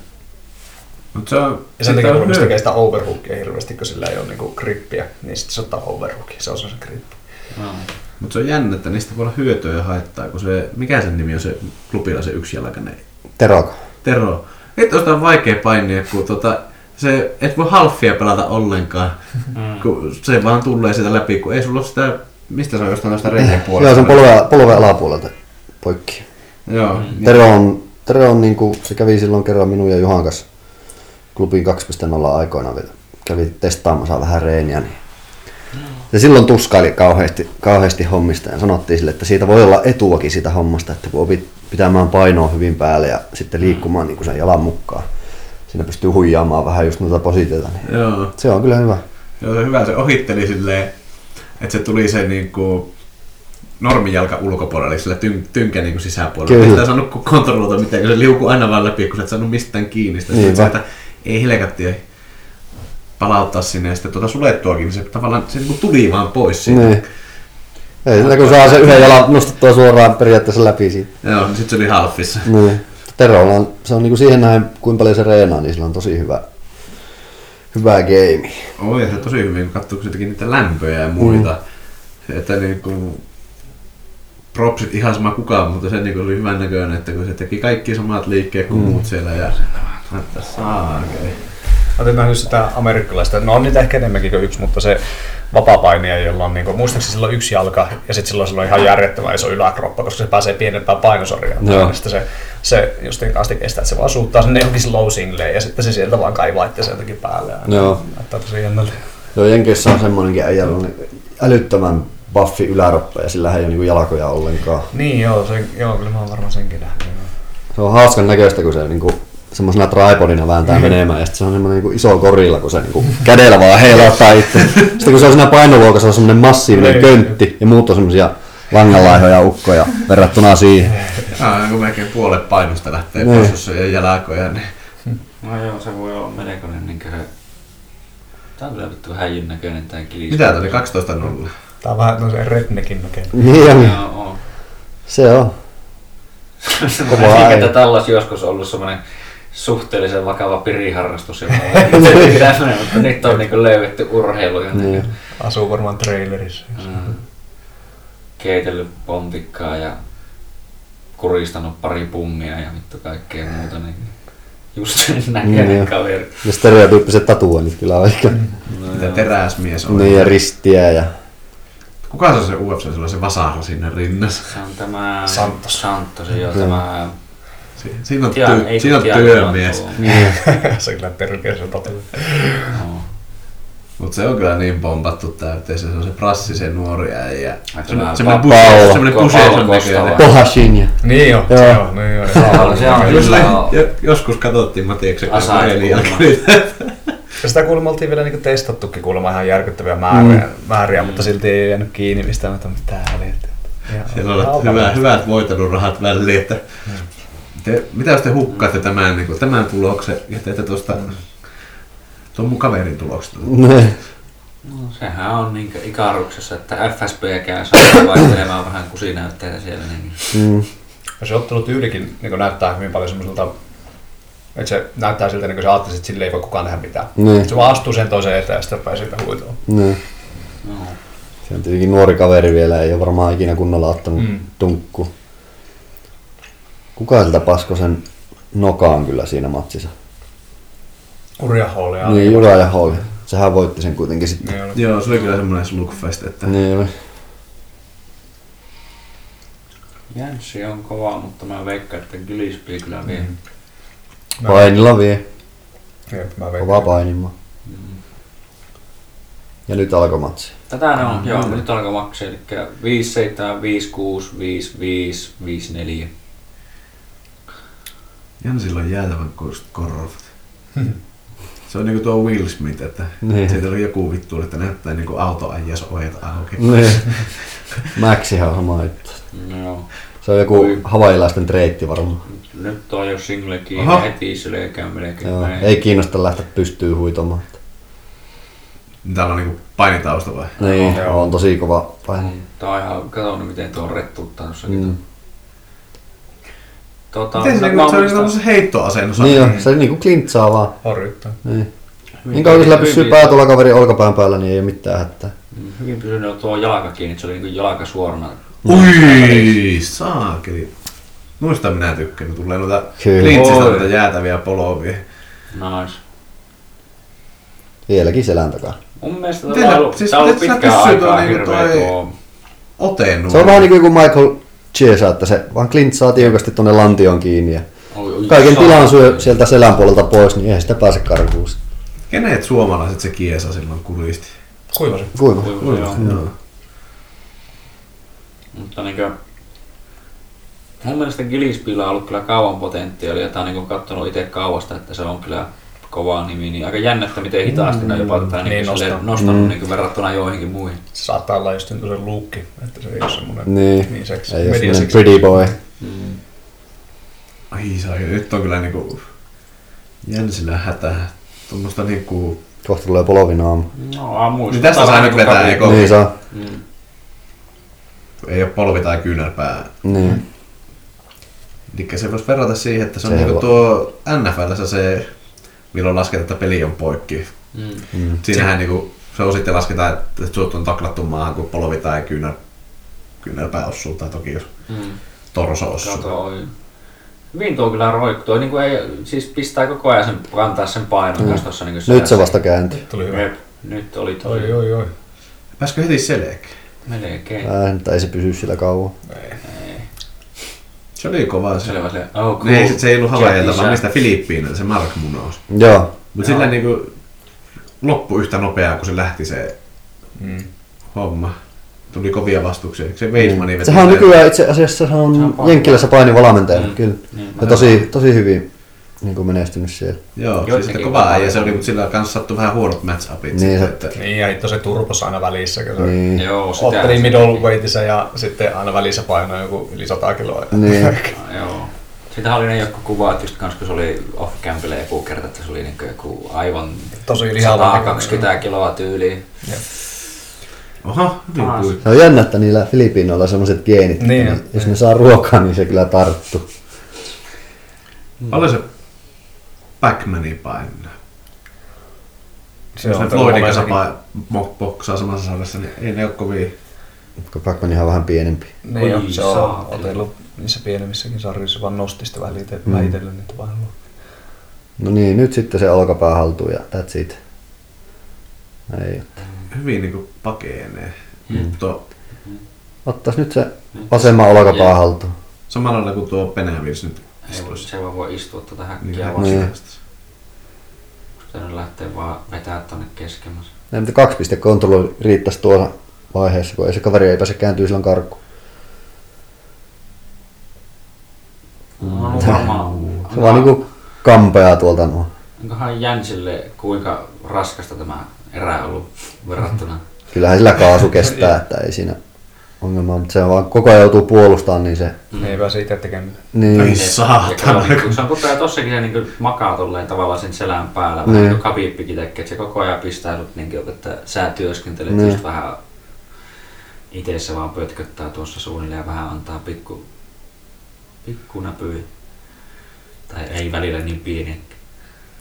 S4: Mut se on...
S2: Ja sen takia
S4: on
S2: Bruce
S4: hyö-
S2: tekee sitä overhookia hirveästi, kun sillä ei ole niinku grippiä, niin sitten se ottaa overhookia, se on se grippi.
S1: Joo.
S4: Mut se on jännä, että niistä voi olla hyötyä ja haittaa, kun se... Mikä sen nimi on se klubilla se yksijalkainen?
S3: Teroka.
S4: Tero. Et on vaikea painia, kun tota... Se, et voi halfia pelata ollenkaan,
S1: Mm.
S4: kun se vaan tulee sitä läpi, kun ei sulla ole sitä... Mistä se on jostain noista reijän puolesta?
S3: Joo, se on polve, polve alapuolelta poikki.
S4: Joo. niin-
S3: Tero on, Tero on niinku, se kävi silloin kerran minun ja Juhan kanssa klubin 2.0 aikoina vielä. Kävi testaamassa vähän reeniä. Niin.
S4: Mm.
S3: Se silloin tuskaili kauheasti, kauheasti hommista ja sanottiin sille, että siitä voi olla etuakin siitä hommasta, että kun opit pitämään painoa hyvin päälle ja sitten liikkumaan niin kuin sen jalan mukaan. Siinä pystyy huijaamaan vähän just noita positioita. Niin.
S4: Joo.
S3: Se on kyllä hyvä.
S4: Joo, se on hyvä. Se ohitteli silleen, että se tuli se niinku normijalka ulkopuolelle, sillä tyn, tynkä niinku sisäpuolelle.
S3: Kyllä.
S4: Ei sitä saanut ku- kontrolloida mitään, kun se liukui aina vaan läpi, kun sä et saanut mistään kiinni. Sitä
S3: Niinpä.
S4: sieltä ei helkatti ei palauttaa sinne ja sitten tuota sulettuakin, niin se tavallaan se niinku tuli vaan pois siitä.
S3: Niin. Ei, sillä kun saa se yhden jalan nostettua suoraan periaatteessa läpi siitä.
S4: Joo, niin sitten se oli halfissa.
S3: Niin. Terolla on, se on niinku siihen nähden, kuinka paljon se reenaa, niin sillä on tosi hyvä, hyvä game.
S4: Oi, ja se tosi hyvin, kun katsoo, kun se teki niitä lämpöjä ja muita. Mm. Että niinku, propsit ihan sama kukaan, mutta se niinku oli hyvän näköinen, että kun se teki kaikki samat liikkeet kuin mm. muut siellä. Ja, että saakeli.
S2: Olet nähnyt sitä amerikkalaista, no on niitä ehkä enemmänkin kuin yksi, mutta se vapapainia, jolla on niinku, muistaakseni sillä on yksi jalka ja sitten silloin sillä on ihan järjettömän iso yläkroppa, koska se pääsee pienempään painosarjaan.
S3: Joo.
S2: Ja Sitten se, se justiin kaasti kestää, että se vaan suuttaa sinne johonkin slow singleen ja sitten se sieltä vaan kaivaa itse jotenkin päälle. Ja
S3: Joo.
S2: Näyttää tosi jännältä.
S3: Joo, Jenkeissä on semmoinenkin äijä, jolla on älyttömän buffi yläroppa ja sillä ei ole niinku jalkoja ollenkaan.
S2: Niin joo, se, joo, kyllä mä oon varmaan senkin nähnyt. joo.
S3: Se on hauskan näköistä, kun se niinku semmoisena tripodina vääntää menemään ja sitten se on semmoinen niinku iso gorilla, kun se niinku kädellä vaan heilauttaa itse. Sitten kun se on siinä painoluokassa, se on semmoinen massiivinen
S2: Niin.
S3: köntti ja muut on semmoisia langanlaihoja ukkoja verrattuna siihen.
S4: Aina kun niinku melkein puolet painosta lähtee
S3: Niin.
S4: pois, jos ei ole jalakoja, niin
S1: No joo, se voi olla melkoinen niinkö se... Tää on kyllä vittu häijyn näköinen tää kilis.
S4: mitä tää oli 12 nolla?
S2: Tää on vähän tämmöisen redneckin näköinen.
S3: Niin on.
S1: Joo, on.
S3: Se on. Kova
S1: Kova
S3: äijä.
S1: että tällä olisi joskus ollut semmoinen suhteellisen vakava piriharrastus, joka on itse tämmöinen, mutta nyt on niinku löydetty urheilu jotenkin.
S3: Niin.
S2: Asuu varmaan trailerissa.
S1: Mm. Keitellyt pontikkaa ja kuristanut pari pungia ja vittu kaikkea muuta. Niin just sen näköinen
S3: Niin.
S1: kaveri.
S3: Ja stereotyyppiset tatuoinnit kyllä on ehkä.
S1: No
S4: Mitä teräsmies on?
S3: Niin ja ristiä ja...
S4: Kuka se on se UFC, sulla on se vasara siinä rinnassa?
S1: Se on tämä...
S2: Santos.
S1: Santos, joo, tämä...
S4: Si- Siinä on,
S1: Tian-
S4: työ,
S1: ei
S4: siinä on
S1: Tian-
S4: työmies.
S1: tuo.
S3: Niin.
S2: se kyllä perkele se totu.
S1: Joo.
S4: Mut se on kyllä niin pompattu täyteen, se on se prassi, se nuori äijä.
S1: Semmoinen pa-
S4: Semmoinen bushe,
S3: pallo.
S4: semmoinen bushe
S1: Pallo
S4: on näköinen.
S1: kostava.
S3: Pohashin ja...
S2: Niin joo,
S3: Joo.
S2: joo. joo, niin joo. ihan varmaan.
S1: Se on
S4: Jos,
S1: kyllä...
S4: joskus katsottiin Matiaksen kanssa
S1: Asain
S4: pelin
S1: kulma.
S4: jälkeen.
S2: Ja sitä kuulemma oltiin vielä niinku testattukin kuulemma ihan järkyttäviä määriä, mm. määriä mutta silti ei jäänyt kiinni mistään, että mitä tää oli. Että, ihan-
S4: Siellä
S2: ihan
S4: on hyvä,
S2: varmasti.
S4: hyvät voitelurahat väliin, että Mm. te, mitä jos te hukkaatte tämän, niin kuin, tämän tuloksen ja teette tuosta tuon mun kaverin tuloksesta.
S1: No, sehän on niin ikaruksessa, että FSBkään saa vaihtelemaan vähän kusinäytteitä siellä. Niin.
S3: Mm.
S2: Ja se ottelutyylikin niin näyttää hyvin paljon semmoiselta, että se näyttää siltä, niin kuin sä ajattelisit, että sille ei voi kukaan tehdä mitään.
S3: Niin.
S2: Se vaan astuu sen toiseen eteen ja sitten pääsee siitä huitoon.
S3: Niin.
S1: No.
S3: Se on tietenkin nuori kaveri vielä, ei ole varmaan ikinä kunnolla ottanut mm.
S2: Mm.
S3: tunkku. Kuka siltä pasko sen nokaan kyllä siinä matsissa?
S2: Urja hoolia.
S3: niin, Jura ja Holly. Sehän voitti sen kuitenkin sitten.
S2: Niin oli.
S4: Joo, se oli kyllä semmoinen slugfest, että
S3: Niin, oli.
S1: Jänssi on kova, mutta mä veikkaan, että Gillespie kyllä vie. Mm.
S2: Mä-
S3: No. painilla Mm. vie.
S2: Jep, mä veikkaan.
S3: Kova painimaan. Ja nyt alkoi matsi.
S1: Tätä ne on,
S4: Mm,
S1: joo,
S4: kyllä.
S1: nyt alkaa maksaa, eli 5, 7, 5, 6, 5, 5, 5, 4.
S4: Jansilla on jäätävän kokoiset korvat. Se on niinku tuo Will Smith, että
S3: Niin.
S4: siitä oli joku vittu, että näyttää niinku autoajas ovet auki.
S3: Niin. Mäksihän on sama juttu.
S1: No joo.
S3: Se on joku
S1: Oi.
S3: havailaisten treitti varmaan.
S1: Nyt on jo single kiinni
S4: Aha.
S1: heti sylkään melkein.
S3: Joo.
S1: näin.
S3: Ei kiinnosta lähteä pystyyn huitomaan.
S4: Täällä on niinku painitausta vai?
S3: Niin,
S2: Joo.
S3: on tosi kova paine.
S1: Tää on ihan, katon miten tuo on rettuuttanut tuossa.
S3: Mm.
S1: Mm. Tota,
S4: Miten se,
S1: mä-
S4: niinku,
S1: mä
S4: se oli
S1: muistan-
S4: tuollaisessa heittoasennossa?
S3: Niin on, se niinku klintsaa vaan.
S2: Horjuttaa.
S3: Niin.
S1: hyvin-
S3: Niin kauan kun sillä
S1: hyvin-
S3: pysyy pää tuolla kaverin olkapään päällä, niin ei ole mitään hätää.
S1: Mm, Hyvin pysynyt tuo jalka kiinni, että se oli niin jalka suorana.
S4: Ui, saakeli. Noista minä tykkään, kun tulee noita
S3: Kyllä.
S4: klintsistä
S1: Oi.
S4: noita jäätäviä polovia.
S1: Nice.
S3: Vieläkin selän takaa.
S1: Mun mielestä
S4: Miten
S1: tämä on ollut,
S4: sä- siis
S1: tää on ollut
S4: miten sä
S1: pitkään
S4: pysyy tuo
S1: aikaa
S4: niinku
S1: hirveä
S4: toi-
S1: tuo...
S4: Ote nuo.
S3: Se
S1: No.
S3: on vähän niin kuin joku Michael Chiesa, että se vaan klintsaa tiukasti tuonne lantion kiinni. Ja kaiken tilan syö sieltä selän puolelta pois, niin eihän sitä pääse karkuun. niinku-
S4: Kenet suomalaiset se kiesa silloin kuristi?
S2: Kuiva se.
S3: Kuiva.
S1: Kuivu, joo.
S4: Joo.
S1: Mutta niinkö, mun mielestä Gillespillä on ollut kyllä kauan potentiaalia, tai niinku kattonut itse kauasta, että se on kyllä kova nimi, niin aika jännä, että miten hitaasti
S4: Mm.
S1: ne on jopa tätä
S2: Niin
S1: niinku silleen
S2: nostaa.
S1: nostanut
S3: Mm.
S1: niinku verrattuna joihinkin muihin.
S2: Se saattaa olla just niin se luukki, että se ei ole semmoinen
S3: Niin.
S2: niin seksi.
S3: Ei ole semmoinen
S2: mediaseksi.
S3: pretty boy.
S1: Mm.
S4: Ai saa, nyt on kyllä niinku Jensillä hätää. Tuommoista niinku...
S3: Kohta tulee polovinaama.
S1: No, aamuista. niinku
S4: Niin tästä saa nyt vetää, eikö?
S3: Niin saa.
S1: Mm.
S4: Ei ole polvi tai kyynärpää.
S1: Mm.
S3: Niin.
S4: Eli se voisi verrata siihen, että se on
S3: Se
S4: niinku
S3: voi.
S4: tuo NFLssä se, milloin lasketaan, että peli on poikki.
S1: Mm.
S3: Mm.
S4: Siinähän niinku, se on sitten lasketaan, että sut on taklattu maahan, kun polvi tai kyynär, kyynärpää osuu, tai toki jos
S1: Mm.
S4: torso osuu.
S1: Kato, oi. Hyvin tuo kyllä roikkuu. Toi niinku ei, siis pistää koko ajan sen, kantaa sen painon
S3: Mm.
S1: mm. tuossa niinku
S3: Nyt se
S1: selässä.
S3: vasta kääntyy.
S2: Tuli hyvä.
S1: Jep, nyt oli toi.
S2: Oi, oi, oi.
S4: Pääskö heti selkeä?
S1: Melkein.
S3: Äh, mutta ei se pysy sillä kauan.
S4: Se oli kova se.
S1: Selvä se. Oh, cool.
S4: Ne ei, Niin, sit se ei ollut Havaijilta,
S1: Isä.
S4: vaan mistä Filippiiniltä se Mark Munoz.
S3: Joo.
S4: Mut
S1: Joo.
S4: sillä niinku loppu yhtä nopeaa, kun se lähti se
S2: Mm.
S4: homma. Tuli kovia vastuksia. Se Weismani veti.
S3: Mm. Sehän on
S4: sen-
S3: nykyään itse asiassa se
S1: Se on
S3: on
S1: paikka.
S3: Jenkkilässä painivalmentaja.
S1: Mm.
S3: Kyllä.
S1: Niin, mä
S3: Ja tosi, tosi hyvin niin kuin menestynyt siellä.
S4: Joo,
S1: Joitakin
S4: siis sitä kova äijä se
S1: paljon.
S4: oli, mutta sillä kanssa sattui vähän huonot matchupit.
S3: Niin,
S4: sitten,
S3: se-
S4: että
S2: Niin, ja hitto se turpos aina välissä, kun se
S3: Niin.
S1: Joo, sitä.
S2: otteli middleweightissa ja sitten aina välissä painoi joku yli 100 kiloa.
S3: Niin.
S1: Joo. Sitähän oli ne joku kuvat, just kans kun se oli off-campille joku kerta, että se oli niinku joku aivan
S2: Tosi lihava.
S1: 120 kiloa tyyliin.
S4: Oha, hyvin
S1: Taas.
S4: kuin.
S3: Se on jännä, että niillä Filippiinoilla on semmoiset geenit.
S2: Niin.
S3: että Jos ne saa ruokaa, niin se kyllä tarttuu.
S4: Paljon se Pac-Mani painaa.
S2: Se
S4: Jos
S2: on
S4: ne Floydin kanssa pa- mo- boksaa samassa sarjassa, niin ei ne ole kovin.
S3: Kun Pacman ihan vähän pienempi.
S2: Niin
S1: Oi,
S2: jo, se on
S1: saatana.
S2: otellut niissä pienemmissäkin sarjoissa, vaan nosti sitä vähän ite, mm. itelle niitä painoa.
S3: No niin, nyt sitten se olkapää haltuu ja that's it. Ei.
S4: Hyvin niinku pakenee. Mutta
S3: Ottais nyt se asema olkapää haltuun.
S4: samalla lailla kuin tuo Penävils nyt
S1: Ei voi,
S4: istuisi.
S1: se vaan voi istua tuota
S4: Niin,
S1: häkkiä
S4: hän
S1: vaan.
S3: Niin.
S4: vastastas.
S1: Pitänyt lähteä vaan vetää tonne keskemmässä.
S3: Ei, mutta kaksi piste kontrolli riittäisi tuossa vaiheessa, kun ei se kaveri ei pääse kääntyy silloin karkuun.
S1: No, on varmaan.
S3: Se vaan niinku kampeaa tuolta nuo.
S1: Onkohan Jänsille kuinka raskasta tämä erä ollut verrattuna?
S3: Kyllähän sillä kaasu kestää, että ei siinä ongelmaa, mutta se vaan koko ajan joutuu puolustamaan, niin se...
S2: Mm. Ei pääse itse tekemään.
S3: Niin.
S1: No
S4: Ei saatana.
S1: Ja kun- Se on koko ajan tossakin se niin makaa tolleen tavallaan sen selän päällä.
S3: Niin.
S1: Vähän niin. kapiippikin tekee, että se koko ajan pistää sut niin kuin, että sä työskentelet
S3: Niin.
S1: niin. just vähän itessä vaan pötköttää tuossa suunnilleen ja vähän antaa pikku, pikku näpyy. Tai ei välillä niin pieni.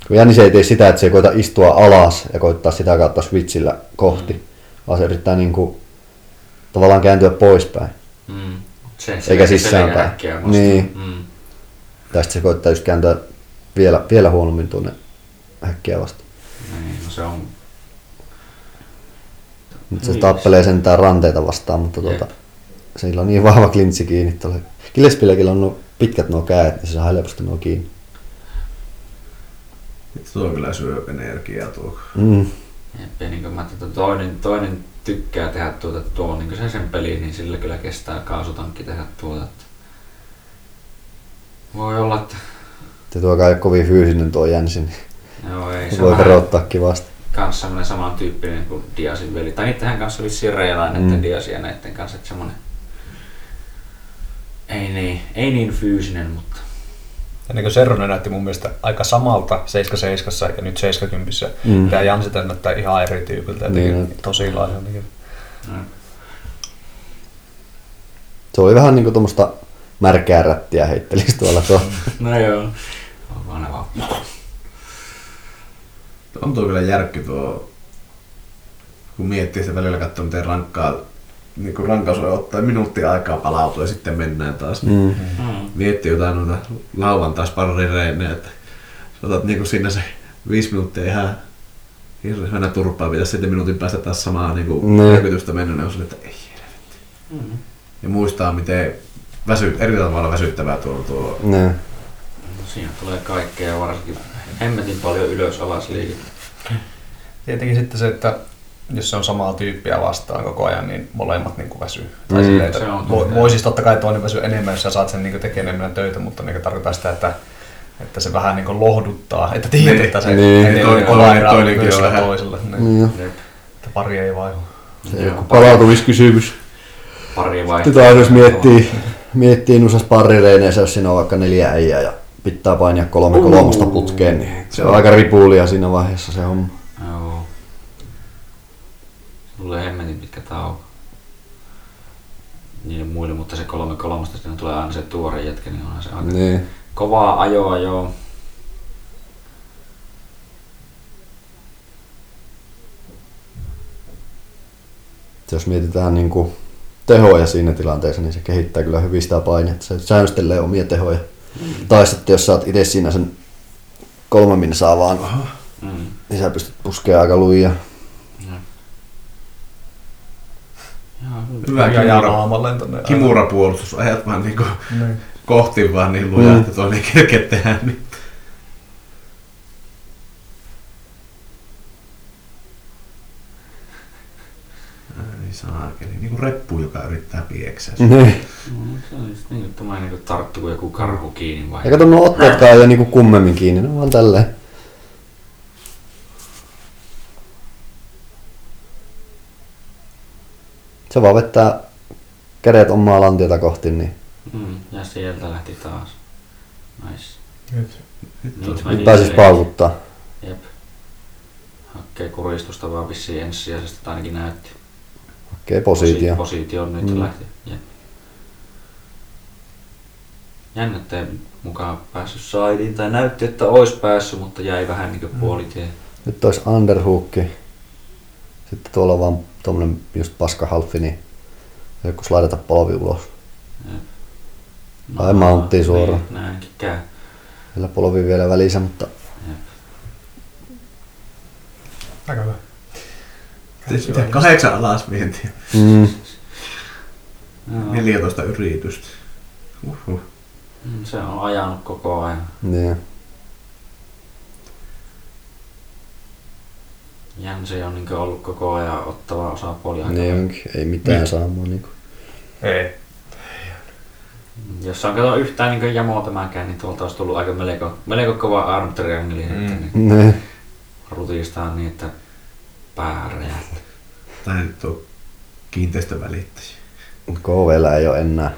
S3: Kun Jännis ei tee sitä, että se ei koita istua alas ja koittaa sitä kautta switchillä
S1: Mm.
S3: kohti, vaan se yrittää niinku tavallaan kääntyä poispäin.
S1: Mm. Se,
S3: Eikä sisäänpäin.
S1: äkkiä vasta.
S3: Niin.
S1: Mm.
S3: Tästä se koittaa just kääntää vielä, vielä huonommin tuonne häkkiä vastaan.
S1: Niin, no se on
S3: Mutta se
S1: Niin.
S3: tappelee sentään ranteita vastaan, mutta tuota, sillä on niin vahva klintsi kiinni tuolla. Gillespielläkin on nuo pitkät nuo kädet, niin se saa helposti nuo kiinni.
S4: Vittu, Tuo kyllä syö energiaa tuo.
S3: Mm.
S1: Jep, ja niin kuin mä, että toinen, toinen tykkää tehdä tuota tuo, niin kuin se sen peli, niin sillä kyllä kestää kaasutankki tehdä tuota. Että voi olla, että
S3: Te tuokaa ei ole kovin fyysinen tuo Jänsi, niin
S1: joo, ei se
S3: voi
S1: vähän-
S3: verottaa kivasti.
S1: kans semmoinen samantyyppinen kuin Diasin veli. Tai niittenhän kanssa oli Sireilaa näiden
S3: Mm.
S1: mm. Diasin ja näiden kanssa, että semmoinen ei niin, ei niin fyysinen, mutta
S2: Ja niin kuin Serronen näytti mun mielestä aika samalta 77 ja nyt 70.
S3: Mm.
S2: Mm. Tämä Jansi näyttää ihan eri tyypiltä, jotenkin
S3: Niin.
S2: tosi lailla. Jotenkin.
S1: no,
S3: Se oli vähän niinku tuommoista märkää rättiä heittelisi tuolla tuo.
S1: no joo. On vaan ne vaan.
S4: On tuo kyllä järkky tuo, kun miettii sitä välillä katsoa, miten rankkaa, niin kuin rankaus voi ottaa minuutti aikaa palautua ja sitten mennään taas. Niin
S3: Mm.
S1: Mm.
S4: miettii jotain noita lauantaisparrireinejä, että sä otat niinku siinä se viisi minuuttia ihan hirveänä turpaa, pitäisi sitten minuutin päästä taas samaa niinku
S3: Niin.
S4: merkitystä mennä, niin on sille, että ei helvetti.
S1: Mm.
S4: Ja muistaa, miten väsy, eri tavalla väsyttävää tuo, tuo
S3: No.
S1: No, siinä tulee kaikkea ja varsinkin hemmetin paljon ylös alas liikettä.
S2: Tietenkin sitten se, että jos se on samaa tyyppiä vastaan koko ajan, niin molemmat niin kuin väsyy. Tai
S3: Mm.
S2: mm, silleen, että
S1: Se on
S2: voi,
S1: totta.
S2: voi siis totta kai toinen väsyy enemmän, jos sä saat sen niin tekemään enemmän töitä, mutta niin tarkoittaa sitä, että, että se vähän niin lohduttaa, että tiedät,
S4: Niin.
S2: että se
S3: Niin.
S2: ei
S4: Toi-
S2: ole
S4: toinen-
S2: kolairaa
S4: toinenkin on
S2: myös sillä
S4: vähän-
S2: toisella. Niin.
S3: Niin jo.
S1: Jep.
S2: Että pari ei vaihu.
S3: Se ei
S1: Joo,
S3: ole palautumiskysymys.
S1: Pari vaihtoehtoa.
S3: Tätä aina jos miettii, miettii noissa sparrireineissä, jos siinä on vaikka neljä äijää ja pitää painia kolme kolmosta putkeen, niin se on aika ripulia siinä vaiheessa se homma.
S1: Joo. Se Tulee hemmetin pitkä tauko. Niille muille, mutta se kolme kolmosta, siinä tulee aina se tuore jätkä, niin onhan se aika
S3: Niin.
S1: Kovaa ajoa joo.
S3: Jos mietitään niin kuin tehoja siinä tilanteessa, niin se kehittää kyllä hyvin sitä painetta. Se säännöstelee omia tehoja. Tai sitten jos sä oot itse siinä sen kolme minsaa vaan,
S1: Mm.
S3: niin sä pystyt puskemaan aika lujia.
S1: Joo. Joo,
S4: hyvä
S2: ja
S4: kimura,
S2: jaamalleen tonne.
S4: kimurapuolustus. Ajat vaan niinku
S2: Niin.
S4: kohti vaan niin lujaa,
S3: Mm.
S4: että toinen ei kerkeä tehdä. Niin. Ai saakeli. Niinku reppu, joka yrittää pieksää. Mm.
S3: Niin.
S1: no, se on just niin, että mä niinku tarttu kuin joku karhu kiinni vai?
S3: Ja kato, nuo otteetkaan ei ole niinku kummemmin kiinni, ne on vaan tälleen. Se vaan vettää kädet omaa lantiota kohti, niin
S1: Mm. Ja sieltä lähti taas. Nice.
S2: Nyt.
S1: Nyt, mä
S3: nyt pääsis
S1: niin-
S3: paukuttaa.
S1: Jep. Hakee kuristusta vaan vissiin ensisijaisesti tai ainakin näytti.
S3: Okei, positio.
S1: Posi- Positio nyt
S3: Mm.
S1: mm. lähti. Jep. Jännä, että ei mukaan päässyt saidiin tai näytti, että ois päässyt, mutta jäi vähän niinku
S3: Mm.
S1: puoliteen.
S3: Nyt olisi underhookki. Sitten tuolla on vaan tuommoinen just paskahalffi, niin ei kun slaidata polvi ulos. Tai mountti suoraan.
S1: Niin, näinkin käy.
S3: Meillä polvi vielä välissä, mutta
S2: Aika hyvä.
S4: Siis Kahdeksan alas mientiä.
S3: mm,
S4: 14 yritystä. Uhuh.
S1: Mm, Se on ajanut koko ajan.
S3: niin.
S1: Jänsi on niin ollut koko ajan ottava osapuoli. aika
S3: niin onkin. ei mitään
S2: Niin.
S3: saamaan. Niinku.
S2: Ei.
S1: Jos saan katsoa yhtään niin jamoa tämänkään, niin tuolta olisi tullut aika melko, melko kova arm triangle, mm.
S2: Mm.
S1: että niin
S3: Niin.
S1: rutistaan niin, että pää räjähtää.
S4: Tai nyt tuo kiinteistövälittäjä.
S3: KVllä ei ole enää,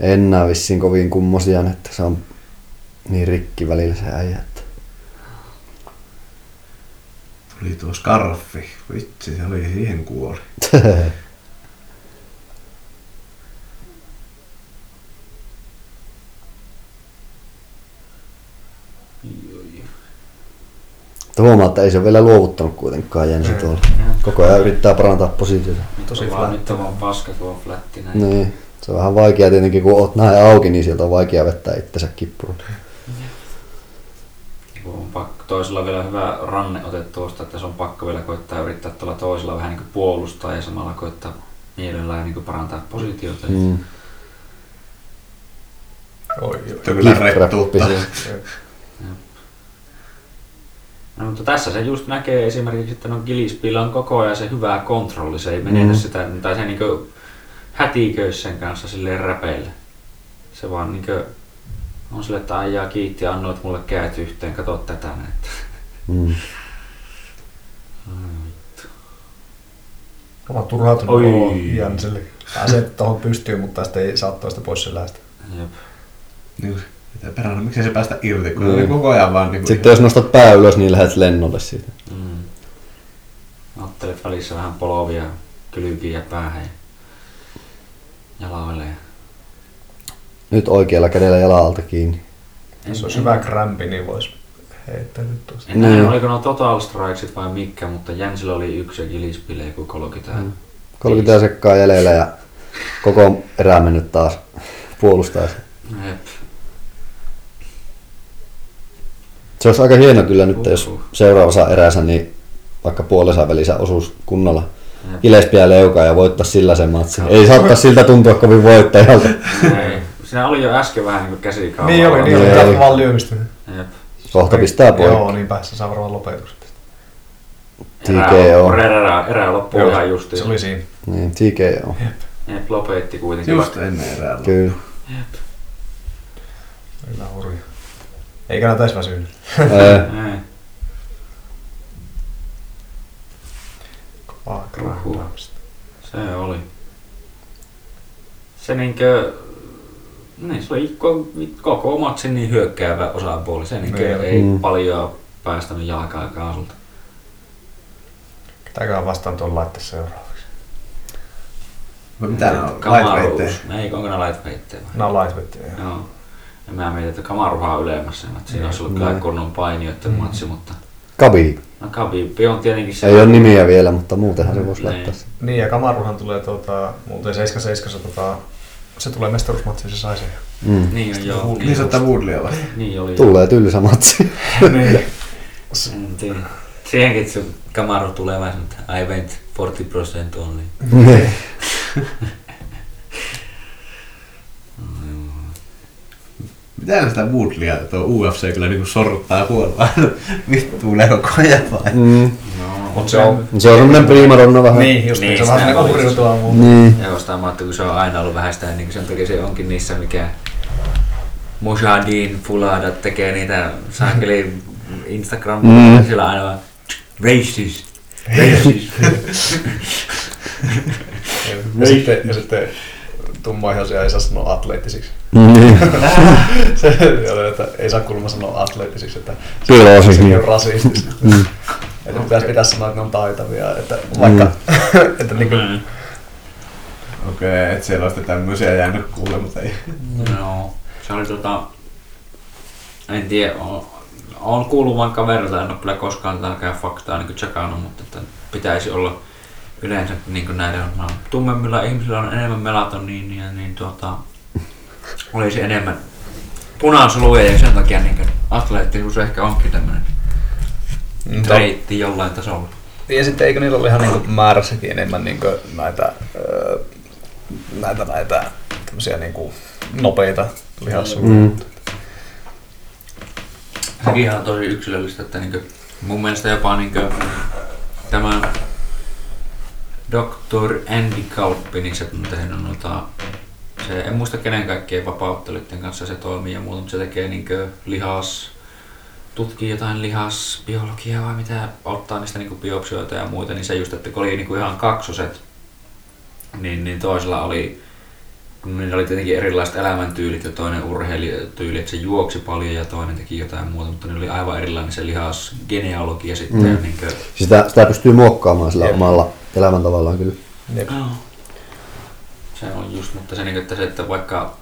S3: enää vissiin kovin kummosia, että se on niin rikki välillä se äijä. Että.
S4: Tuli tuo skarffi. Vitsi, se oli siihen kuori.
S3: Mutta Huomaa, että ei se ole vielä luovuttanut kuitenkaan Jensi
S2: Ei.
S3: tuolla. Koko ajan yrittää parantaa positiota.
S2: Tosi
S1: Tosi vaan,
S2: flätti.
S1: nyt on vaan paska tuo flätti näin.
S3: Niin. Se on vähän vaikea tietenkin, kun oot näin auki, niin sieltä on vaikea vettää itsensä kippuun.
S1: Kun Niinku on pakko, toisella on vielä hyvä ranne ote tuosta, että se on pakko vielä koittaa yrittää tuolla toisella vähän niin kuin puolustaa ja samalla koittaa mielellään niin kuin parantaa positiota. Mm.
S3: Mm.
S2: Oi, oi.
S4: Kyllä
S3: Gift-rappi
S4: rettuutta.
S3: siinä.
S1: No, mutta tässä se just näkee esimerkiksi, että no Gillespillä on koko ajan se hyvä kontrolli, se ei menetä
S3: Mm.
S1: sitä, tai se niinku hätiköi sen kanssa silleen räpeillä. Se vaan niinku on sille, että aijaa kiitti ja annoit mulle käät yhteen, kato tätä näin.
S3: Mm.
S2: Mä oon turhautunut
S1: Oi.
S2: Oi. Janselle. Pääsee tuohon pystyyn, mutta sitten ei saa toista pois sen lähestä.
S1: Jep.
S4: Niin kuin, että perhana, miksei se päästä irti, kun mm.
S3: Mm.
S4: ne koko ajan vaan niin kuin,
S3: Sitten jos nostat pää ylös, niin lähdet lennolle siitä.
S1: Mm. Ottelet välissä vähän polovia, kylkiä päähän ja jaloille. ja-
S3: Nyt oikealla kädellä jalalta kiinni.
S2: Jos olisi hyvä krämpi, niin vois heittää nyt tuosta.
S1: En tiedä,
S3: Niin.
S1: oliko ne Total Strikesit vai mikä, mutta Jensillä oli yksi ja Gillespille joku 30. Mm.
S3: 30 sekkaa jäljellä ja koko erä mennyt taas puolustaa. se.
S1: Jep.
S3: Se olisi aika hieno kyllä nyt,
S1: Uhuh.
S3: jos seuraavassa erässä niin vaikka puolessa välissä osuus kunnolla
S1: Jep.
S3: Gillespiä leukaa ja voittaa sillä se matsi. Ei saattaa siltä tuntua kovin voittajalta.
S1: Ei. Siinä oli jo äsken vähän niin käsikaava.
S2: Niin oli, niin oli.
S3: Joo.
S2: Tämä vaan lyömistä.
S1: Jep.
S3: Kohta pistää poikki.
S2: Joo, niin päässä saa varmaan lopetuksen.
S1: Erä,
S3: TKO.
S1: erä, erä, erä loppui
S2: Joo,
S1: ihan justiin.
S2: Se oli siinä.
S3: Niin, TKO.
S1: Jep, lopetti kuitenkin.
S4: just ennen erää.
S3: Kyllä.
S1: Jep.
S2: Kyllä hurja. Eikä näitä edes väsynyt.
S3: Ää,
S1: Ei.
S2: Vaan krämpäystä.
S1: Se oli. Se niinkö... Niin, se oli koko, koko matsin niin hyökkäävä osapuoli. Se niinkö
S2: Niin.
S1: ei
S3: Mm.
S1: paljon päästänyt jalkaa kaasulta.
S2: Ketäkään vastaan tuon laittaa seuraavaksi.
S4: Vai mitä ne on? Lightweight.
S1: Kamaruus. Ei, onko ne lightweighttejä vai?
S2: Nämä on lightweightia. joo.
S1: Joo. Ja mä mietin, että kamaruha on ylemmässä. Että siinä olisi ollut
S3: Mm.
S1: kyllä kunnon painijoiden
S2: Mm.
S1: matsi, mutta...
S3: Kabi.
S1: No Khabib on tietenkin se...
S3: Ei ole nimiä vielä, mutta muutenhan se voisi
S1: Niin.
S3: laittaa sen.
S2: Niin, ja Kamaruhan tulee tuota, muuten 7-7, tota, se tulee mestaruusmatsiin, se sai sen.
S3: Mm.
S1: Niin on, joo.
S4: Niin se
S1: Niin,
S4: ottaa Woodleya vasta.
S1: niin oli.
S3: Tulee tylsä matsi.
S2: niin.
S1: En tiedä. Siihenkin se Kamaru tulee vähän, että I went 40% only.
S3: Niin.
S4: Mitä sitä Woodleya, tuo UFC kyllä niinku sorruttaa huolella. Vittu leukoja vai?
S3: Mm.
S1: No,
S2: Mut se on...
S3: Se on semmonen primadonna vähän.
S2: Niin, just niin,
S1: Niin,
S2: se
S1: sitä
S2: vähän niinku
S1: oli.
S2: uhriutua muuta.
S3: Niin.
S1: Ja jostain mä ajattelin, kun se on aina ollut vähän sitä, niin sen takia se onkin niissä, mikä Mujahideen Fulada tekee niitä sankeli Instagramilla,
S3: Mm.
S1: mm. sillä aina vaan racist, racist.
S2: Ja sitten, ja sitten tummaihoisia ei saa sanoa atleettisiksi.
S3: Niin.
S2: se, että ei saa kuulemma sanoa atleettisiksi, että
S3: Kyllä on siis
S2: sekin
S3: niin.
S2: on rasistista.
S3: Mm.
S2: Että pitäisi pitää sanoa, että ne on taitavia, että vaikka,
S3: Mm.
S2: että
S1: Niin
S2: niinku,
S4: Okei, et siellä on sitten tämmöisiä jäänyt kuule, mutta ei.
S1: No, se oli tota, en tiedä, on, on kuullut vain kaverilta, en ole kyllä koskaan tälläkään faktaa niin tsekannut, mutta että pitäisi olla yleensä niin näiden no, tummemmilla ihmisillä on enemmän melatoniinia, niin tuota, olisi enemmän punaisluja ja sen takia niin atleettisuus ehkä onkin tämmöinen Mm.
S2: Mutta-
S1: treitti jollain tasolla.
S2: Ja sitten eikö niillä ole ihan niinku määrässäkin enemmän niinku näitä, öö, näitä, näitä tämmöisiä niinku nopeita lihassuuksia.
S3: Mm.
S1: Sekin ihan tosi yksilöllistä, että niinkö, mun mielestä jopa niinkö, tämä Dr. Andy Kauppi, niin se on tehnyt noita, se, en muista kenen kaikkien vapauttelijoiden kanssa se toimii ja muuta, mutta se tekee niinkö lihas, tutkii jotain lihasbiologiaa vai mitä, ottaa niistä niinku biopsioita ja muita, niin se just, että kun oli niinku ihan kaksoset, niin, niin toisella oli kun niillä oli tietenkin erilaiset elämäntyylit ja toinen urheilijatyyli, että se juoksi paljon ja toinen teki jotain muuta, mutta ne oli aivan erilainen se lihasgenealogia sitten.
S3: Mm.
S1: Mm. Niin kuin,
S3: Sitä, sitä pystyy muokkaamaan sillä
S2: Jep.
S3: omalla elämäntavallaan kyllä.
S2: Jep.
S1: Se on just, mutta se, niin että, se, että vaikka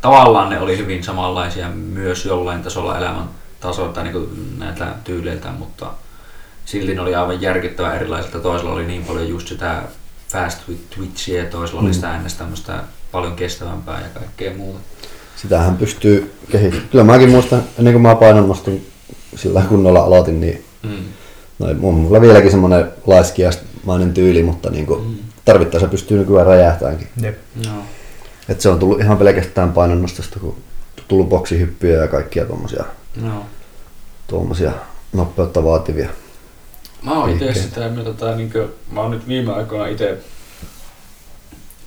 S1: tavallaan ne oli hyvin samanlaisia myös jollain tasolla elämän tasolla tai niin kuin näitä tyyleiltä, mutta silti ne oli aivan järkyttävän erilaisilta. Toisella oli niin paljon just sitä fast twitchiä ja toisella oli sitä ennestään tämmöistä paljon kestävämpää ja kaikkea muuta.
S3: Sitähän pystyy kehittämään. Kyllä mäkin muistan, ennen kuin mä painonnostin sillä kunnolla aloitin, niin
S1: Mm.
S3: no, on mulla vieläkin semmoinen laiskiasmainen tyyli, mutta niin kuin, tarvittaessa pystyy nykyään räjähtäänkin.
S2: Jep.
S1: No.
S3: Et se on tullut ihan pelkästään painonnostosta, kun tullut boksihyppyjä ja kaikkia tuommoisia
S1: No.
S3: tuommoisia nopeutta vaativia.
S1: Mä oon itse
S3: Liikkeet.
S1: sitä mieltä, tai niinkö, mä oon nyt viime aikoina itse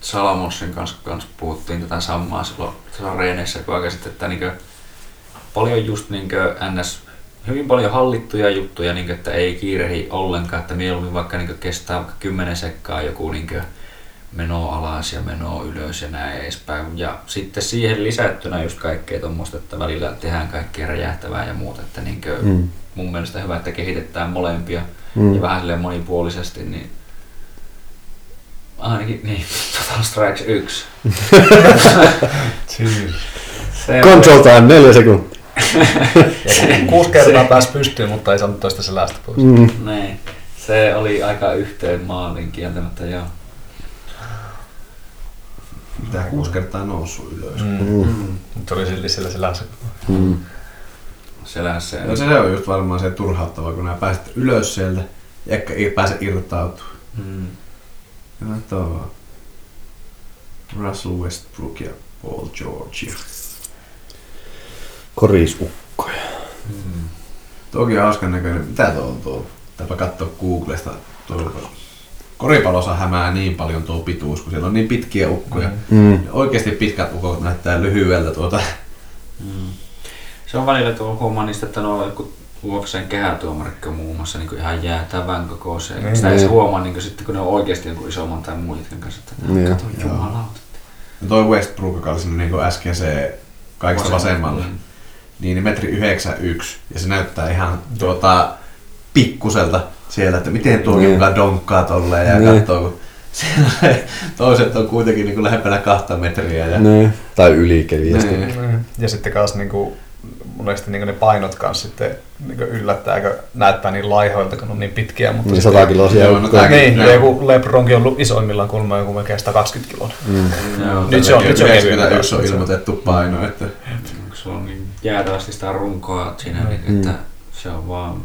S1: Salamossin kanssa, kanssa puhuttiin tätä samaa silloin tuossa reeneissä, kun aika sitten, että niinkö, paljon just niinkö ns hyvin paljon hallittuja juttuja, niinkö, että ei kiirehi ollenkaan, että mieluummin vaikka niinkö kestää vaikka kymmenen sekkaa joku niinkö meno alas ja meno ylös ja näin edespäin. Ja sitten siihen lisättynä just kaikkea tuommoista, että välillä tehdään kaikkea räjähtävää ja muuta, että niinkö,
S3: Mm.
S1: mun mielestä hyvä, että kehitetään molempia
S3: Mm.
S1: ja vähän silleen monipuolisesti, niin ainakin niin, Total Strikes 1.
S4: Cheers.
S1: Se
S3: Control time, neljä sekuntia.
S2: Ja kuusi kertaa pääsi pystyyn, mutta ei saanut toista selästä pois.
S3: Mm.
S1: Niin, se oli aika yhteen maalin kieltämättä, joo.
S4: Mitä kuusi kertaa noussut ylös. Mm.
S2: Mm.
S1: Mm.
S2: Nyt oli silti sillä selässä.
S3: Mm.
S1: Selässä.
S4: No se, se on just varmaan se turhauttava, kun nää pääset ylös sieltä ja eikä ei pääse irtautumaan.
S1: Mm.
S4: Ja tuo Russell Westbrook ja Paul George. ja
S3: Korisukkoja.
S1: Mm.
S4: Toki hauskan näköinen. Mitä tuo on tuo? Pitääpä katsoa Googlesta. Tuo koripallossa hämää niin paljon tuo pituus, kun siellä on niin pitkiä ukkoja. Mm.
S3: Mm.
S4: Oikeasti pitkät ukot näyttää lyhyeltä tuota.
S1: Mm. Se on välillä tuolla huomaa niistä, että nuo joku UFCn kehätuomarit on muun muassa niin ihan jäätävän kokoisia.
S2: Niin,
S1: Niin, Sitä ei se
S3: niin.
S1: huomaa niin sitten, kun ne on oikeasti joku isomman tai muun jätkän kanssa. Että,
S3: Niin.
S1: kato, jumalauta.
S4: Ja toi Westbrook, joka oli sinne niin kuin äsken se kaikista vasemmalle,
S1: Mm.
S4: niin niin metri 91 ja se näyttää ihan tuota pikkuselta siellä, että miten tuo
S3: Niin.
S4: joka donkkaa tolleen ja
S3: Niin.
S4: katsoo, kun siellä toiset on kuitenkin niin kuin lähempänä kahta metriä. Ja,
S3: Ne. Tai ylikeviästi.
S2: Mm.
S4: Niin.
S2: Ja sitten kanssa niinku, monesti niinku ne painot kanssa sitten niinku yllättää, kun näyttää niin laihoilta, kun on niin pitkiä. Mutta
S3: Niin
S2: sitten-
S3: 100 kiloisia
S4: Joo, no
S3: ukkoja.
S4: tääkin.
S2: Niin,
S4: Joo.
S2: ja joku Lebronkin on ollut isoimmillaan kulma joku melkein 120 kiloa.
S3: Mm.
S1: Joo.
S4: Niin
S2: Nyt se on- nyt se on kevyempi.
S4: 91 on ilmoitettu paino, että
S1: Onko sulla on niin jäätävästi sitä runkoa siinä, niin
S3: Mm.
S1: että se on vaan...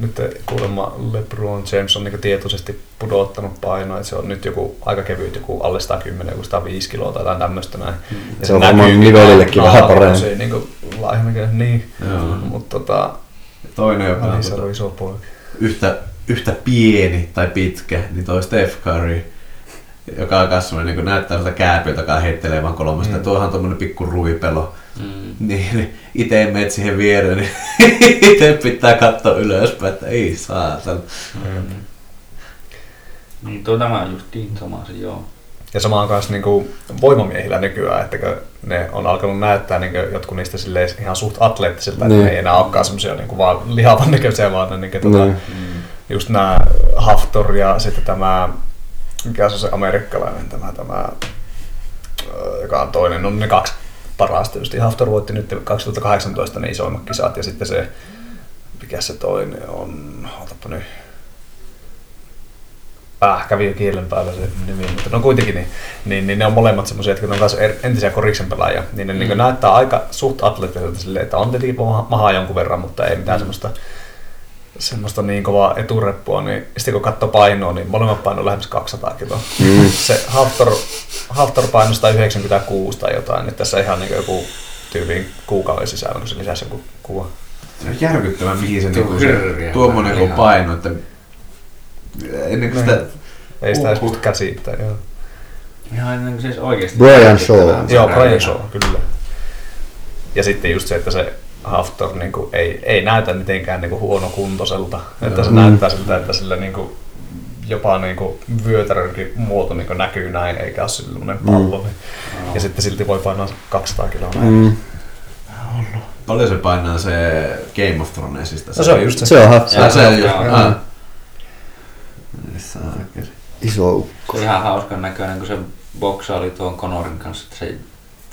S2: Nyt kuulemma LeBron James on niinku tietoisesti pudottanut painoa, että se on nyt joku aika kevyt, joku alle 110, joku 105 kiloa tai jotain tämmöistä näin.
S4: Mm.
S3: Se on varmaan
S2: niinku
S3: nivelillekin vähän paremmin.
S2: Se niinku laihemmin, niin.
S4: Joo.
S2: Mutta tota,
S4: toinen, joka on
S2: niin se
S4: tuota,
S2: on iso poika.
S4: yhtä, yhtä pieni tai pitkä, niin toi Steph Curry, joka on kanssa niin näyttää sieltä kääpiltä, joka heittelee vaan kolmesta.
S2: Mm.
S4: Mm. Tuohan on tommonen pikku ruipelo.
S1: Mm.
S4: Niin, niin ite menet siihen viereen, niin ite pitää katsoa ylöspäin, että ei saa.
S1: Mm. Niin tuo tämä on just niin sama se, joo.
S2: Ja sama on myös niinku voimamiehillä nykyään, että kun ne on alkanut näyttää niinku jotkut niistä silleen ihan suht atleettisilta, että
S3: Niin.
S2: ne ei enää olekaan semmoisia niinku vaan lihavan näköisiä, vaan ne niinku tota,
S3: Niin.
S1: Mm.
S2: just nämä Haftor ja sitten tämä, mikä se on se amerikkalainen tämä, tämä ö, joka on toinen, on ne kaksi parasta. Tietysti Haftor voitti nyt 2018 ne isoimmat kisat ja sitten se, mikä se toinen on, otapa nyt, Äh, kävi jo kielen päällä se nimi, mutta no kuitenkin, niin, niin, niin ne on molemmat semmoisia, että kun ne on taas er- entisiä koriksen pelaajia, niin ne mm. niin näyttää aika suht atleettiselta silleen, että on tietenkin maha- mahaa jonkun verran, mutta ei mitään mm. semmoista semmoista niin kovaa etureppua, niin sitten kun katsoo painoa, niin molemmat paino on lähes 200 kiloa. Mm. Se Haftor, Haftor painoi 196 tai jotain, niin tässä ihan niin joku tyyliin kuukauden sisällä, kun se lisäsi joku kuva.
S4: Se on järkyttävää, mihin se,
S1: Tuo
S4: niinku, se
S1: hyrriä.
S4: tuommoinen kun
S1: Ihan.
S4: paino, Niin. että ennen kuin sitä...
S2: Ei sitä edes
S4: Uhuh.
S2: pysty käsittää, joo.
S1: Ihan niin kuin siis oikeasti.
S3: Brian Shaw.
S2: Joo, Brian Shaw, kyllä. Ja sitten just se, että se Haftor niin kuin, ei, ei näytä mitenkään niin kuin huonokuntoiselta. Että se
S3: Mm.
S2: näyttää siltä, että sillä niin kuin, jopa niin kuin, vyötärönkin muoto niin kuin, näkyy näin, eikä ole sellainen pallo. Mm. Ja sitten silti voi painaa 200 kiloa näin.
S3: Mm.
S4: Paljon se painaa se Game of Thronesista?
S2: No se on just se.
S3: Se on ha-
S4: Se, se, on just, ah.
S1: Joo.
S4: aa. Saakeli.
S3: iso ukko.
S1: Se on ihan hauskan näköinen, kun se boksa oli tuon Conorin kanssa, että se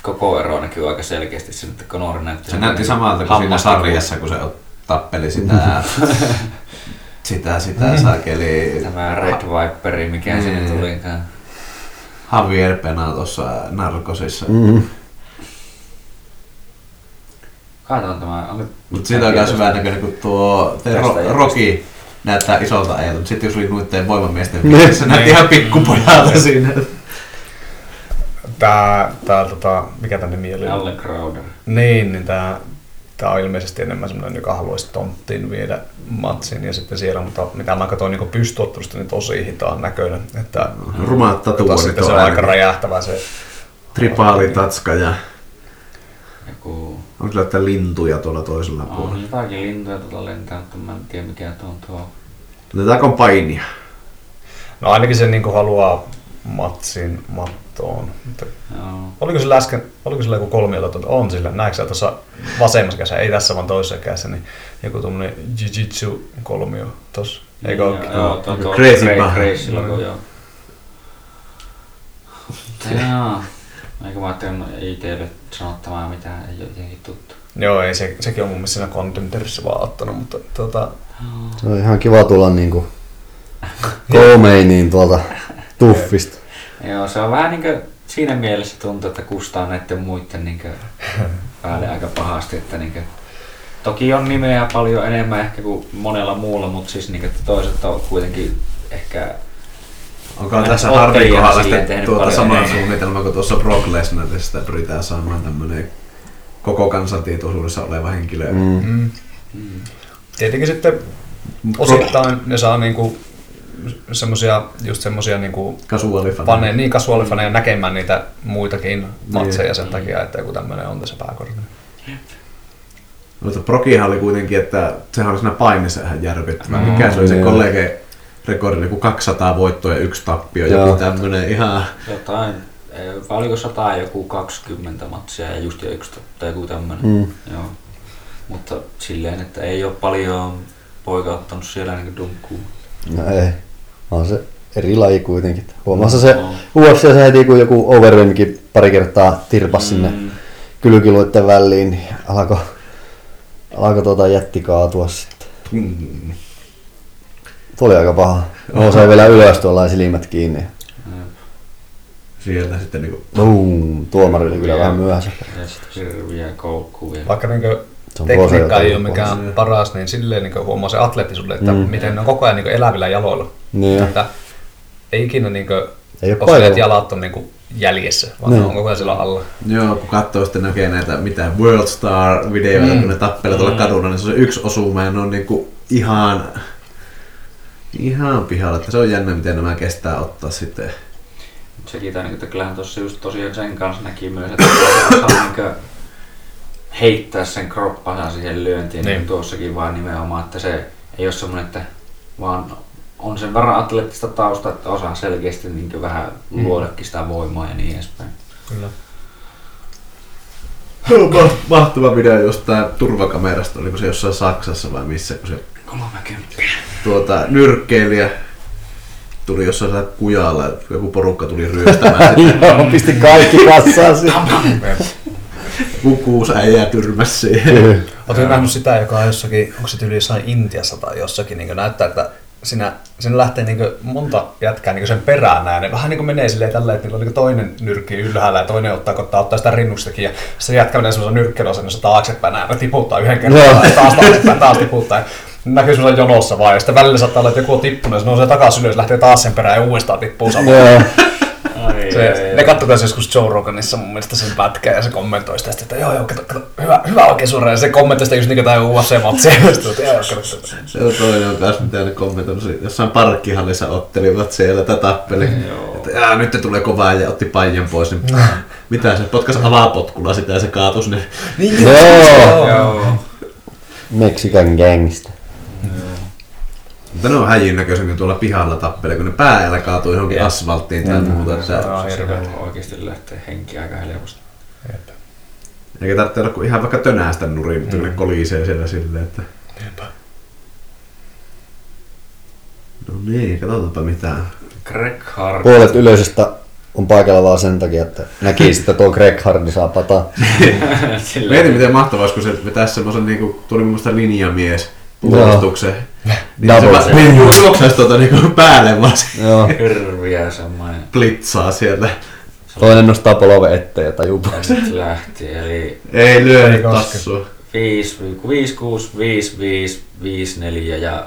S1: koko ero näkyy aika selkeästi sen, että Conor näytti.
S4: Se näytti samalta kuin siinä
S1: hammasta-
S4: sarjassa, kun se tappeli sitä, sitä, sitä saakeli
S1: Tämä Red Viperi, mikä mm.
S4: Mm.
S1: sinne tulikaan.
S4: Javier Pena tuossa narkosissa.
S3: Mm.
S1: Katsotaan tämä. Onko...
S4: Mutta siitä on myös hyvä näköinen, kun tuo te
S1: Tästä
S4: ro,
S1: jätkästä.
S4: Roki näyttää isolta ajalta, mutta sitten jos oli nuitteen voimamiesten
S3: Niin.
S4: niin, se näytti ihan pikkupojalta siinä.
S2: Tää, tää tota, mikä tän nimi oli?
S1: Allen Crowder.
S2: Niin, niin tää Tämä on ilmeisesti enemmän semmoinen, joka haluaisi tonttiin viedä matsin ja sitten siellä, mutta mitä mä katsoin niin pystyottelusta, niin tosi hitaan näköinen. Että,
S4: Rumat
S2: mutta
S4: tatuoinnit
S2: sitten se on aika räjähtävä se.
S4: Tripaali tatska ja
S1: Joku...
S4: on kyllä että lintuja tuolla toisella puolella.
S1: On jotakin lintuja tuota lentää, mutta mä en tiedä mikä tuo on tuo.
S4: Otetaanko painia?
S2: No ainakin se niin kuin haluaa matsin mattoon. Mutta
S1: Joo.
S2: Oliko sillä äsken, oliko sillä joku kolmiota, että on sillä, näetkö sä tuossa vasemmassa kädessä, ei tässä vaan toisessa kädessä, niin joku tuommoinen jiu-jitsu kolmio tuossa, eikö
S1: Joo,
S2: ookin?
S1: Joo, tuo tuo
S4: Crazy
S1: crazy
S4: paha.
S1: crazy logo, joo. Mutta joo. Eikö mä ajattelin, no ei teille sanottavaa mitään, ei ole jotenkin tuttu.
S2: Joo, ei, se, sekin on mun mielestä siinä Contenderissa vaan ottanut, mutta tota,
S3: Se on ihan kiva tulla niinku koomeiniin tuolta tuffista.
S1: Joo, se on vähän niinkö siinä mielessä tuntuu, että kustaa näiden muiden niinkö päälle aika pahasti, että niinkö Toki on nimeä paljon enemmän ehkä kuin monella muulla, mutta siis niinkö että toiset on kuitenkin ehkä
S4: Onko
S1: Mä
S4: tässä
S1: oon
S4: Harvey
S1: teidän
S4: kohdalla
S1: silleen
S4: sitten
S1: tehnyt
S4: tuota
S1: paljon niin.
S4: samaa
S1: enemmän.
S4: suunnitelmaa kuin tuossa Brock Lesnarista pyritään saamaan tämmöinen koko kansan tietoisuudessa oleva henkilö. Mm.
S3: Mm.
S2: mm. tietenkin sitten osittain ne saa niinku semmosia, just semmosia niinku
S4: Kasuaalifani.
S2: fane, niin kasuaalifaneja näkemään niitä muitakin matseja sen takia, että joku tämmöinen on tässä pääkortti.
S4: Mutta Brokihan oli kuitenkin, että sehän oli siinä painissa ihan järkyttävä.
S2: Mm,
S4: Mikä se oli se
S3: joo.
S4: kollege rekordi, joku 200 voittoa ja yksi tappio,
S3: Joo.
S4: joku tämmönen ihan...
S1: jotain, eh, vai oliko 100 ja joku 20 matsia ja just jo yksi ta- tai joku tämmönen.
S3: Mm.
S1: Joo. Mutta silleen, että ei ole paljon poika ottanut siellä niinku dunkkuun.
S3: No ei. On se eri laji kuitenkin. Huomassa se
S1: Mm.
S3: UFC se heti kun joku overrimkin pari kertaa tirpas mm. sinne kylkiluitten väliin, niin alkoi alko tuota jätti kaatua sitten.
S4: Mm.
S3: Tuo oli aika paha. Nousee vielä ylös tuolla ja silmät kiinni.
S1: Mm.
S4: Sieltä sitten niinku...
S3: Boom, tuomari oli kyllä vähän myöhässä.
S1: Ja sitten hirviä koukkuu. Ja...
S2: Vaikka niinku
S3: Se on
S2: tekniikka
S3: prosa
S2: ei ole
S3: jotain
S2: mikään
S4: puolesta.
S2: paras, niin silleen niin huomaa se atleettisuuden, että
S3: Mm.
S2: mm. miten ne on koko ajan niin elävillä jaloilla.
S3: Niin jo.
S2: Että ei ikinä niin kuin,
S3: Ei oo
S2: koska
S3: paikalla.
S2: ne jalat on niin kuin jäljessä, vaan
S3: Niin.
S2: ne on koko ajan siellä alla.
S4: Joo, kun katsoo sitten näkee näitä mitä World Star videoita, mm. kun ne tappelee tuolla kadulla, niin se on se yksi osuma ja ne on niinku ihan... Ihan pihalla, että se on jännä miten nämä kestää ottaa sitten.
S1: Mut Sekin tämän, että kyllähän tuossa just tosiaan sen kanssa näki myös, että saa niinkö heittää sen kroppansa siihen lyöntiin, niin.
S2: Niin.
S1: tuossakin vaan nimenomaan, että se ei ole semmoinen, että vaan on sen verran atleettista tausta, että osaa selkeästi niin vähän luodakin sitä voimaa ja niin edespäin.
S2: Kyllä.
S4: Ma- Mahtava video jostain turvakamerasta, oliko se jossain Saksassa vai missä, kun se
S1: 30.
S4: tuota, nyrkkeilijä tuli jossain siellä kujalla, että joku porukka tuli ryöstämään sitä
S3: Joo, pisti kaikki kassaan sitten.
S4: kukuus äijä tyrmäs siihen.
S3: Kyllä.
S2: Oletko nähnyt sitä, joka on jossakin, onko se tyyli jossain Intiassa tai jossakin, niin näyttää, että sinä, sinä lähtee niin monta jätkää niin sen perään näin. Ne vähän niin kuin menee silleen tälleen, että niillä on niin toinen nyrkki ylhäällä ja toinen ottaa, ottaa, ottaa sitä rinnuksestakin. Ja se jätkä menee semmoisen nyrkkelyasennossa taaksepäin näin, ja tiputtaa yhden kerran,
S3: Joo.
S2: ja taas taaksepäin, taas tiputtaa. Ja Näkyy semmoisen jonossa vaan, ja sitten välillä saattaa olla, että joku on tippunut, ja se nousee takaisin ylös, lähtee taas sen perään ja uudestaan tippuu samaan.
S3: Joo.
S1: Ai,
S2: Se, ne kattokaa joskus Joe Roganissa mun mielestä sen pätkää ja se kommentoi sitä, että joo joo, kato, kato, hyvä, hyvä oikein suora. Ja se kommentoi sitä just niin tai UFC-matsia. Ja sitten, että joo, joo, kato, kato.
S4: Se on toinen on kanssa, mitä ne kommentoinut. siitä. Jossain parkkihallissa ottelivat siellä tätä tappeli.
S1: Joo.
S4: Että jaa, nyt tulee kovaa ja otti paijan pois. Niin, mitä se potkas alapotkulla sitä ja se kaatui sinne.
S2: Niin,
S3: Joo.
S1: Joo.
S3: Mexican gangsta.
S4: Mutta ne on häijyn näköisen, kun tuolla pihalla tappelee, kun ne päällä kaatuu johonkin
S2: Jep.
S4: asfalttiin tai muuta.
S1: Se
S4: Että
S2: on
S1: on
S2: hirveä.
S1: hirveä. Oikeasti lähtee henki aika helposti.
S4: eikä tarvitse olla kuin ihan vaikka tönästä nurin, mutta kun ne kolisee siellä silleen, että no niin, katsotaanpa mitä.
S1: Greg Hart.
S3: Puolet yleisöstä on paikalla vaan sen takia, että näki sitten tuo Greg Hardy saa pataa.
S1: Silleen.
S4: Mietin, miten mahtavaa olisi, kun se vetäisi semmoisen, niin kuin, tuli mun mielestä linjamies puolustuksen. Niin se
S3: Double.
S4: vaan niin ju- juoksaisi tuota niin kuin päälle vaan se
S3: Joo.
S1: Hirviä semmoinen.
S4: blitzaa siellä.
S3: Toinen nostaa polven eteen ja tajuu
S1: Ja
S3: pois.
S1: nyt lähti, eli
S4: Ei lyö
S2: Ei
S4: nyt
S2: koske.
S4: tassua.
S1: 5, 5, 6, 5, 5, 5, 4 ja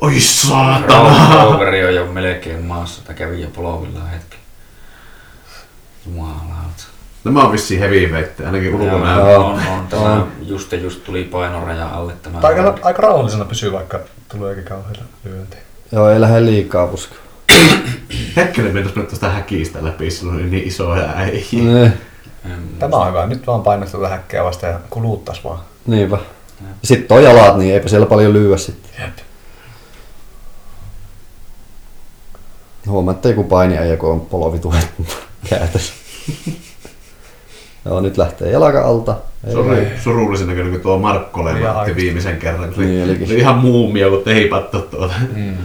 S4: Oi saatana!
S1: Roveri on jo melkein maassa, tai kävi jo polvillaan hetki. Jumalauta.
S4: Nämä on No vissiin heavyweight, ainakin ulkonäön.
S3: Joo.
S1: on, on, on. Tämä just ja just tuli painoraja alle tämä.
S2: Tai aika, aika rauhallisena pysyy, vaikka tulee oikein kauheita lyöntejä.
S3: Joo, ei lähde liikaa puska.
S4: Hetkinen mennä mennä tuosta häkistä läpi, sillä oli niin isoja äijiä.
S3: Ne,
S1: Mm,
S2: Tämä on hyvä. Nyt vaan painat tätä häkkeä vasta ja kuluuttais vaan.
S3: niinpä. Sitten on jalat, niin eipä siellä paljon lyö sitten.
S2: Jep.
S3: Huomaa, että joku painiäijä, kun on polovituhet käytössä. Joo, nyt lähtee jalka alta. Ei
S4: Se oli surullisen näköinen, kun tuo Markko levätti
S2: aivan.
S4: viimeisen kerran. Se
S3: Niin,
S4: oli,
S3: olikin.
S4: se oli ihan muumia, kun ei patto tuota.
S1: Mm.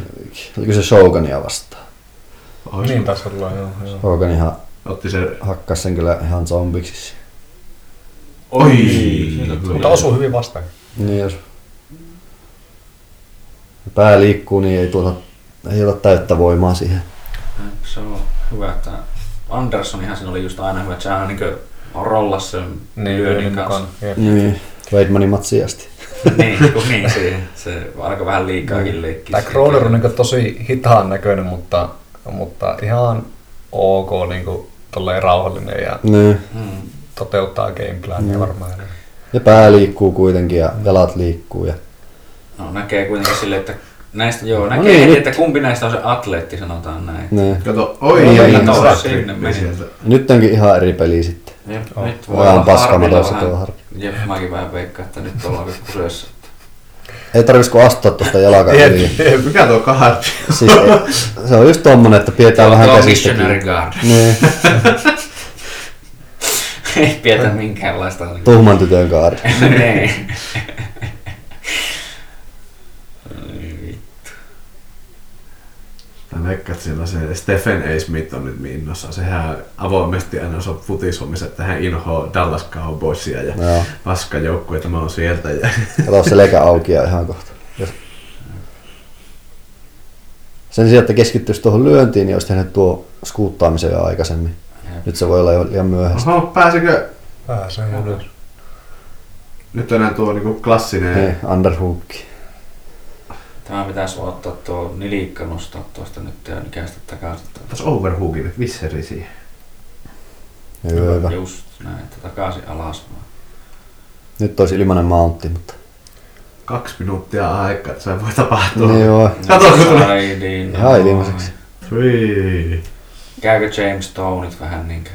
S3: Oliko se Shogania vastaan?
S4: Ois-
S2: Niin taisi olla, joo. joo.
S3: Shogun ihan
S4: Otti se...
S3: hakkas sen kyllä ihan zombiksi.
S4: Oi!
S1: Sieltä tuli.
S2: Mutta osuu hyvin vastaan.
S3: Niin jos pää liikkuu, niin ei, tuota, ei ole täyttä voimaa siihen.
S1: Se on hyvä, että Anderssonihan siinä oli just aina hyvä, että sehän niin rollas sen niin, lyönnin kanssa.
S2: Jep.
S3: Niin. Weidmanin matsiin asti.
S1: niin, kun niin, se, se alkoi vähän liikaakin leikkiä.
S2: Tämä
S1: siinä.
S2: crawler on niin tosi hitaan näköinen, mutta, mutta ihan ok, niin kuin, tolleen rauhallinen ja
S3: Niin.
S1: Mm.
S2: toteuttaa gameplania varmaan.
S3: Ja pää liikkuu kuitenkin ja jalat liikkuu. Ja...
S1: No, näkee kuitenkin silleen, että näistä, joo, näkee
S3: niin,
S1: heti,
S3: nyt.
S1: että kumpi näistä on se atleetti, sanotaan näin.
S3: Ne.
S4: Kato, oi!
S3: No,
S4: No,
S3: meni
S1: taas
S4: niin,
S1: sinne,
S4: sinne
S1: meni.
S4: meni. Sieltä.
S3: Nyt onkin ihan eri peli sitten.
S1: Jep,
S2: Joo.
S1: nyt
S3: Vähän
S1: olla
S3: paskamatossa
S1: harmilla
S3: tuo
S1: vähän.
S3: harmi.
S1: Jep, mäkin vähän veikkaan, että nyt ollaan kyllä kuseessa.
S3: Ei tarvitsisi kuin astua tuosta jalakaan yli.
S4: Mikä tuo kahart?
S3: Siis, ei- se on just tommonen, että pidetään vähän
S1: Tuo on
S3: käsistäkin.
S1: missionary guard.
S3: Niin,
S1: Ei pidetä minkäänlaista.
S3: tuhman tytön kaari.
S1: Niin. Ai vittu.
S4: Mä veikkaan, että siellä se Stephen A. Smith on nyt innossa. Sehän avoimesti aina on futishommissa, että hän inhoaa Dallas Cowboysia ja
S3: Joo.
S4: paskajoukkue, tämä on sieltä. Ja
S3: Kato se leikä auki ja ihan kohta. Jos... Sen sijaan, että keskittyisi tuohon lyöntiin, niin olisi tehnyt tuo skuuttaamisen jo aikaisemmin.
S1: Jep.
S3: Nyt se voi olla jo liian myöhäistä.
S4: Oho, pääsikö
S2: Pääsee ylös.
S4: nyt enää tuo niinku klassinen?
S3: Hei, Niin, underhook.
S1: Tämä pitäisi ottaa tuo nilikka nostaa tuosta nyt ja nykäistä takaisin. tuota.
S4: Tässä overhookille, visseri siihen.
S3: Hyvä. hyvä.
S1: Just näin, että takaisin alas vaan.
S3: Nyt olisi ilmanen mountti, mutta...
S4: Kaksi minuuttia aikaa, että se voi tapahtua.
S3: Niin joo.
S4: Kato, kun tulee.
S1: Ai niin,
S3: Ihan
S1: no.
S3: ilmaiseksi.
S4: Three.
S1: Käykö James Stoneit vähän niinkö?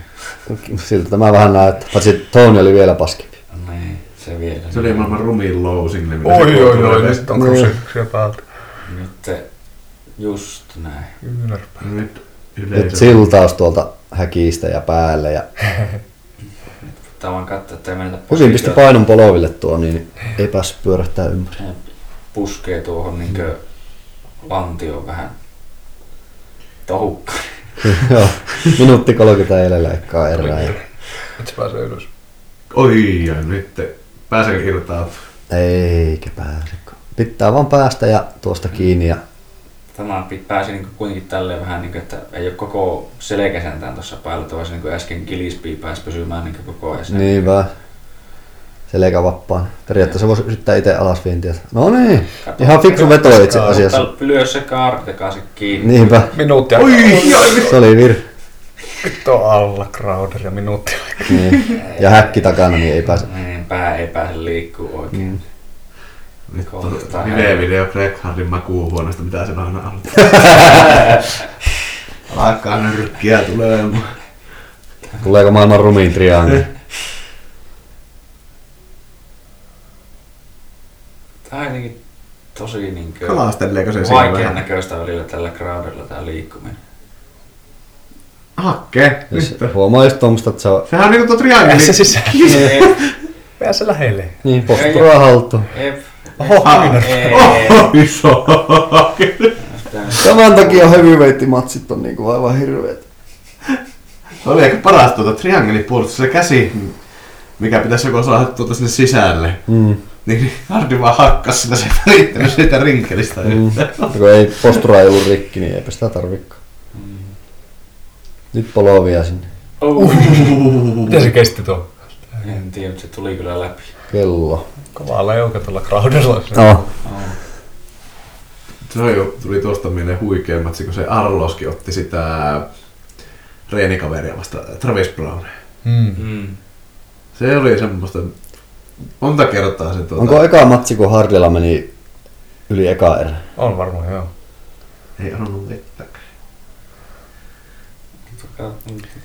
S3: Siltä tämä vähän näyttää. Paitsi Tony oli vielä paskempi.
S1: Niin, se vielä.
S4: Se oli maailman rumin low single, mitä se
S2: Oi, oi,
S4: tulee
S2: oi,
S4: vestä.
S2: nyt on krusifiksia Niin. päältä.
S1: Nyt se- just näin.
S2: Kyynärpää.
S4: Nyt
S3: Nyt
S4: yleisö.
S3: siltaus tuolta häkistä ja päälle. Ja
S1: Pitää vaan katsoa, ettei menetä
S3: hyvin pisti painon poloville tuo, niin ei päässyt pyörähtää ympäri.
S1: Ne Puskee tuohon niinkö lantioon vähän tohukka.
S3: Joo. Minuutti 30 edellä leikkaa erää. Ja...
S2: Nyt se pääsee ylös.
S4: Oi, ja nyt pääseekö irtaan?
S3: Eikä pääse. Pitää vaan päästä ja
S1: Mm.
S3: tuosta kiinni. Ja...
S1: Tämä pi- pääsi niinku kuitenkin tälleen vähän, niinku, että ei ole koko selkäsentään tuossa päällä, että voisi niinku äsken Gillespie pääsi pysymään niinku koko ajan. siinä.
S3: Niin vaan. Selkä vappaan. Periaatteessa voisi yrittää itse alas vientiä. No niin.
S1: Kato.
S3: Ihan fiksu veto itse asiassa.
S1: Mutta lyö se kaari takaisin kiinni.
S3: Niinpä.
S2: Minuutti aikaa.
S4: Oi, joi,
S3: Se oli vir.
S2: Nyt on alla Crowder ja minuutti aikaa.
S3: Niin. Ja häkki takana, niin ei pääse.
S1: Niin, pää ei pääse liikkuu oikein.
S3: Niin.
S4: Nyt
S1: Kohta.
S4: on live-video Greg Hardin makuuhuoneesta, mitä se on ollut. Alkaa nyrkkiä tulee.
S3: Tuleeko maailman rumiin triangeli?
S1: Tämä on jotenkin tosi niinkö
S4: Kalasteleeko se siinä
S1: vaikean
S4: vähän?
S1: näköistä välillä tällä crowdilla tää liikkuminen.
S4: Hakke,
S3: Jos
S4: nyt.
S3: huomaa just tuommoista, että se on
S4: Sehän on niinku tuo
S2: Pääs se siis-
S4: triangeli.
S2: sisään.
S1: Ei,
S2: Pääs se lähelle.
S3: niin posturaa haltuun.
S1: ei,
S2: Oho, kyynärpää.
S1: ei,
S4: Oho, Oh, iso.
S3: Tämän takia heavyweight-matsit on niinku aivan hirveet.
S4: Se oli ehkä paras tuota triangelipuolustus, se käsi, mikä pitäisi joko saada tuota sinne sisälle.
S3: Mm.
S4: Niin Hardi vaan hakkas sitä, se ei riittänyt siitä rinkelistä.
S3: Mm.
S4: Mm.
S3: Ja Kun ei postura ei ollut rikki, niin eipä sitä tarvikaan. Mm. Nyt polovia sinne.
S1: Oh,
S2: Miten se kesti tuo?
S1: en tiedä, mutta se tuli kyllä läpi.
S3: Kello.
S2: Kovaa leuka tuolla Crowderilla.
S3: No.
S1: Oh.
S4: Se on jo- tuli tuosta mieleen huikea matsi, kun se Arloski otti sitä reenikaveria vasta, Travis Brown.
S2: Mm.
S1: Mm.
S4: Se oli semmoista, monta kertaa se tuota...
S3: Onko eka matsi, kun Hardilla meni yli eka erä?
S2: On varmaan, joo.
S4: Ei anonut vettäkään.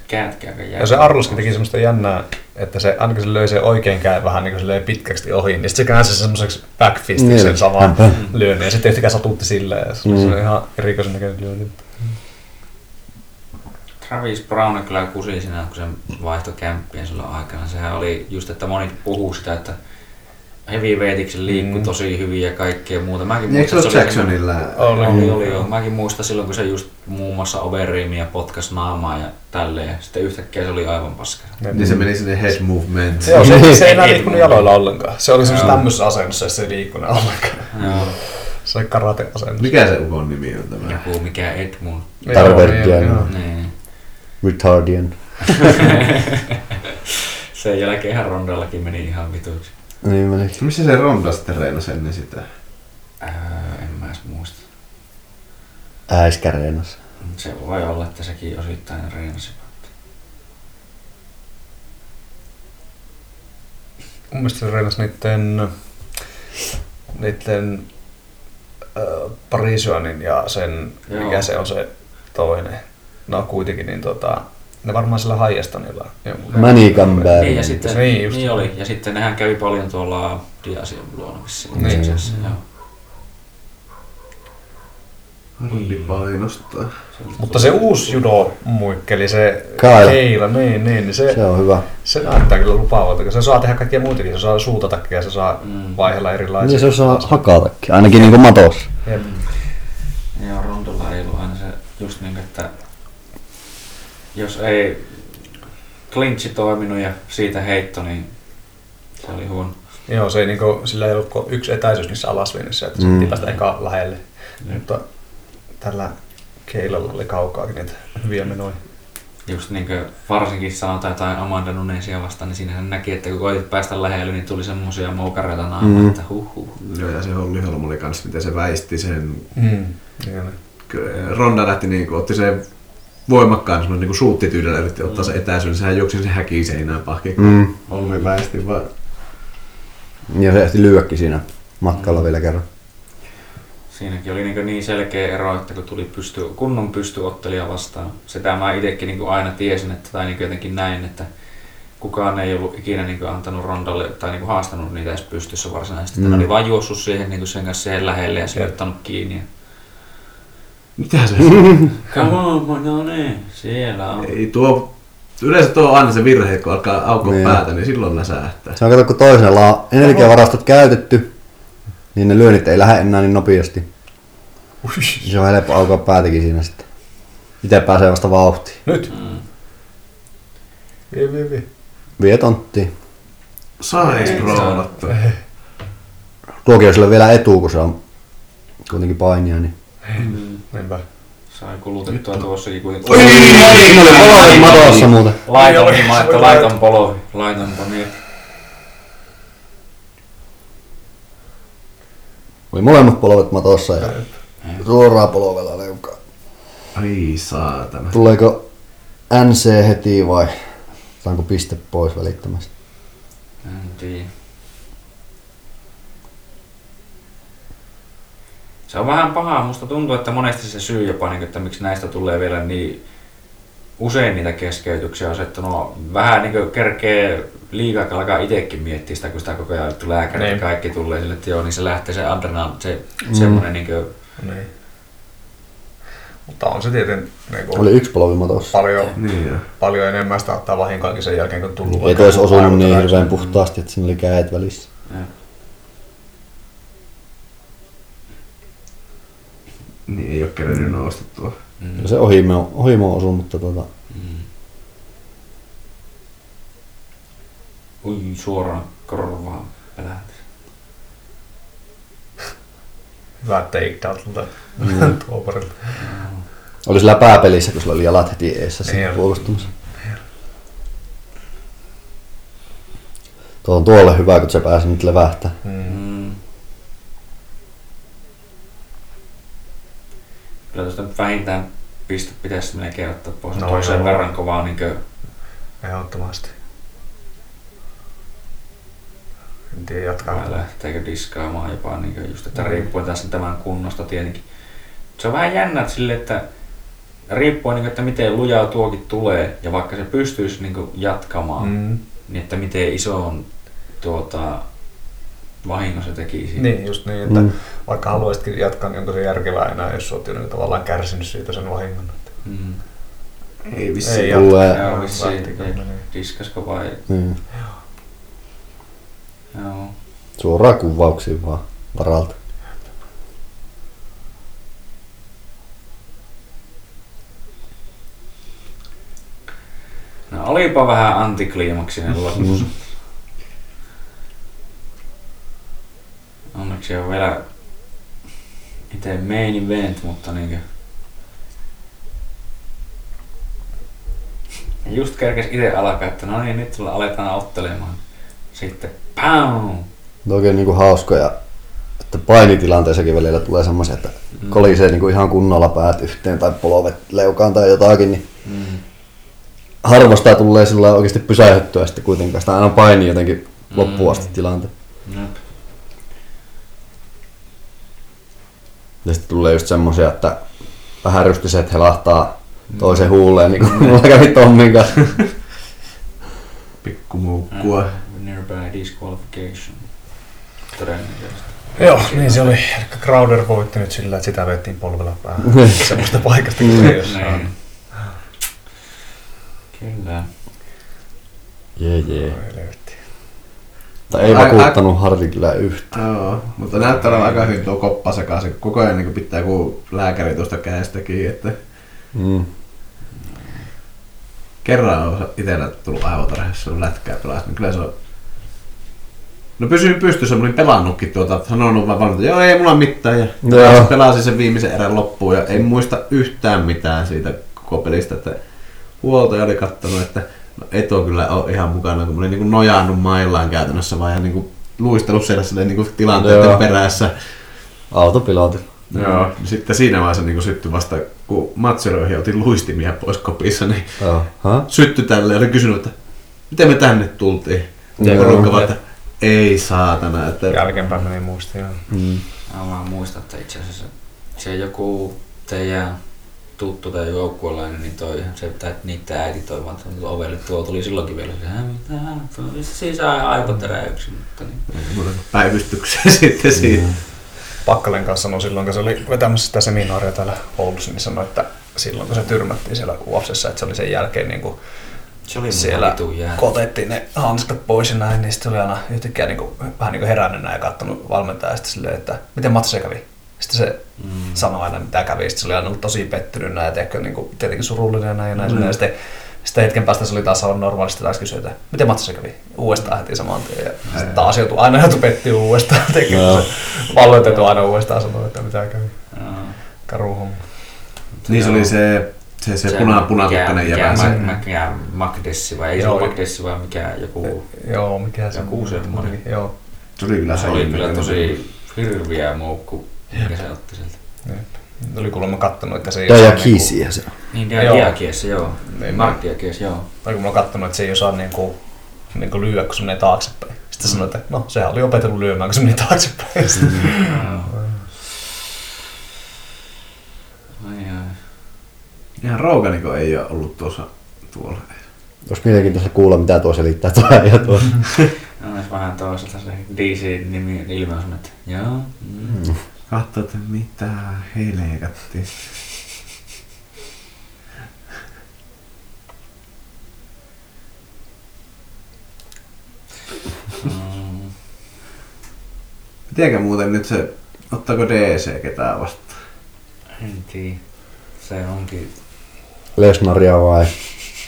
S1: Käätkä aika jää.
S2: Ja se Arluskin teki semmoista jännää, että se, aina kun se löi sen oikein käy vähän niin kuin se löi pitkästi ohi, niin sitten se käänsi semmoiseksi backfistin sen
S3: Niin.
S2: saman
S3: Ämpä.
S2: lyönnin. Ja sitten yhtäkään satutti silleen, ja se oli
S3: Mm.
S2: semmoinen ihan erikoisen näköinen lyönti.
S1: Travis Brown kyllä kusi siinä, kun se vaihtoi kämppien silloin aikana. Sehän oli just, että moni puhuu sitä, että heavyweightiksen liikkui
S2: Mm.
S1: mm. tosi hyvin ja kaikkea muuta. Mäkin
S4: Eikö se
S1: muistan,
S4: ole
S1: että Niin, se oli-
S4: Jacksonilla?
S2: Oli.
S1: Oli, oli joo. Mäkin muistan silloin, kun se just muun muassa overeimia potkas naamaa ja tälleen. Ja Sitten yhtäkkiä se oli aivan paskana.
S4: Niin se meni sinne head movement.
S2: Joo, Oh. se, se ei
S1: Ei
S2: enää
S1: ei
S2: liikkunut
S1: muuta.
S2: jaloilla ollenkaan. Se oli semmoisessa
S1: Joo.
S2: tämmöisessä asennossa, että se ei liikkunut ollenkaan.
S1: Joo.
S2: Se oli karate-asennossa.
S4: Mikä se ukon nimi on tämä?
S1: Joku mikä Edmund.
S3: Tarvertia,
S2: Joo, joo.
S3: joo.
S1: Niin.
S3: Retardian.
S1: Sen jälkeen ihan rondallakin meni ihan vituiksi.
S3: Niin menikin.
S4: Missä se Ronda sitten reenasi ennen sitä?
S1: Öö, en mä edes muista.
S3: Äiskäreenassa.
S1: Se voi olla, että sekin osittain reenasi.
S2: Mun mielestä se reenasi niitten, niitten äh, Parisionin ja sen, Joo.
S1: Joo.
S2: mikä se on se toinen. No kuitenkin, niin tota, ne varmaan sillä Haiestonilla.
S3: Manny Campbell.
S1: Niin, ja sitten,
S2: Niin,
S1: niin,
S2: just.
S1: niin oli. Ja sitten nehän kävi paljon tuolla Diasian luona vissiin.
S2: Niin.
S1: Niin. Asiassa, joo.
S4: Rondi painostaa.
S2: Mutta se uusi judo-muikkeli, se
S3: Kaila.
S2: Keila, niin, niin, niin se,
S3: Se on hyvä.
S2: se näyttää kyllä lupaavalta, kun se saa tehdä kaikkia muitakin. Se saa suutatakin ja se saa
S1: Mm.
S2: vaihella erilaisia.
S3: Niin se osaa hakatakin, ainakin niinku matos.
S2: Jep.
S1: Joo, Rondolla ei ollut aina se just niin, että jos ei klintsi toiminut ja siitä heitto, niin se oli huono.
S2: Joo, se ei niinku, sillä ei ollut kuin yksi etäisyys niissä alasviinissä, että se
S3: Mm.
S2: mm. päästä eka lähelle.
S1: Mm.
S2: Mutta tällä keilalla oli kaukaakin niitä hyviä menoja.
S1: Just niin kuin varsinkin sanotaan jotain Amanda Nunesia vastaan, niin siinähän näki, että kun koitit päästä lähelle, niin tuli semmoisia moukareita naamaan,
S3: Mm.
S1: mm. että huh huh.
S4: Joo, ja se Holli Holm oli kans, miten se väisti sen.
S2: Mm. Niin, niin.
S4: Ky- Ronda lähti niinku, otti sen voimakkaan semmoinen niinku suuttityydellä yritti ottaa sen etäisyyden, sehän juoksi sen häkiin seinään pahki.
S3: Mm.
S4: Holmi väisti vaan.
S3: Ja Niin se ehti lyökki siinä matkalla vielä kerran.
S1: Siinäkin oli niin, niin selkeä ero, että kun tuli pysty, kunnon pystyottelija vastaan. Sitä mä itsekin niin aina tiesin, että, tai niin jotenkin näin, että kukaan ei ollut ikinä niin antanut Rondalle tai niin haastanut niitä edes pystyssä varsinaisesti. Mm.
S3: Mm.
S1: Ne oli vaan juossut siihen niin sen kanssa siihen lähelle ja sijoittanut kiinni.
S4: Mitä se?
S1: Come on, no niin, siellä on.
S4: Ei tuo, yleensä tuo on aina se virhe, kun alkaa aukoa
S3: Niin.
S4: päätä, niin silloin näsähtää.
S3: Se on kato, kun toisella on energiavarastot käytetty, niin ne lyönnit ei lähde enää niin nopeasti. Se on helppo aukoa päätäkin siinä sitten. Itse pääsee vasta vauhtiin.
S2: Nyt!
S1: Mm.
S2: Vie, vie, vie.
S3: Vie tonttiin.
S4: Sais roolattu.
S3: Tuokin on sille vielä etu, kun se on kuitenkin painia. Niin.
S1: Mm.
S2: Niinpä.
S1: Sai kulutettua tuossakin kuitenkin.
S3: Siinä oli poloinen matossa muuten.
S1: Laitan,
S2: Oi,
S1: niin mä,
S2: oi,
S1: että laitan polo. Laitanpa niin.
S3: Oli molemmat polvet matossa ja suoraan polvella leukaan.
S4: Ai saatana.
S3: Tuleeko NC heti vai saanko piste pois välittömästi?
S1: En tiedä. Se on vähän pahaa. Musta tuntuu, että monesti se syy jopa, niin, että miksi näistä tulee vielä niin usein niitä keskeytyksiä on se, että no, vähän niin kuin kerkee liikaa kun alkaa itsekin miettiä sitä, kun sitä koko ajan juttu lääkäri ja
S2: Niin.
S1: kaikki tulee sille, että joo, niin se lähtee se adrenal, se mm. semmoinen niin kuin,
S2: Niin. Mutta on se tietenkin niinku,
S3: Oli yksi polvi matossa.
S2: paljon,
S4: Niin joo.
S2: paljon enemmän sitä ottaa vahinkoakin sen jälkeen, kun tullut.
S3: Ei
S2: vaikka
S3: tois osunut niin
S2: aivotaraisu.
S3: hirveän puhtaasti, että siinä oli kädet välissä.
S4: Niin ei oo kerennyt nousta tuo.
S1: mm,
S3: Ja No se ohimo, ohimo osui, mutta tota,
S1: mm. Ui, suoraan korvaan pelähti.
S2: Hyvä take down tuolta
S3: Mm.
S2: tuomarilta.
S3: oli sillä pääpelissä, kun sillä oli jalat heti eessä
S2: Niin
S3: sitten
S2: oli.
S3: puolustamassa. Tuo on tuolle hyvä, kun se pääsi nyt levähtää.
S2: Mm.
S1: Mm. Kyllä tuosta nyt vähintään piste pitäisi melkein ottaa pois.
S2: No
S1: No, on sen
S2: joo.
S1: verran kovaa niin
S2: Ehdottomasti. En tiedä jatkaa.
S1: Vai lähteekö diskaamaan jopa niin kuin just, että riippuen tässä tämän kunnosta tietenkin. Mut Se on vähän jännä, että sille, että riippuen, niin kuin, että miten lujaa tuokin tulee ja vaikka se pystyisi niin kuin, jatkamaan, mm.
S2: Mm.
S1: niin että miten iso on tuota, vahinko se teki siinä.
S2: Niin, just niin, että
S3: Mm.
S2: mm. vaikka haluaisitkin jatkaa, niin onko se järkevää enää, jos olet jo niin tavallaan kärsinyt siitä sen vahingon.
S1: Mm.
S4: Ei vissiin.
S2: Ei
S4: Ei,
S2: oo.
S3: Tulee.
S1: Joo,
S2: Joo,
S1: vissiin.
S2: lähtikö
S1: Jep,
S2: menee?
S1: Diskasko vai?
S3: Mm.
S1: Joo.
S3: Suoraan kuvauksiin vaan varalta.
S1: No olipa vähän antikliimaksinen lopussa.
S3: Mm.
S1: Onneksi on vielä itse main event, mutta niinkö... Ja Just kerkes itse alkaa, että no niin, nyt sulla aletaan ottelemaan. Sitten pow!
S3: Mutta oikein niinku hauskoja, että painitilanteessakin välillä tulee semmoisia, että
S1: Mm.
S3: kolisee niinku ihan kunnolla päät yhteen tai polvet leukaan tai jotakin, niin
S1: Mm.
S3: harvasta tulee sillä oikeasti pysähdyttyä sitten kuitenkaan. Sitä aina painii jotenkin loppuun asti tilanteen.
S1: Jep.
S3: Ja sitten tulee just semmosia, että vähän rystiset helahtaa toisen huuleen, niin kuin mulla kävi Tommin kanssa.
S4: Pikku muukkua.
S1: Mm. Nearby disqualification. Todennäköisesti.
S2: Joo, niin se oli. Erkka Crowder voitti nyt sillä, että sitä vettiin polvella päähän. Semmoista paikasta kuin ei jossain.
S1: Niin. Kyllä.
S3: Jee, jee.
S2: Ei löytti.
S3: Tai ei
S4: Ai- ai-
S3: vakuuttanut Hardi kyllä yhtään.
S4: Joo, mutta näyttää olevan aika hyvin tuo koppa sekaisin. Koko ajan niin pitää joku lääkäri tuosta kädestä kiinni, että
S3: Mm.
S4: kerran on itsellä tullut aivotarheessa, on lätkää pelaa, niin kyllä se on... No pysyin pystyssä, mä olin pelannutkin tuota, sanonut vaan paljon, että joo ei mulla mitään, ja
S3: No Joo.
S4: joo. pelasin sen viimeisen erän loppuun, ja en muista yhtään mitään siitä koko pelistä, että huoltaja oli kattonut, että no et oo kyllä ole ihan mukana, kun mä olin niin nojannut maillaan käytännössä, vaan ihan niin kuin luistellut siellä silleen niin tilanteiden
S3: Joo.
S4: perässä.
S3: Autopilotilla.
S4: Joo. Sitten siinä vaiheessa niin syttyi vasta, kun matseröihin otin luistimia pois kopissa, niin
S3: Joo. Hä?
S4: sytty tälle ja oli kysynyt, että miten me tänne tultiin. Ja
S3: Joo.
S4: porukka vaan, että ei saatana. Että
S2: Jälkeenpäin meni muisti, joo.
S3: Mm.
S1: Mä vaan muistan, että itse asiassa se joku teidän tuttu tai joukkueellainen, niin toi, se, tai niiden äiti toi vaan tuonne ovelle, tuo tuli silloinkin vielä, se, "Hä, mitä, tuo siis sisään aivotäräyksen, mutta niin.
S4: Mulla on päivystykseen sitten siitä.
S2: Pakkalen kanssa sanoi silloin, kun se oli vetämässä sitä seminaaria täällä Oulussa, niin sanoi, että silloin kun se tyrmättiin siellä UFCssä, että se oli sen jälkeen niin kuin
S1: Se oli
S2: siellä
S1: vitun jää.
S2: kun otettiin ne hanskat pois ja näin, niin sitten oli aina yhtäkkiä niin kuin, vähän niin kuin herännyt näin ja katsonut valmentajaa sitten silleen, että miten matsi se kävi. Sitten se
S1: Mm.
S2: sanoi aina mitä kävi, sitten se oli aina ollut tosi pettynyt näin, ja niin kuin, tietenkin surullinen ja näin. Ja, näin. Mm. ja sitten, sitten hetken päästä se oli taas aivan normaalisti taas kysyä, että miten matsi se kävi uudestaan heti saman tien. Ja sitten taas joutui aina joutui pettyä uudestaan, teki
S3: Joo.
S2: no. valmentajat on aina uudestaan sanoa, että mitä kävi.
S1: Joo.
S2: Karu homma.
S4: Niin se
S1: Joo.
S4: oli se, se, se puna, punatukkainen
S1: mikä-
S4: jäbä. se-
S1: mikä- Mikä Magdessi vai ei se
S2: Joo.
S1: ole Magdessi vai mikä joku.
S2: Joo, mikä se
S1: Joku semmonen.
S2: Joo.
S4: Se oli kyllä
S1: Se oli kyllä
S4: kyllä
S1: tosi hirviä moukku, mikä se otti sieltä.
S2: Jep. niin. Oli kuulemma kattonut, että se ei
S3: Daja
S2: osaa niinku-
S3: Kiisiä se on.
S1: Niin,
S2: Joo.
S1: Diakies, joo.
S2: Niin,
S1: Mark Diakies, joo.
S2: Tai kun mä oon kattonut, että se ei osaa niinku, niinku lyödä, kun se menee taaksepäin. Sitten sanoin, että no, sehän oli opetellut lyömään, kun se meni taaksepäin.
S1: Ai, ai.
S4: Ihan Roganiko ei ole ollut tuossa tuolla.
S3: Olisi mielenkiintoista kuulla, mitä tuo selittää tuo ja tuo.
S1: No, olisi vähän toisaalta se DC-nimi ilme on että joo. Mm.
S4: Katso, että mitä helekatti.
S1: Mm.
S4: Mitenkä muuten nyt se, ottaako DC ketään vastaan?
S1: En tiedä. Se onkin.
S3: Lesnaria vai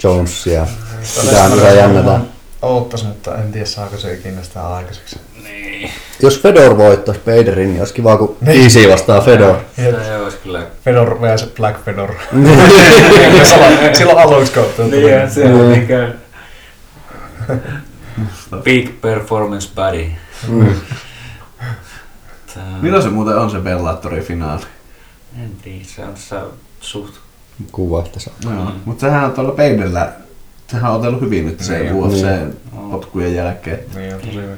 S3: Jonesia. Sitä
S2: Lesnaria
S3: mitä jännätään.
S2: Oottas, mutta en tiedä saako se ikinä sitä aikaiseksi.
S1: Niin.
S3: Jos Fedor voittaisi Peiderin, niin olisi kiva, kun Kiisi vastaa Fedor.
S2: Jep.
S1: Se olisi kyllä.
S2: Fedor vs. Black Fedor. Silloin aluksi kautta.
S1: se Niin on niinkö... Big performance body.
S3: Mm.
S1: Tää-
S4: Milloin se muuten on se Bellatori finaali?
S1: En tiedä, se on tässä suht...
S3: Kuva, että se on.
S4: No,
S1: Mm.
S4: mutta sehän on tuolla Peidellä sehän on otellut hyvin nyt
S2: Niin.
S4: sen UFC
S1: Niin.
S4: potkujen jälkeen.
S2: Niin on tosi hyvin.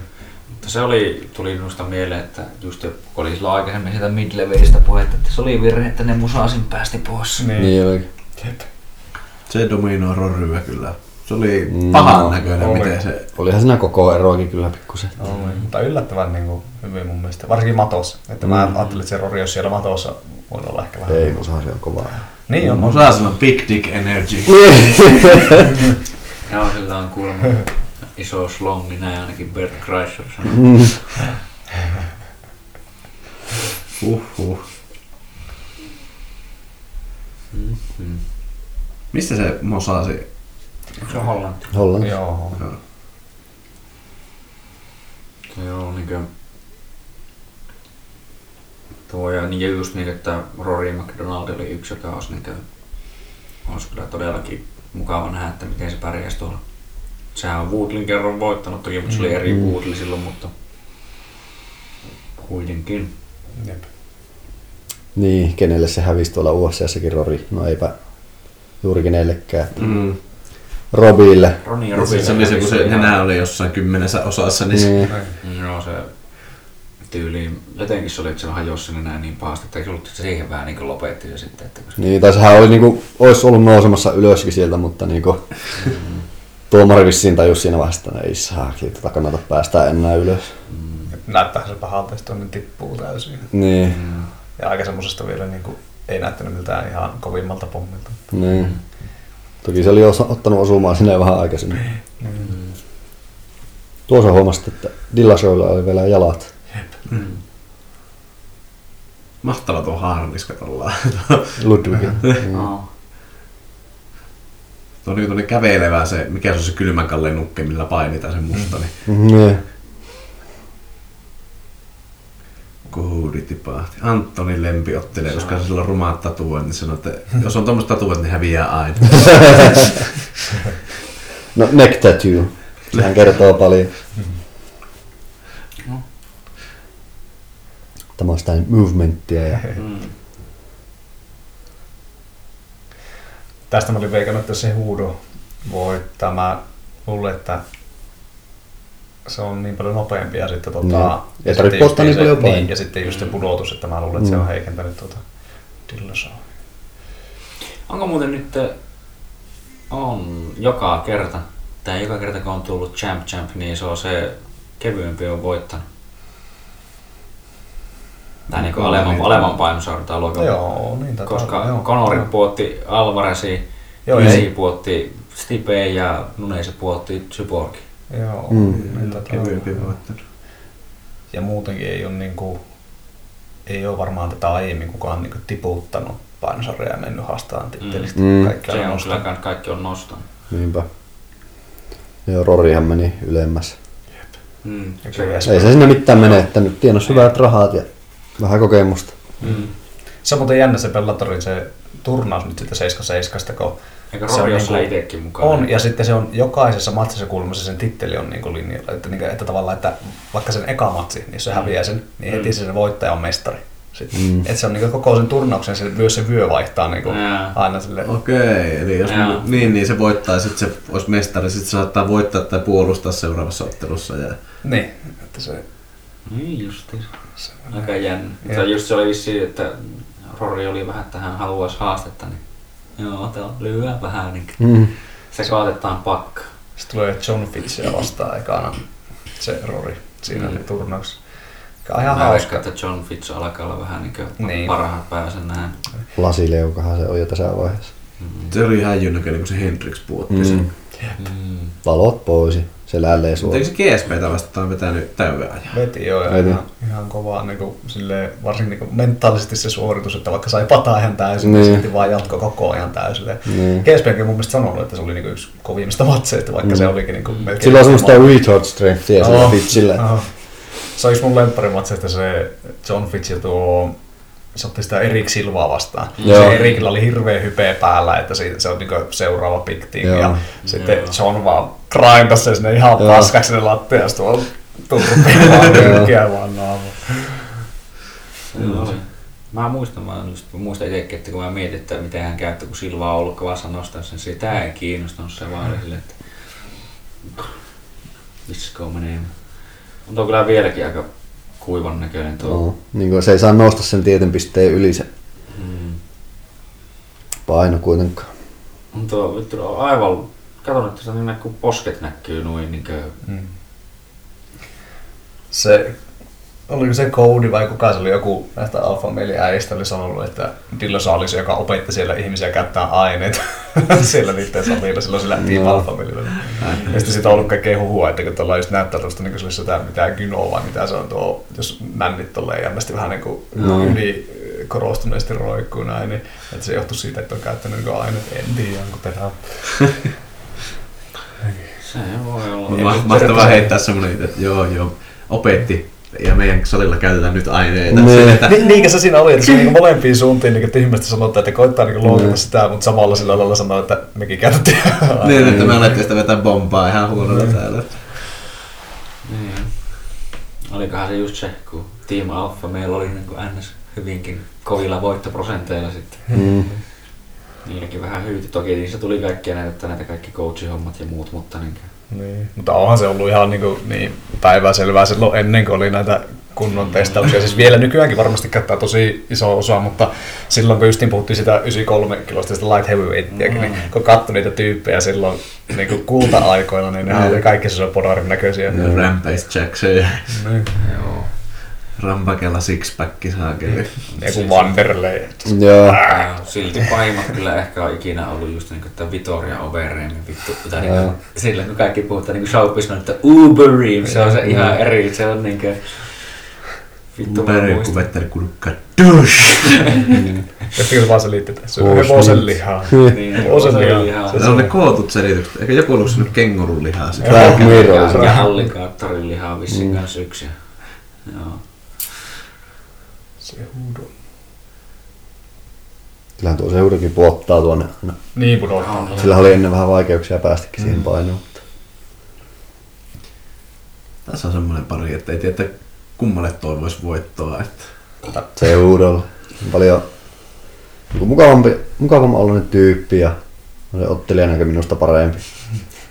S1: Mutta se oli, tuli minusta mieleen, että just jo, kun oli silloin aikaisemmin sitä midleveistä puhetta, että se oli virhe, että ne musaasin päästi pois.
S2: Niin.
S3: Niin oli.
S2: Jep.
S4: Se dominoi Roryä kyllä. Se oli
S3: Mm.
S4: pahan näköinen,
S2: Oli.
S4: miten se...
S3: Olihan siinä koko eroakin kyllä pikkusen.
S2: Oli, mutta yllättävän niin kuin, hyvin mun mielestä, varsinkin matossa. Että mä ajattelin, että se Rory olisi siellä matossa, voi olla ehkä vähän.
S3: Ei, osaa se on kovaa.
S2: Niin on.
S4: Osaa sanoa Big Dick Energy.
S2: Niin.
S1: Ja sillä on kuulemma iso slongi, näin ainakin Bert Kreischer sanoi.
S3: Mm.
S4: Uhuh.
S1: Mm.
S4: Mistä se mosasi?
S1: Se on hollanti.
S3: Hollanti.
S2: Joo.
S1: Joo, niinkö... Tuo ja niin ja just niinkö, että Rory McDonald oli yksi, joka olisi niinkö... Olisi kyllä todellakin mukava nähdä, että miten se pärjäisi tuolla. Sehän on Woodlin kerran voittanut toki, mutta se
S4: Mm.
S1: oli eri Woodli silloin, mutta... Kuitenkin.
S2: Jep.
S3: Niin, kenelle se hävisi tuolla UFCssäkin Rori? No eipä juuri kenellekään.
S4: Mm.
S3: Robille.
S1: Roni ja
S4: Ja
S1: Robin.
S4: se oli se, kun se nenä oli jossain kymmenessä osassa, niin se...
S3: Niin.
S1: Joo, se tyyliin. Jotenkin se oli, että se hajosi sinne näin niin pahasti, että eikö ollut, että se siihen vähän niinku lopetti jo sitten, että kun se...
S3: Niin, tai sehän oli niinku, ois ollut nousemassa ylöskin sieltä, mutta niinku, tuomari vissiin tajus siinä vasta, että no ei saa, tätä kannata päästä enää ylös.
S4: Mm.
S2: Näyttäähän se pahalta, jos tuonne tippuu täysin.
S3: Niin,
S2: Ja aika semmosesta vielä niin kuin, ei näyttänyt miltään ihan kovimmalta pommilta.
S3: niin. Toki se oli jo osa- ottanut osumaan sinne vähän aikaisemmin. Tuossa huomasit, että Dillasovilla oli vielä jalat.
S1: Mm.
S4: Mm. mahtava tuo haarniska tollaan.
S3: Ludwig.
S1: No.
S4: tuo on niinku tuonne kävelevä se, mikä se on se kylmäkalle nukke, millä painitaan se musta, niin
S3: Niin.
S4: kohuudi tipahti. Antoni Lempi ottelee, koska sillä on rumaat tatuoinnit, niin sanoi, että jos on tuommoiset tatuoinnit, niin häviää aina.
S3: No, neck tattoo. Sehän kertoo paljon.
S1: No.
S3: Tämä on sitä movementtia ja
S1: Mm.
S2: Tästä mä olin veikannut, että se huudo voittaa. Mä luulen, että se on niin paljon nopeampi ja sitten tota...
S3: Niin.
S2: ja
S3: Ei
S2: sitten
S3: tarvitse
S2: just
S3: polttaa niin
S2: se-
S3: paljon Mm. painia.
S2: Niin, ja sitten just se pudotus, että mä luulen, että se on heikentänyt tuota Dillasaa.
S1: Onko muuten nyt, äh, on joka kerta, tai joka kerta kun on tullut champ champ, niin se on se kevyempi on voittanut. Tai niinku
S4: Joo,
S1: alemman,
S4: niin.
S1: alemman painosarjoitaan luokan.
S2: Joo, niin tätä.
S1: Koska Conori puotti Alvarezi,
S2: Joo,
S1: Messi
S2: ei.
S1: puotti Stipe ja Nunes puotti Cyborgi.
S2: Joo,
S3: Mm.
S2: niin tätä.
S4: Kevyempi voittanut.
S2: Ja muutenkin ei ole, niin kuin, ei ole varmaan tätä aiemmin kukaan niin kuin, tiputtanut painosarjaa ja mennyt haastaan tittelistä.
S3: Mm.
S2: Mm.
S3: Mm.
S2: Kaikki
S1: Se
S2: aina
S1: on
S2: nostaa.
S1: kyllä kans kaikki on nostanut.
S3: niinpä. Joo, Rorihan meni ylemmäs.
S1: Mm.
S2: Ja kyllä
S3: Ei se sinne mitään mene, että nyt tienas hyvät rahat ja vähän kokemusta.
S1: Mm.
S2: Se on muuten jännä se Bellatorin se turnaus nyt sitten 77, kun
S1: Eikä
S2: Se on
S1: Rory jossain
S2: niinku-
S1: itekin mukana.
S2: on, ja sitten se on jokaisessa matsissa kuulemassa sen titteli on niin kuin linjalla, että, niin kuin, että tavallaan, että vaikka sen eka matsi, niin jos
S1: Mm.
S2: se häviää sen, niin heti se voittaja on mestari. Sitten. Mm. Että se on niin kuin koko sen turnauksen, se, myös se vyö vaihtaa niin kuin
S1: Jaa.
S2: aina silleen.
S4: Okei, eli jos
S1: Joo.
S4: niin, niin se voittaa, sit se olisi mestari, sit se saattaa voittaa tai puolustaa seuraavassa ottelussa. Ja...
S2: Niin, että se,
S1: Niin justiis.
S2: se
S1: Aika jännä.
S2: Joo.
S1: Mutta just se oli vissiin, että Rory oli vähän, että hän haluaisi haastetta, niin joo, otetaan lyhyä vähän, niin
S3: Mm.
S1: se kaatetaan pakka.
S2: Sitten tulee John Fitchia vastaan ekana se Rory siinä mm.
S1: Mm.
S2: turnauksessa. Joka on Ihan
S1: Mä
S2: hauska.
S1: veikkaan, että John Fitch alkaa olla vähän niin,
S2: Niin.
S1: niin. parhaat päivänsä näin.
S3: Lasileukahan se on jo tässä vaiheessa.
S4: Se oli ihan jynnäköinen, kun se Hendrix puotti mm. sen.
S3: Mm.
S1: Mm.
S3: Valot pois, se lällee
S4: Mutta
S3: sua.
S4: eikö se GSPtä vastaan vetänyt täyden ajan?
S2: Veti joo, ja
S3: Veti.
S2: ihan, ihan kovaa, niin kuin, silleen, varsinkin niin kuin mentaalisesti se suoritus, että vaikka sai pataa ihan täysin, niin
S3: Niin.
S2: silti vaan jatko koko ajan täysin. Niin.
S3: Niin.
S2: GSPkin on mun mielestä sanonut, että se oli niin kuin, yksi kovimmista matseista, vaikka mm. se olikin niin kuin, melkein...
S3: Sillä on semmoista retard strengthia sillä
S2: Joo.
S3: Fitchillä.
S2: Joo. Se on yksi mun lempparimatseista se John Fitch ja tuo se otti sitä Erik Silvaa vastaan. Joo.
S3: Joo.
S2: Se Erikillä oli hirveä hypeä päällä, että se, se on niinku seuraava big team. Joo.
S3: Joo.
S2: Ja sitten
S1: Joo.
S2: John vaan grindasi sen sinne ihan Joo.
S3: Joo.
S2: paskaksi sinne lattiaan, sitten tuolla turpiin vaan
S3: Joo.
S2: pyrkiä vaan naamu.
S1: Joo. Mä muistan, mä just- mä muistan itsekin, että kun mä mietin, että miten hän käytti, kun Silva on ollut kovassa nostaa sen, se tää ei kiinnostanut se vaan
S2: Mm.
S1: oli silleen, että disko menee. On tuo kyllä vieläkin aika kuivan näköinen tuo.
S3: No, niin kuin se ei saa nousta sen tietyn pisteen yli se
S1: Mm.
S3: paino kuitenkaan.
S1: On tuo vittu on aivan, katon, että se niin kun posket näkyy noin niin kuin,
S2: Mm. Se, oliko se Cody vai kuka se oli joku näistä Alfa Meli äijistä oli sanonut, että Dillosa oli se, joka opetti siellä ihmisiä käyttää aineita siellä niiden salilla, silloin se lähti
S3: No.
S2: no. Alfa Melille. Ja sitten siitä on ollut kaikkea huhua, että kun tuolla just näyttää tuosta, niin kuin se olisi jotain mitään gynoa vai mitä se on tuo, jos männit tolleen jännästi vähän niin kuin
S3: No.
S2: no. yli korostuneesti roikkuu näin, niin että se johtuu siitä, että on käyttänyt niin aineet, en tiedä, onko perään.
S1: se voi olla.
S2: Niin, mutta
S4: Ma- Mahtavaa
S2: periaatteessa-
S4: heittää semmonen, että joo joo, opetti ja meidän salilla käytetään nyt aineita.
S3: Nee.
S4: Sen, että,
S2: Ni, niinkö Niin, se siinä oli, että se niinku molempiin suuntiin niinku tyhmästi sanotaan, että koittaa niinku loukata
S3: Mm.
S2: sitä, mutta samalla sillä lailla sanoo, että mekin käytettiin.
S4: niin, että me alettiin sitä vetää bombaa ihan huonolla täällä.
S1: Niin. Olikohan se just se, kun Team Alpha meillä oli niin kuin NS hyvinkin kovilla voittoprosenteilla sitten.
S3: Mm.
S1: Niilläkin vähän hyyti. Toki niissä tuli kaikkia näitä, että näitä kaikki coachihommat ja muut, mutta niin kuin,
S2: niin. Mutta onhan se ollut ihan niinku, niin päivänselvää silloin ennen kuin oli näitä kunnon testauksia. Siis vielä nykyäänkin varmasti kattaa tosi iso osa, mutta silloin kun justiin puhuttiin sitä 93 kilosta sitä light heavyweightiäkin, mm. niin kun katsoi niitä tyyppejä silloin niin kuin kulta-aikoina, niin ne
S4: Mm.
S2: oli kaikki sellaisia podarin näköisiä.
S4: Ja Rampage Jackson ja
S2: Niin.
S1: joo.
S4: Rampakella sixpack saakeli.
S2: Joku Vanderlei.
S3: Joo.
S1: Ää, Silti painot kyllä ehkä on ikinä ollut just niinku, että Vitoria Overeem vittu. Tai
S3: Joo.
S1: niinku, sillä kun kaikki puhutaan niinku showbiz, on, että Uberim, se on se ihan eri, se on niinku... Vittu mä
S4: Pärjy
S1: muistan.
S4: kuvettari kurkka. Dush!
S2: Ja kyllä vaan se liittyy tässä.
S3: Oos
S2: Hevosen
S3: niin.
S2: lihaa.
S1: Niin,
S2: Osa
S1: se
S2: lihaa.
S1: oli ihan...
S2: Se-
S4: Se on ne kootut selitykset. Eikö joku ollut sinne kengurun lihaa sitten?
S3: Black Mirror.
S1: Ja, ja alligaattorin lihaa vissiin kans yksi. Joo.
S2: Se huudu.
S3: Kyllähän tuo seurakin puottaa tuonne. No,
S2: Niin pudottaa.
S3: sillä oli ennen vähän vaikeuksia päästäkin siihen painoon. mutta-
S4: Tässä on semmoinen pari, että ei tiedä, että kummalle toivois voittoa. Että.
S3: Seudolla. Paljon niinku mukavampi, mukavamman oloinen tyyppi ja se ottelijanäkö minusta parempi.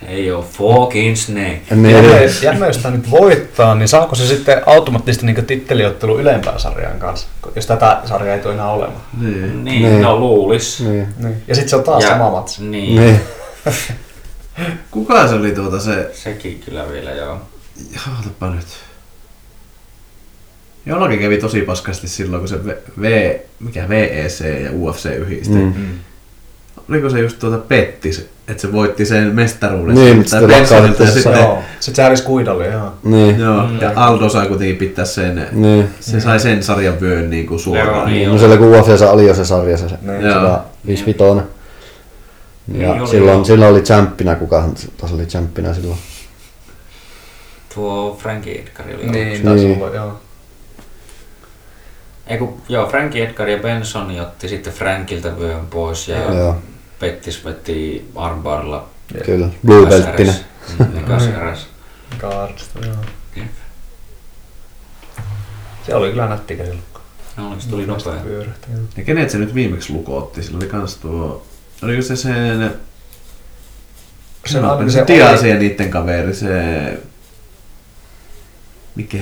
S1: Ei oo fucking snake.
S3: Niin,
S2: Jännä, jännä, jos tää nyt voittaa, niin saako se sitten automaattisesti niin titteliottelun ylempään sarjaan kanssa, kun- jos tätä sarjaa ei tule enää olemaan.
S4: Niin.
S1: Niin,
S3: Niin.
S1: no luulis.
S3: niin.
S2: Niin. Ja sitten se on taas ja. sama matsi.
S1: Niin.
S3: niin.
S4: Kuka se oli tuota se...
S1: Sekin kyllä vielä joo.
S4: Ootapa nyt. Jollakin kävi tosi paskasti silloin, kun se v, v, mikä VEC ja UFC yhdisti. Mm.
S3: Mm.
S2: Mm.
S4: Oliko se just tuota Petti, se- että se voitti sen mestaruuden?
S3: Niin,
S4: sieltä
S3: mutta sitten
S4: Bensonilta
S3: lakkautti
S4: ja
S3: se
S4: sitten,
S2: Joo. Sitten se hävisi kuidalle, joo.
S3: Niin.
S4: Joo,
S1: Mm.
S4: ja Aldo sai kuitenkin pitää sen,
S3: Niin.
S4: se sai sen sarjan vyön niin kuin
S1: Joo,
S4: suoraan.
S1: niin. No.
S3: No siellä kun UFCssä oli jo se sarja, se
S2: Niin.
S4: Joo.
S3: 155. Ja
S1: Niin oli, joo.
S3: silloin, silloin oli champpina, kukahan taas oli champpina silloin.
S1: Tuo Frankie Edgar oli
S2: Niin, taisi
S3: Niin.
S2: olla, joo.
S1: Ei kun, joo, Frankie Edgar ja Benson niin otti sitten Frankiltä vyön pois ja
S3: Joo.
S1: Pettis veti armbarilla
S3: Kyllä, blue belttinä.
S1: mm, niin, Kasaras.
S2: Kaarista, joo.
S1: Jep.
S2: Se oli kyllä nätti käsillä.
S1: No onneksi tuli nopea.
S2: Pyörähti, joo.
S4: Ja kenet se nyt viimeksi lukotti? Sillä oli kans tuo... Oliko se sen...
S2: Se
S4: Se,
S2: oli-
S4: no,
S2: se
S4: se Diasi ja niitten kaveri, se... Mikä...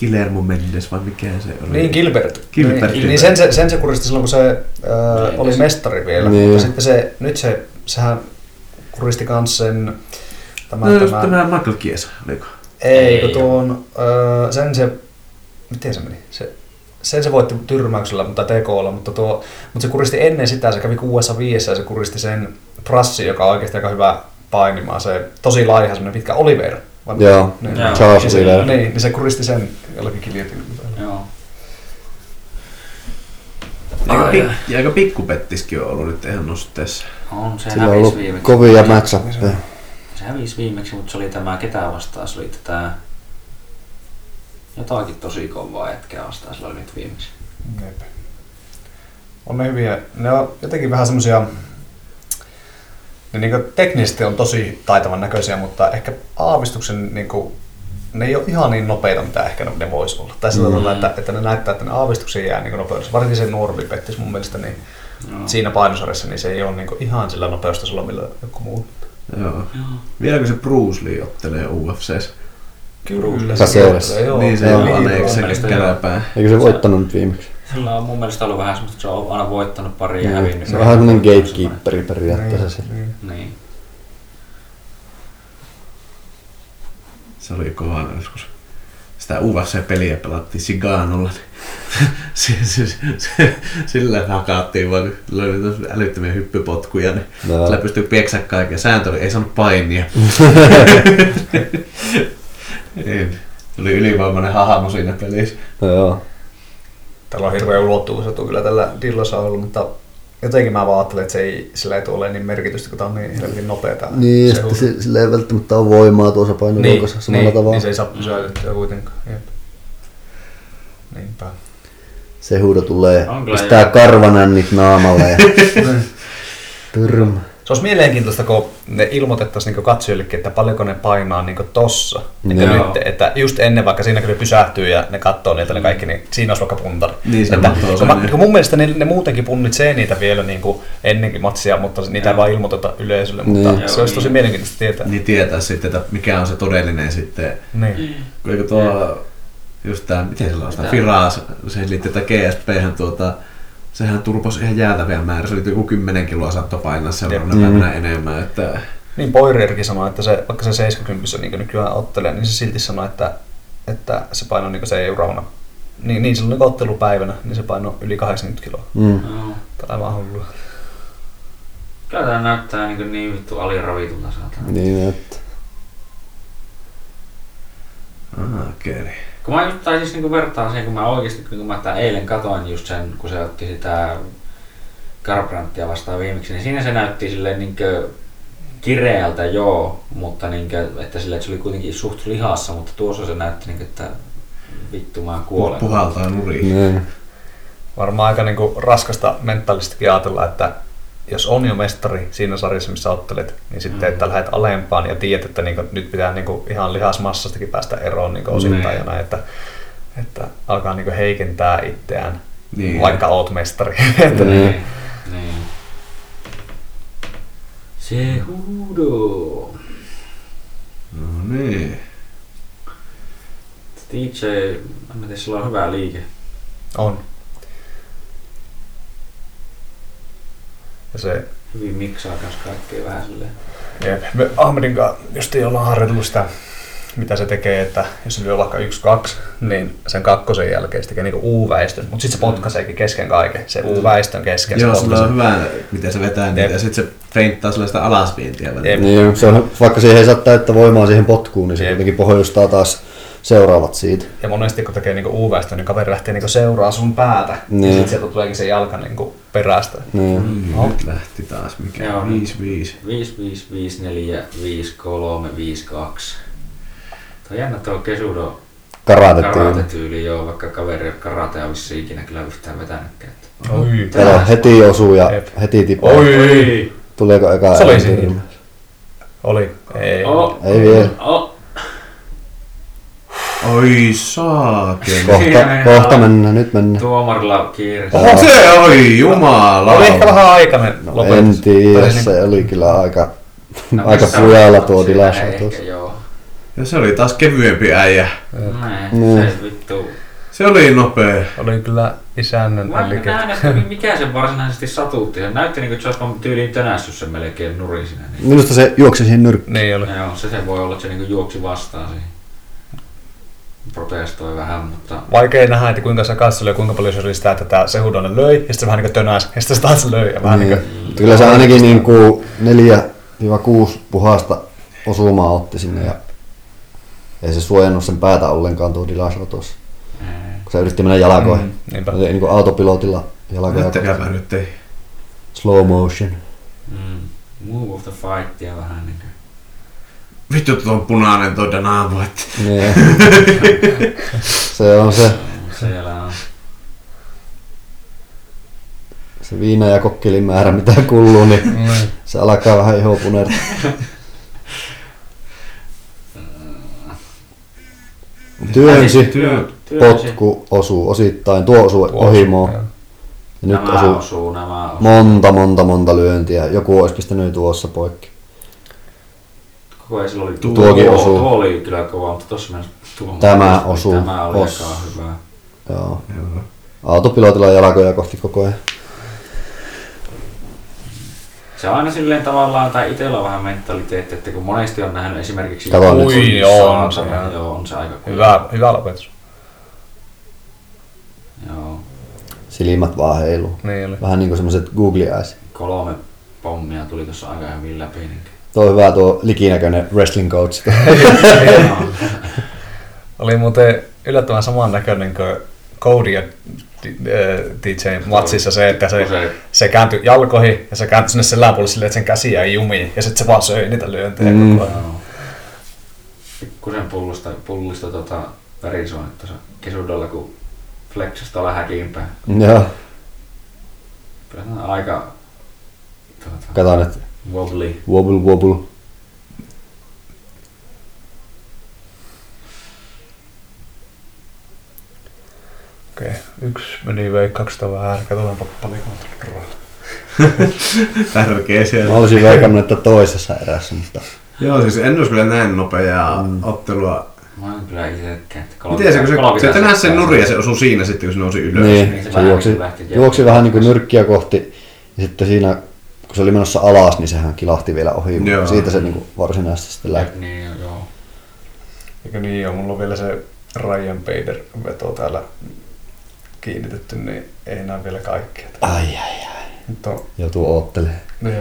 S4: Guillermo Mendes vai mikä se oli?
S2: Niin, Gilbert.
S4: Gilbert.
S2: Niin, niin sen, se, sen se kuristi silloin, kun se öö,
S1: Niin,
S2: oli
S1: se-
S2: mestari vielä.
S3: Niin.
S2: Niin. Mutta sitten se, nyt se, sehän kuristi kans sen... Tämä,
S4: No,
S2: tämä,
S4: tämä... tämä Michael Kiesa, oliko?
S2: Ei, kun
S1: Ei
S2: tuon... Öö, sen se... Miten se meni? Se, sen se voitti tyrmäyksellä, mutta tekoilla, mutta, tuo, mutta se kuristi ennen sitä, se kävi kuuessa viiessä ja se kuristi sen prassi, joka on oikeasti aika hyvä painimaan. Se tosi laiha, semmoinen pitkä Oliver. vai mikä?
S3: Joo,
S2: Niin.
S1: Joo.
S3: Charles
S2: Ja se-
S3: Oliver.
S2: Niin, niin se kuristi sen jollakin kiljotinilla.
S1: Joo.
S4: Aika,
S1: Ai,
S4: pik, ja aika pikkupettiskin on ollut nyt ihan nosteessa.
S1: on se
S3: Sillä on ollut
S1: hävisi viimeksi. Niin,
S3: kovia matchappeja.
S1: Se hävisi viimeksi, mutta se oli tämä ketään vastaan, se oli tätä jotakin tosi kovaa jätkää vastaan, sillä oli nyt viimeksi.
S2: Jep. On ne hyviä. Ne on jotenkin vähän semmosia... Ne niinku teknisesti on tosi taitavan näköisiä, mutta ehkä aavistuksen niinku ne ei ole ihan niin nopeita, mitä ehkä ne, ne voisi olla. Tai sillä tavalla,
S4: Mm.
S2: että, että ne näyttää, että ne aavistuksen jää niin nopeudessa. Varsinkin se nuorempi pettis mun mielestä, niin
S4: Mm.
S1: Joo.
S2: siinä painosarjassa niin se ei ole niin ihan sillä nopeusta sulla, millä joku muu.
S4: Joo.
S1: Joo.
S4: Vieläkö se Bruce Lee ottelee UFCs?
S2: Kyllä.
S3: Tässä seurassa.
S2: Joo,
S4: niin se
S3: joo,
S4: on
S2: liikaa.
S4: aneeksi
S1: Mun mielestä
S4: keräpää.
S3: Eikö se voittanut nyt viimeksi?
S1: Sillä on mun mielestä ollut vähän semmoista, että se on aina voittanut pari ja hävinnyt.
S3: Niin. Se on vähän semmoinen
S1: Semmoinen.
S3: gatekeeperi periaatteessa se.
S2: Niin.
S1: Niin.
S4: Se oli kova joskus. Sitä UFC-peliä pelattiin Siganolla. niin se, se, se, sillä hakaattiin vaan löydetty älyttömiä hyppypotkuja. Niin
S3: Joo.
S4: sillä pystyy pieksä kaiken. Sääntö oli, ei saanut painia. niin. Tuli ylivoimainen hahmo siinä pelissä.
S3: No joo.
S2: Tällä on hirveä ulottuvuus etu kyllä tällä Dillasaurilla, mutta jotenkin mä vaan ajattelen, että se ei, sillä ei tule ole niin merkitystä, kun tämä on niin helvetin nopeeta.
S3: Niin, ja
S2: se,
S3: sitten se, sillä ei välttämättä ole voimaa tuossa
S2: niin,
S3: painoluokassa samalla
S2: niin,
S3: tavalla.
S2: niin, se ei saa pysäytettyä kuitenkaan. Jep. Niinpä.
S3: Se huudo tulee,
S1: On kyllä
S3: pistää
S1: joo.
S3: karvanännit naamalle ja tyrm.
S2: Se olisi mielenkiintoista, kun ne ilmoitettaisiin niin katsojillekin, että paljonko ne painaa niin tossa. Että,
S3: Joo.
S2: nyt, että just ennen vaikka siinä, kun ne pysähtyy ja ne katsoo niiltä ne kaikki, niin siinä olisi vaikka puntari.
S4: Niin, se
S2: että,
S4: mahtuu
S2: kun
S4: sen,
S2: mä,
S4: niin.
S2: kun mun mielestä ne, ne muutenkin punnitsee niitä vielä niin kuin ennenkin matsia, mutta niitä ei vaan ilmoiteta yleisölle. Mutta
S3: Niin.
S2: se olisi tosi
S1: Joo, niin.
S2: mielenkiintoista tietää.
S4: Niin tietää sitten, että mikä on se todellinen sitten
S2: Niin.
S4: Eikö tuo, just tää, miten sillä on sitä
S1: Mitä?
S4: Firaa, se se liittyy tätä GSP, tuota, sehän turpos ihan jäätäviä määrä, se oli joku 10 kiloa saattoi painaa seuraavana
S3: Jep.
S4: päivänä enemmän, että
S2: Niin Poirierkin sanoi, että se, vaikka se 70 niin nykyään ottelee, niin se silti sanoi, että, että se painoi niin seuraavana. Niin, niin silloin niin ottelupäivänä, niin se painoi yli 80 kiloa.
S3: Mm.
S1: Joo.
S2: Tämä on aivan hullua.
S1: Kyllä tää näyttää niin, niin vittu aliravitulta saatana.
S3: Niin, että
S4: aah, keri.
S1: Kun mä just, tai siis niinku vertaan siihen, kun mä oikeesti, kun mä tää eilen katoin just sen, kun se otti sitä Garbrantia vastaan viimeksi, niin siinä se näytti silleen niinkö kireältä joo, mutta niinkö, että silleen, että se oli kuitenkin suht lihassa, mutta tuossa se näytti niinkö, että vittu mä kuolen.
S4: Puhaltaa nuriin.
S3: niin.
S2: varmaan aika niinku raskasta mentaalistikin ajatella, että jos on jo mestari siinä sarjassa, missä ottelet, niin sitten, että lähdet alempaan ja tiedät, että niinku, nyt pitää niinku ihan lihasmassastakin päästä eroon niinku osittain
S1: Niin.
S2: ja näin, että, että alkaa niinku heikentää itseään,
S4: Niin.
S2: vaikka oot mestari. Että
S1: Niin. niin. Se huudo.
S4: No niin.
S1: DJ, en mä tiedä, sillä on hyvä liike.
S2: on. Ja se
S1: Hyvin miksaa kans kaikkea vähän silleen.
S2: Jep. Me Ahmedin kanssa just ei olla harjoitellut sitä, mitä se tekee, että jos se lyö vaikka yksi, kaksi, niin sen kakkosen jälkeen se tekee niinku U-väistön, mutta
S3: Mm.
S2: sitten se potkaiseekin kesken kaiken, se U-väistön kesken.
S4: Joo,
S2: se
S4: sillä on
S2: potkaisee.
S4: hyvä, miten se vetää niitä,
S2: Jep.
S4: ja sitten se feinttaa sillä sitä alasvientiä välillä.
S2: Jep.
S3: niin se on, vaikka siihen ei saa täyttä voimaa siihen potkuun, niin se
S2: Jep.
S3: kuitenkin pohjustaa taas seuraavat siitä.
S2: Ja monesti kun tekee niinku U-väistön, niin kaveri lähtee niinku seuraa sun päätä,
S3: Niin.
S2: ja sitten sieltä tuleekin se jalka niinku perästä.
S3: Niin.
S4: Mm,
S2: Joo.
S4: Nyt lähti taas, mikä
S1: Joo.
S4: on 5-5.
S1: 5, 5, 5, 4, 5, 3, 5, 2. Tuo on jännä tuo Kesudo
S3: Karatettiin.
S1: karatetyyli, joo, vaikka kaveri ei ole karatea vissi ikinä kyllä yhtään vetänytkään. että-
S2: Oi.
S3: Kato, heti osuu ja
S2: Jep.
S3: heti tipuu.
S2: Oi.
S3: Tuleeko eka
S2: Se oli
S3: eka
S2: siinä.
S3: tyrmäys?
S2: Oli. Ei.
S1: Oh,
S3: Ei vielä.
S1: Oh,
S4: Oi saakeli.
S3: Kohta,
S1: Siinä
S3: kohta
S1: mennään.
S3: mennään, nyt mennään.
S1: tuomarilla kiire.
S4: Oho, se oli jumala.
S2: Oli ehkä vähän aikainen no,
S3: En
S2: lopetus. Tai
S3: tiedä,
S2: niinku-
S3: se oli kyllä aika,
S1: No,
S3: aika
S1: missä-
S3: pujalla tuo
S1: siinä
S3: tilaisuus.
S1: ehkä,
S3: tuossa.
S1: Joo.
S4: Ja se oli taas kevyempi äijä.
S1: Näin,
S3: Niin.
S1: se vittu.
S4: Se oli nopea.
S2: Oli kyllä isännän
S1: Mä en
S2: älike.
S1: nähdä, että mikä se varsinaisesti satuutti. Se näytti niinku Josh Van tyyliin tönässyt sen melkein nurin sinne. Niin.
S3: Minusta se juoksi siihen nyrkkiin.
S2: Niin oli.
S1: Joo, se, se voi olla, että se niinku juoksi vastaan siihen. Protestoi vähän, mutta
S2: vaikea nähdä, että kuinka se katsoi ja kuinka paljon se oli sitä, että tämä Sehudonen löi, ja sitten se vähän niin tönäs, ja sitten se taas löi, ja vähän niin,
S3: Niin.
S2: kuin,
S3: Mutta kyllä se ainakin niin kuin 4-6 puhasta osumaa otti sinne ja ei se suojannut sen päätä ollenkaan tuo Dilasho tuossa.
S1: Ei.
S3: Kun se yritti mennä jalkoihin.
S2: Mm, niinpä.
S3: Se oli niin kuin autopilotilla jalkoja.
S4: Näyttäkääpä nyt ei.
S3: Slow motion.
S1: Mm. Move of the fightia vähän niinku.
S4: Vittu, tuo on punainen tuo naama. et.
S3: Niin. se on se,
S1: Siellä on.
S3: se viina ja kokkelin määrä mitä kulluu, niin
S2: Mm.
S3: se alkaa vähän iho punertaa. Työnsi,
S4: Työ.
S3: potku osuu osittain, tuo osuu ohimoon.
S2: joo.
S3: Ja nyt
S1: Nämä osuu.
S3: osuu
S1: osuu, nämä osuu.
S3: monta, monta, monta lyöntiä. Joku olisi pistänyt tuossa poikki.
S1: Koko ajan sillä oli
S4: Tuo-
S3: Tuokin
S1: tuo,
S3: osuu.
S1: tuo oli kyllä kova, mutta tossa mennessä tuo.
S3: Tämä osuu.
S1: Tämä oli
S3: Os.
S1: aika hyvä.
S3: Joo.
S4: Joo.
S3: Autopilotilla on jalkoja kohti koko ajan.
S1: Se on aina silleen tavallaan, tai itsellä on vähän mentaliteetti, että kun monesti on nähnyt esimerkiksi...
S3: Kato nyt.
S2: Ui,
S1: Kuinka
S2: joo, on
S1: saatana,
S2: se ihan-
S1: Joo, on se aika kuva.
S2: Hyvä, hyvä lopetus.
S1: Joo,
S3: Silmät vaan heiluu.
S2: Niin oli.
S3: Vähän niinku semmoset googly eyes.
S1: kolme pommia tuli tuossa aika hyvin läpi. Niin.
S3: Tuo on hyvä tuo likinäköinen wrestling coach.
S2: Oli muuten yllättävän samannäköinen kuin Cody ja D- äh, DJ matsissa se, että se,
S1: Usein.
S2: se kääntyi jalkoihin ja se kääntyi sinne selän puolelle silleen, että sen käsi jäi jumiin ja sitten se vaan söi niitä lyöntejä
S3: Mm.
S2: koko ajan.
S1: Joo. Pikkusen pullosta, pullista tota, verisuonet tuossa kesudolla, kun flexasta lähekin päin.
S3: Joo.
S1: Kyllä se on aika tota,
S3: Kato nyt.
S1: wobbly.
S3: Wobble wobble.
S2: Okei, yksi meni veikkaukset on väärin, katsotaanpa paljonko on tullut rahaa.
S4: Tärkeä siellä.
S3: Mä olisin veikannut, että toisessa erässä, mutta
S4: Joo, siis en olisi kyllä näin nopeaa mm. ottelua.
S1: Mä en kyllä itsekään. että
S4: Miten se, kun se,
S1: kolmikymmentä-
S4: se tänään se
S1: kolmikymmentä-
S4: nuri ja se osuu siinä sitten, kun se nousi ylös.
S3: niin,
S1: niin se
S3: se
S1: vähän
S3: juoksi,
S1: niinku lähti jälkeen.
S3: juoksi vähän niin kuin nyrkkiä kohti. Ja sitten siinä, kun se oli menossa alas, niin sehän kilahti vielä ohi. mutta
S4: Joo.
S3: Siitä se niin kuin varsinaisesti sitten lähti.
S1: Niin, joo.
S2: Eikö niin joo, mulla on vielä se Ryan Bader veto täällä kiinnitetty, niin ei enää vielä kaikkea.
S3: Ai ai ai.
S2: Nyt on,
S3: Joutuu oottelee.
S2: joo.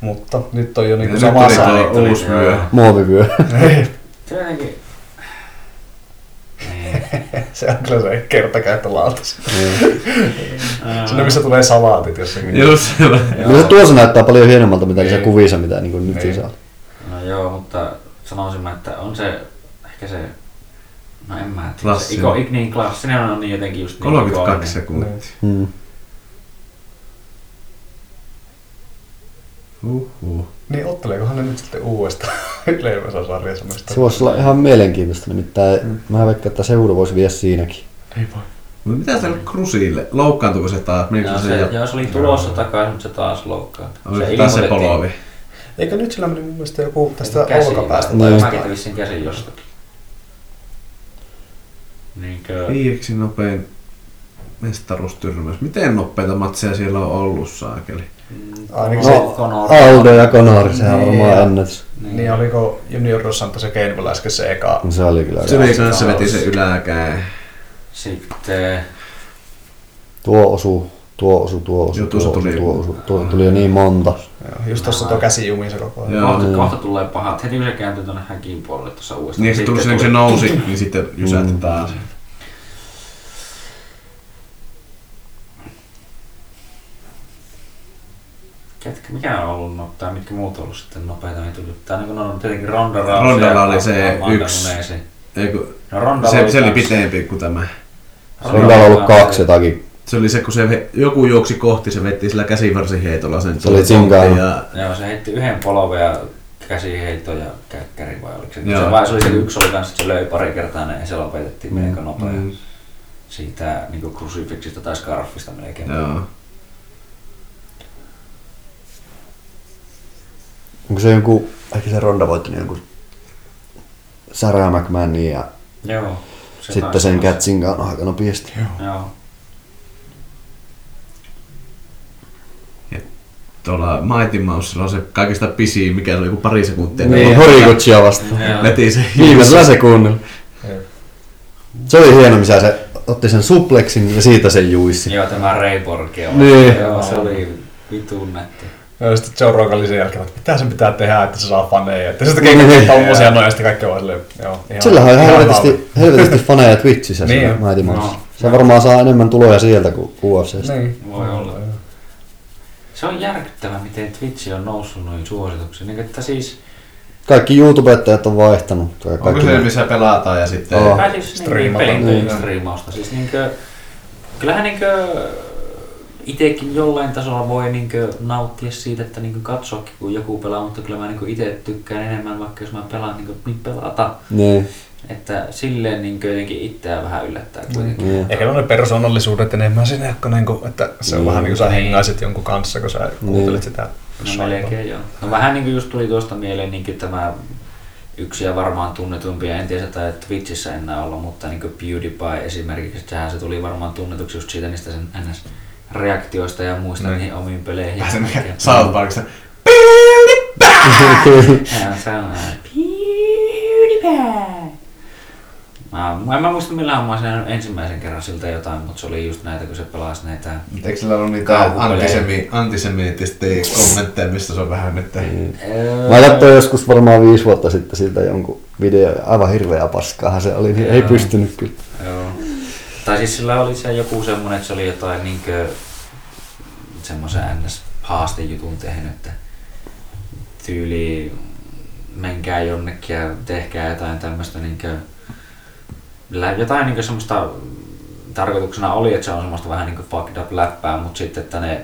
S2: Mutta nyt on jo
S4: Ja
S2: niinku
S4: nyt
S2: sama
S4: tuli
S2: säännö.
S4: tuo uusi
S1: Joo.
S4: vyö.
S3: Muovivyö.
S1: Se jotenkin... Niin.
S2: Se on kyllä se kertakäyttölautas.
S3: Niin.
S2: Sinne missä tulee salaatit jossakin.
S4: Just siellä.
S3: Kyllä se tuossa näyttää paljon hienommalta, mitä niissä
S2: Niin.
S3: kuvissa, mitä niin kuin nyt
S2: Niin.
S3: niin. saa.
S1: No joo, mutta sanoisin mä, että on se ehkä se... No en mä tiedä. Se
S4: Klassinen.
S1: Iko, ik, niin klassinen on niin jotenkin just niin
S4: 32
S1: ikoninen.
S4: sekuntia.
S3: Mm.
S4: Huhhuh.
S2: Niin otteleekohan ne nyt sitten uudestaan leiväsasarjassa mistä?
S3: Se voisi olla ihan mielenkiintoista, nimittäin mm. mä veikkaan, että seura voisi viedä siinäkin.
S2: Ei voi.
S4: Mutta mitä tälle Krusille? Loukkaantuiko se taas? Menikö
S1: Joo,
S4: Niin. No, se, se
S1: se,
S4: jo?
S1: joo, se oli tulossa takaisin, mutta se niin taas loukkaantui.
S4: Oliko taas se polovi?
S2: Eikö nyt sillä meni mun mielestä joku tästä
S1: Käsi-
S2: olkapäästä
S1: Mä
S2: tai
S3: Niin.
S1: mäkin
S2: jostain?
S1: kävin sen käsin jostakin. Niinkö...
S4: Viideksi nopein mestaruustyrmäys. Miten nopeita matseja siellä on ollut, saakeli?
S1: Mm,
S2: Ainakin
S1: Conor-
S3: se-
S1: Conor-
S3: Aldo ja Conor, sehän on
S2: Niin.
S3: varmaan ennätys.
S2: Niin oliko Junior Dos Santos ja Kane vielä äsken se eka?
S3: No, Se oli kyllä.
S4: Se
S3: raaka.
S4: vei kanssa veti se yläkää.
S1: Sitten...
S3: Tuo osu, tuo osu, tuo osu,
S4: Joo,
S3: tuo
S4: tuossa
S3: osu,
S4: tuli-
S3: tuo osu. Tuo tuli jo niin monta.
S2: Joo, Just tossa tuo käsi jumissa koko ajan.
S4: Joo.
S1: Kohta,
S3: Niin.
S1: kohta tulee pahat. Heti kun se kääntyy tuonne häkin puolelle tuossa uudestaan.
S4: Niin se tuli sinne, kun se nousi, niin sitten jysähti
S3: Mm.
S4: taas.
S1: Ketkä, mikä on ollut no, tai mitkä muut on ollut sitten nopeita ei tullut. Tai niin kun on tietenkin Ronda Rousey.
S4: Rondalla
S1: ja
S4: oli se
S1: Amanda
S4: yksi.
S1: Nunes.
S4: Ei, kun
S1: No Ronda
S4: se, se oli
S1: kaksi.
S4: pitempi kuin tämä.
S3: Se on täällä ollut kaksi jotakin.
S4: Se oli se, kun se he- joku juoksi kohti, se vetti sillä käsivarsiheitolla sen
S3: Se oli
S4: kohti
S3: tsinkailu.
S4: ja
S1: Joo, se heitti yhden polven ja käsiheitto ja käkkäri vai oliko se?
S4: Joo.
S1: Se, vai, se oli se yksi oli kanssa, että se löi pari kertaa ne ja se lopetettiin mm. melko nopea.
S4: Mm.
S1: Mm. Siitä niin krusifiksista tai skarfista melkein.
S4: Joo.
S3: Onko se jonkun, ehkä se Ronda voittanut jonkun Sarah McMahonin ja
S1: Joo.
S3: sitten
S1: taisi
S3: sen
S1: olla se.
S3: Katsin kanssa aika nopeasti.
S1: Joo.
S4: Tuolla Mighty Mousella on se kaikista pisin, mikä se oli joku pari sekuntia.
S3: Niin, Horikutsia vastaan.
S1: Joo.
S4: Veti se
S3: Viimeisellä sekunnilla.
S2: Joo.
S3: Se oli hieno, missä se otti sen suplexin ja siitä sen juissi.
S1: Joo, tämä Reiborgia.
S3: Niin.
S1: Joo, se oli vitun nätti.
S2: Ja sitten Joe Rogan oli sen jälkeen, että mitä sen pitää tehdä, että se saa faneja. Että sitten kekin tommosia noin ja sitten kaikki on silleen, joo. ihan-
S3: Niin. Sillähän on ihan
S2: valmis.
S3: helvetisti, helvetisti faneja Twitchissä
S2: Niin
S3: siinä
S2: on.
S3: Mighty
S1: No.
S3: Mouse. Se varmaan saa enemmän tuloja sieltä kuin UFCstä.
S2: Niin.
S1: Voi olla. Se on järkyttävä, miten Twitch on noussut noin suosituksiin. Niin, että siis,
S3: Kaikki YouTubettajat on vaihtanut. Tai
S4: Onko
S3: Kaikki
S4: se, missä pelataan ja sitten...
S3: Joo.
S1: tai siis niin,
S2: Striimata.
S1: pelin
S2: Niin.
S1: striimausta. Siis niinkö, kyllähän niinkö itekin jollain tasolla voi niinkö nauttia siitä, että niinkö katsoakin kun joku pelaa, mutta kyllä mä niinkö ite tykkään enemmän, vaikka jos mä pelaan, niinkö, niin pelata.
S3: niin.
S1: Että silleen niin jotenkin itseään vähän yllättää kuitenkin.
S3: Niin.
S2: Ehkä on ne persoonallisuudet enemmän sinne, ehkä niin kuin, että se on
S3: Niin.
S2: vähän niin kuin sä hengaisit jonkun kanssa, kun sä kuuntelet sitä.
S1: No
S2: jossain.
S1: melkein joo. No vähän niin kuin just tuli tuosta mieleen niin tämä yksi ja varmaan tunnetumpia, en tiedä tai Twitchissä enää olla, mutta niin PewDiePie esimerkiksi, että sehän se tuli varmaan tunnetuksi just siitä niistä sen ns reaktioista ja muista
S2: Niin.
S1: niihin omiin peleihin.
S4: Pääsen
S1: ja
S4: mikä
S1: kaikkea.
S4: South Parkista.
S1: Sehän se on. PewDiePie! Mä, mä en mä muista millähän mä oon sen ensimmäisen kerran siltä jotain, mutta se oli just näitä, kun se pelasi näitä.
S4: Eikö sillä ollut niitä
S1: Kauhupelejä.
S4: antisemi, antisemitistiä kommentteja, mistä se on vähän nyt...
S1: Niin. Öö.
S3: Mä katsoin joskus varmaan viisi vuotta sitten siltä jonkun video, aivan hirveä paskaahan se oli, niin ei
S1: Joo.
S3: pystynyt kyllä.
S1: Joo. Tai siis sillä oli se joku semmonen, että se oli jotain niinkö semmoisen ns haastejutun tehnyt, että tyyli menkää jonnekin ja tehkää jotain tämmöistä niinkö lä- jotain niinkö semmoista tarkoituksena oli, että se on semmoista vähän niinkö fucked up läppää, mutta sitten että ne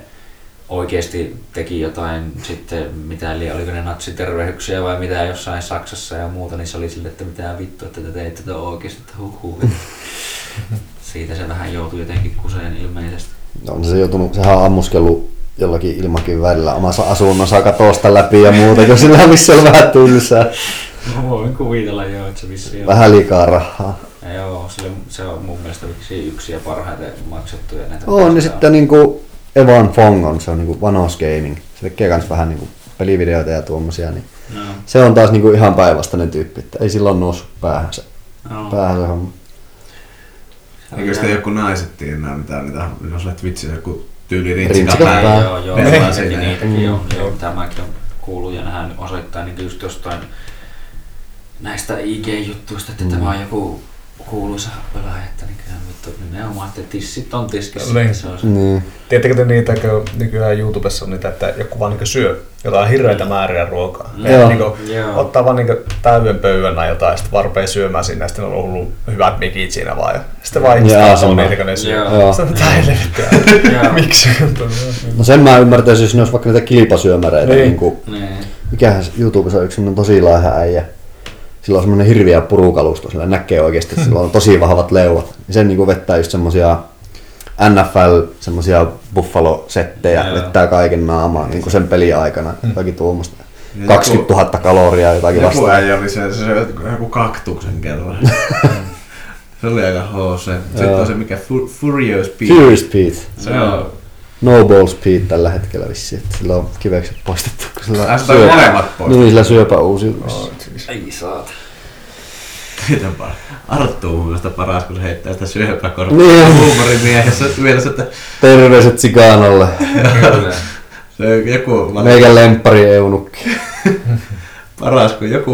S1: oikeasti teki jotain sitten, mitä eli oliko ne natsitervehdyksiä vai mitä jossain Saksassa ja muuta, niin se oli sille, että mitä vittu, että te teitte tätä oikeasti, että huh, huh. Siitä se vähän joutui jotenkin kuseen ilmeisesti.
S3: On No, niin se joutunut, sehän on ammuskellut jollakin ilmakiväärillä omassa asunnossa katosta läpi ja muuta, kun sillä on missä on vähän tylsää,
S1: Mä voin kuvitella jo, että se vissiin on.
S3: vähän liikaa rahaa.
S1: Ja Joo, sille, se on mun mielestä yksi yksi ja parhaiten maksettuja näitä.
S3: On, niin
S1: päästään.
S3: sitten niinku Evan Fongon, se on niinku Vanos Gaming, se tekee kans vähän niinku pelivideoita ja tuommoisia, niin
S1: No,
S3: se on taas niinku ihan päinvastainen tyyppi, että ei silloin noussut päähän se,
S1: no.
S3: päähän se homma.
S4: Eikö sitä joku naiset tiedä mitä niitä, jos olet Twitchissä joku tyyli
S3: Rintsikat
S4: rintsikapäin.
S3: päällä.
S1: Joo, joo,
S4: Pelaa
S1: joo
S4: siinä.
S1: niitäkin
S3: Mm.
S1: on. Joo, tämäkin on kuullut ja nähdään osoittaa niin just jostain näistä IG-juttuista, että tämä
S3: Mm.
S1: on joku kuuluisa pelaaja, että niin kyllä vittu nimenomaan, että tissit on tiskissä.
S2: Niin.
S1: Se on se.
S3: Niin.
S2: Tiedättekö te niitä, kun nykyään YouTubessa on niitä, että joku vaan niin syö jotain hirveitä määriä ruokaa.
S1: Mm.
S2: Ja
S3: Joo.
S2: Niin kuin,
S1: Joo.
S2: ottaa vaan niin täyden pöydän tai jotain, sitten vaan rupeaa syömään sinne, ja sitten on ollut hyvät mikit siinä vaan. Ja sitten vaan
S3: Jaa,
S2: itse
S3: sama.
S2: on niitä, kun ne syö.
S1: Joo.
S3: Joo.
S2: Sitten on tää ei
S1: Joo.
S2: levittää. Miksi?
S3: No sen mä ymmärtäisin, jos ne olisi vaikka niitä kilpasyömäreitä,
S2: Niin.
S3: niin. kuin
S1: Niin.
S3: mikähän se- YouTubessa on yksi semmoinen tosi laiha äijä. Sillä on semmoinen hirviä purukalusto, sillä näkee oikeasti, että sillä on tosi vahvat leuat. Ja sen niinku vettää just semmosia NFL, semmosia buffalo-settejä,
S1: Joo.
S3: vettää kaiken naamaan niinku sen pelin aikana, jotakin tuommoista.
S4: Mm. Joku-
S3: 20 000 kaloria jotakin
S4: Joku
S3: vastaan.
S4: äijä oli se, se, se joku kaktuksen kerran. se oli aika hoos. E. se. Sitten
S3: Joo.
S4: on se mikä Fu- Furious Beat.
S3: Furious Pete,
S4: Se on.
S3: no balls Pete tällä hetkellä vissi, että sillä on kivekset poistettu, kun sillä
S4: Ai, sitä on molemmat pois.
S3: No niin, sillä syöpä uusiutuu. vissiin.
S1: Ei saata.
S4: Siitä on paras. Arttu on mun mielestä paras, kun se heittää sitä syöpäkorttia.
S3: Niin.
S4: Niin. Huumorimiehessä mielessä, että
S3: Terveiset Siganolle,
S1: Kyllä.
S4: se on joku
S3: meikän lemppari eunukki.
S4: paras, kun joku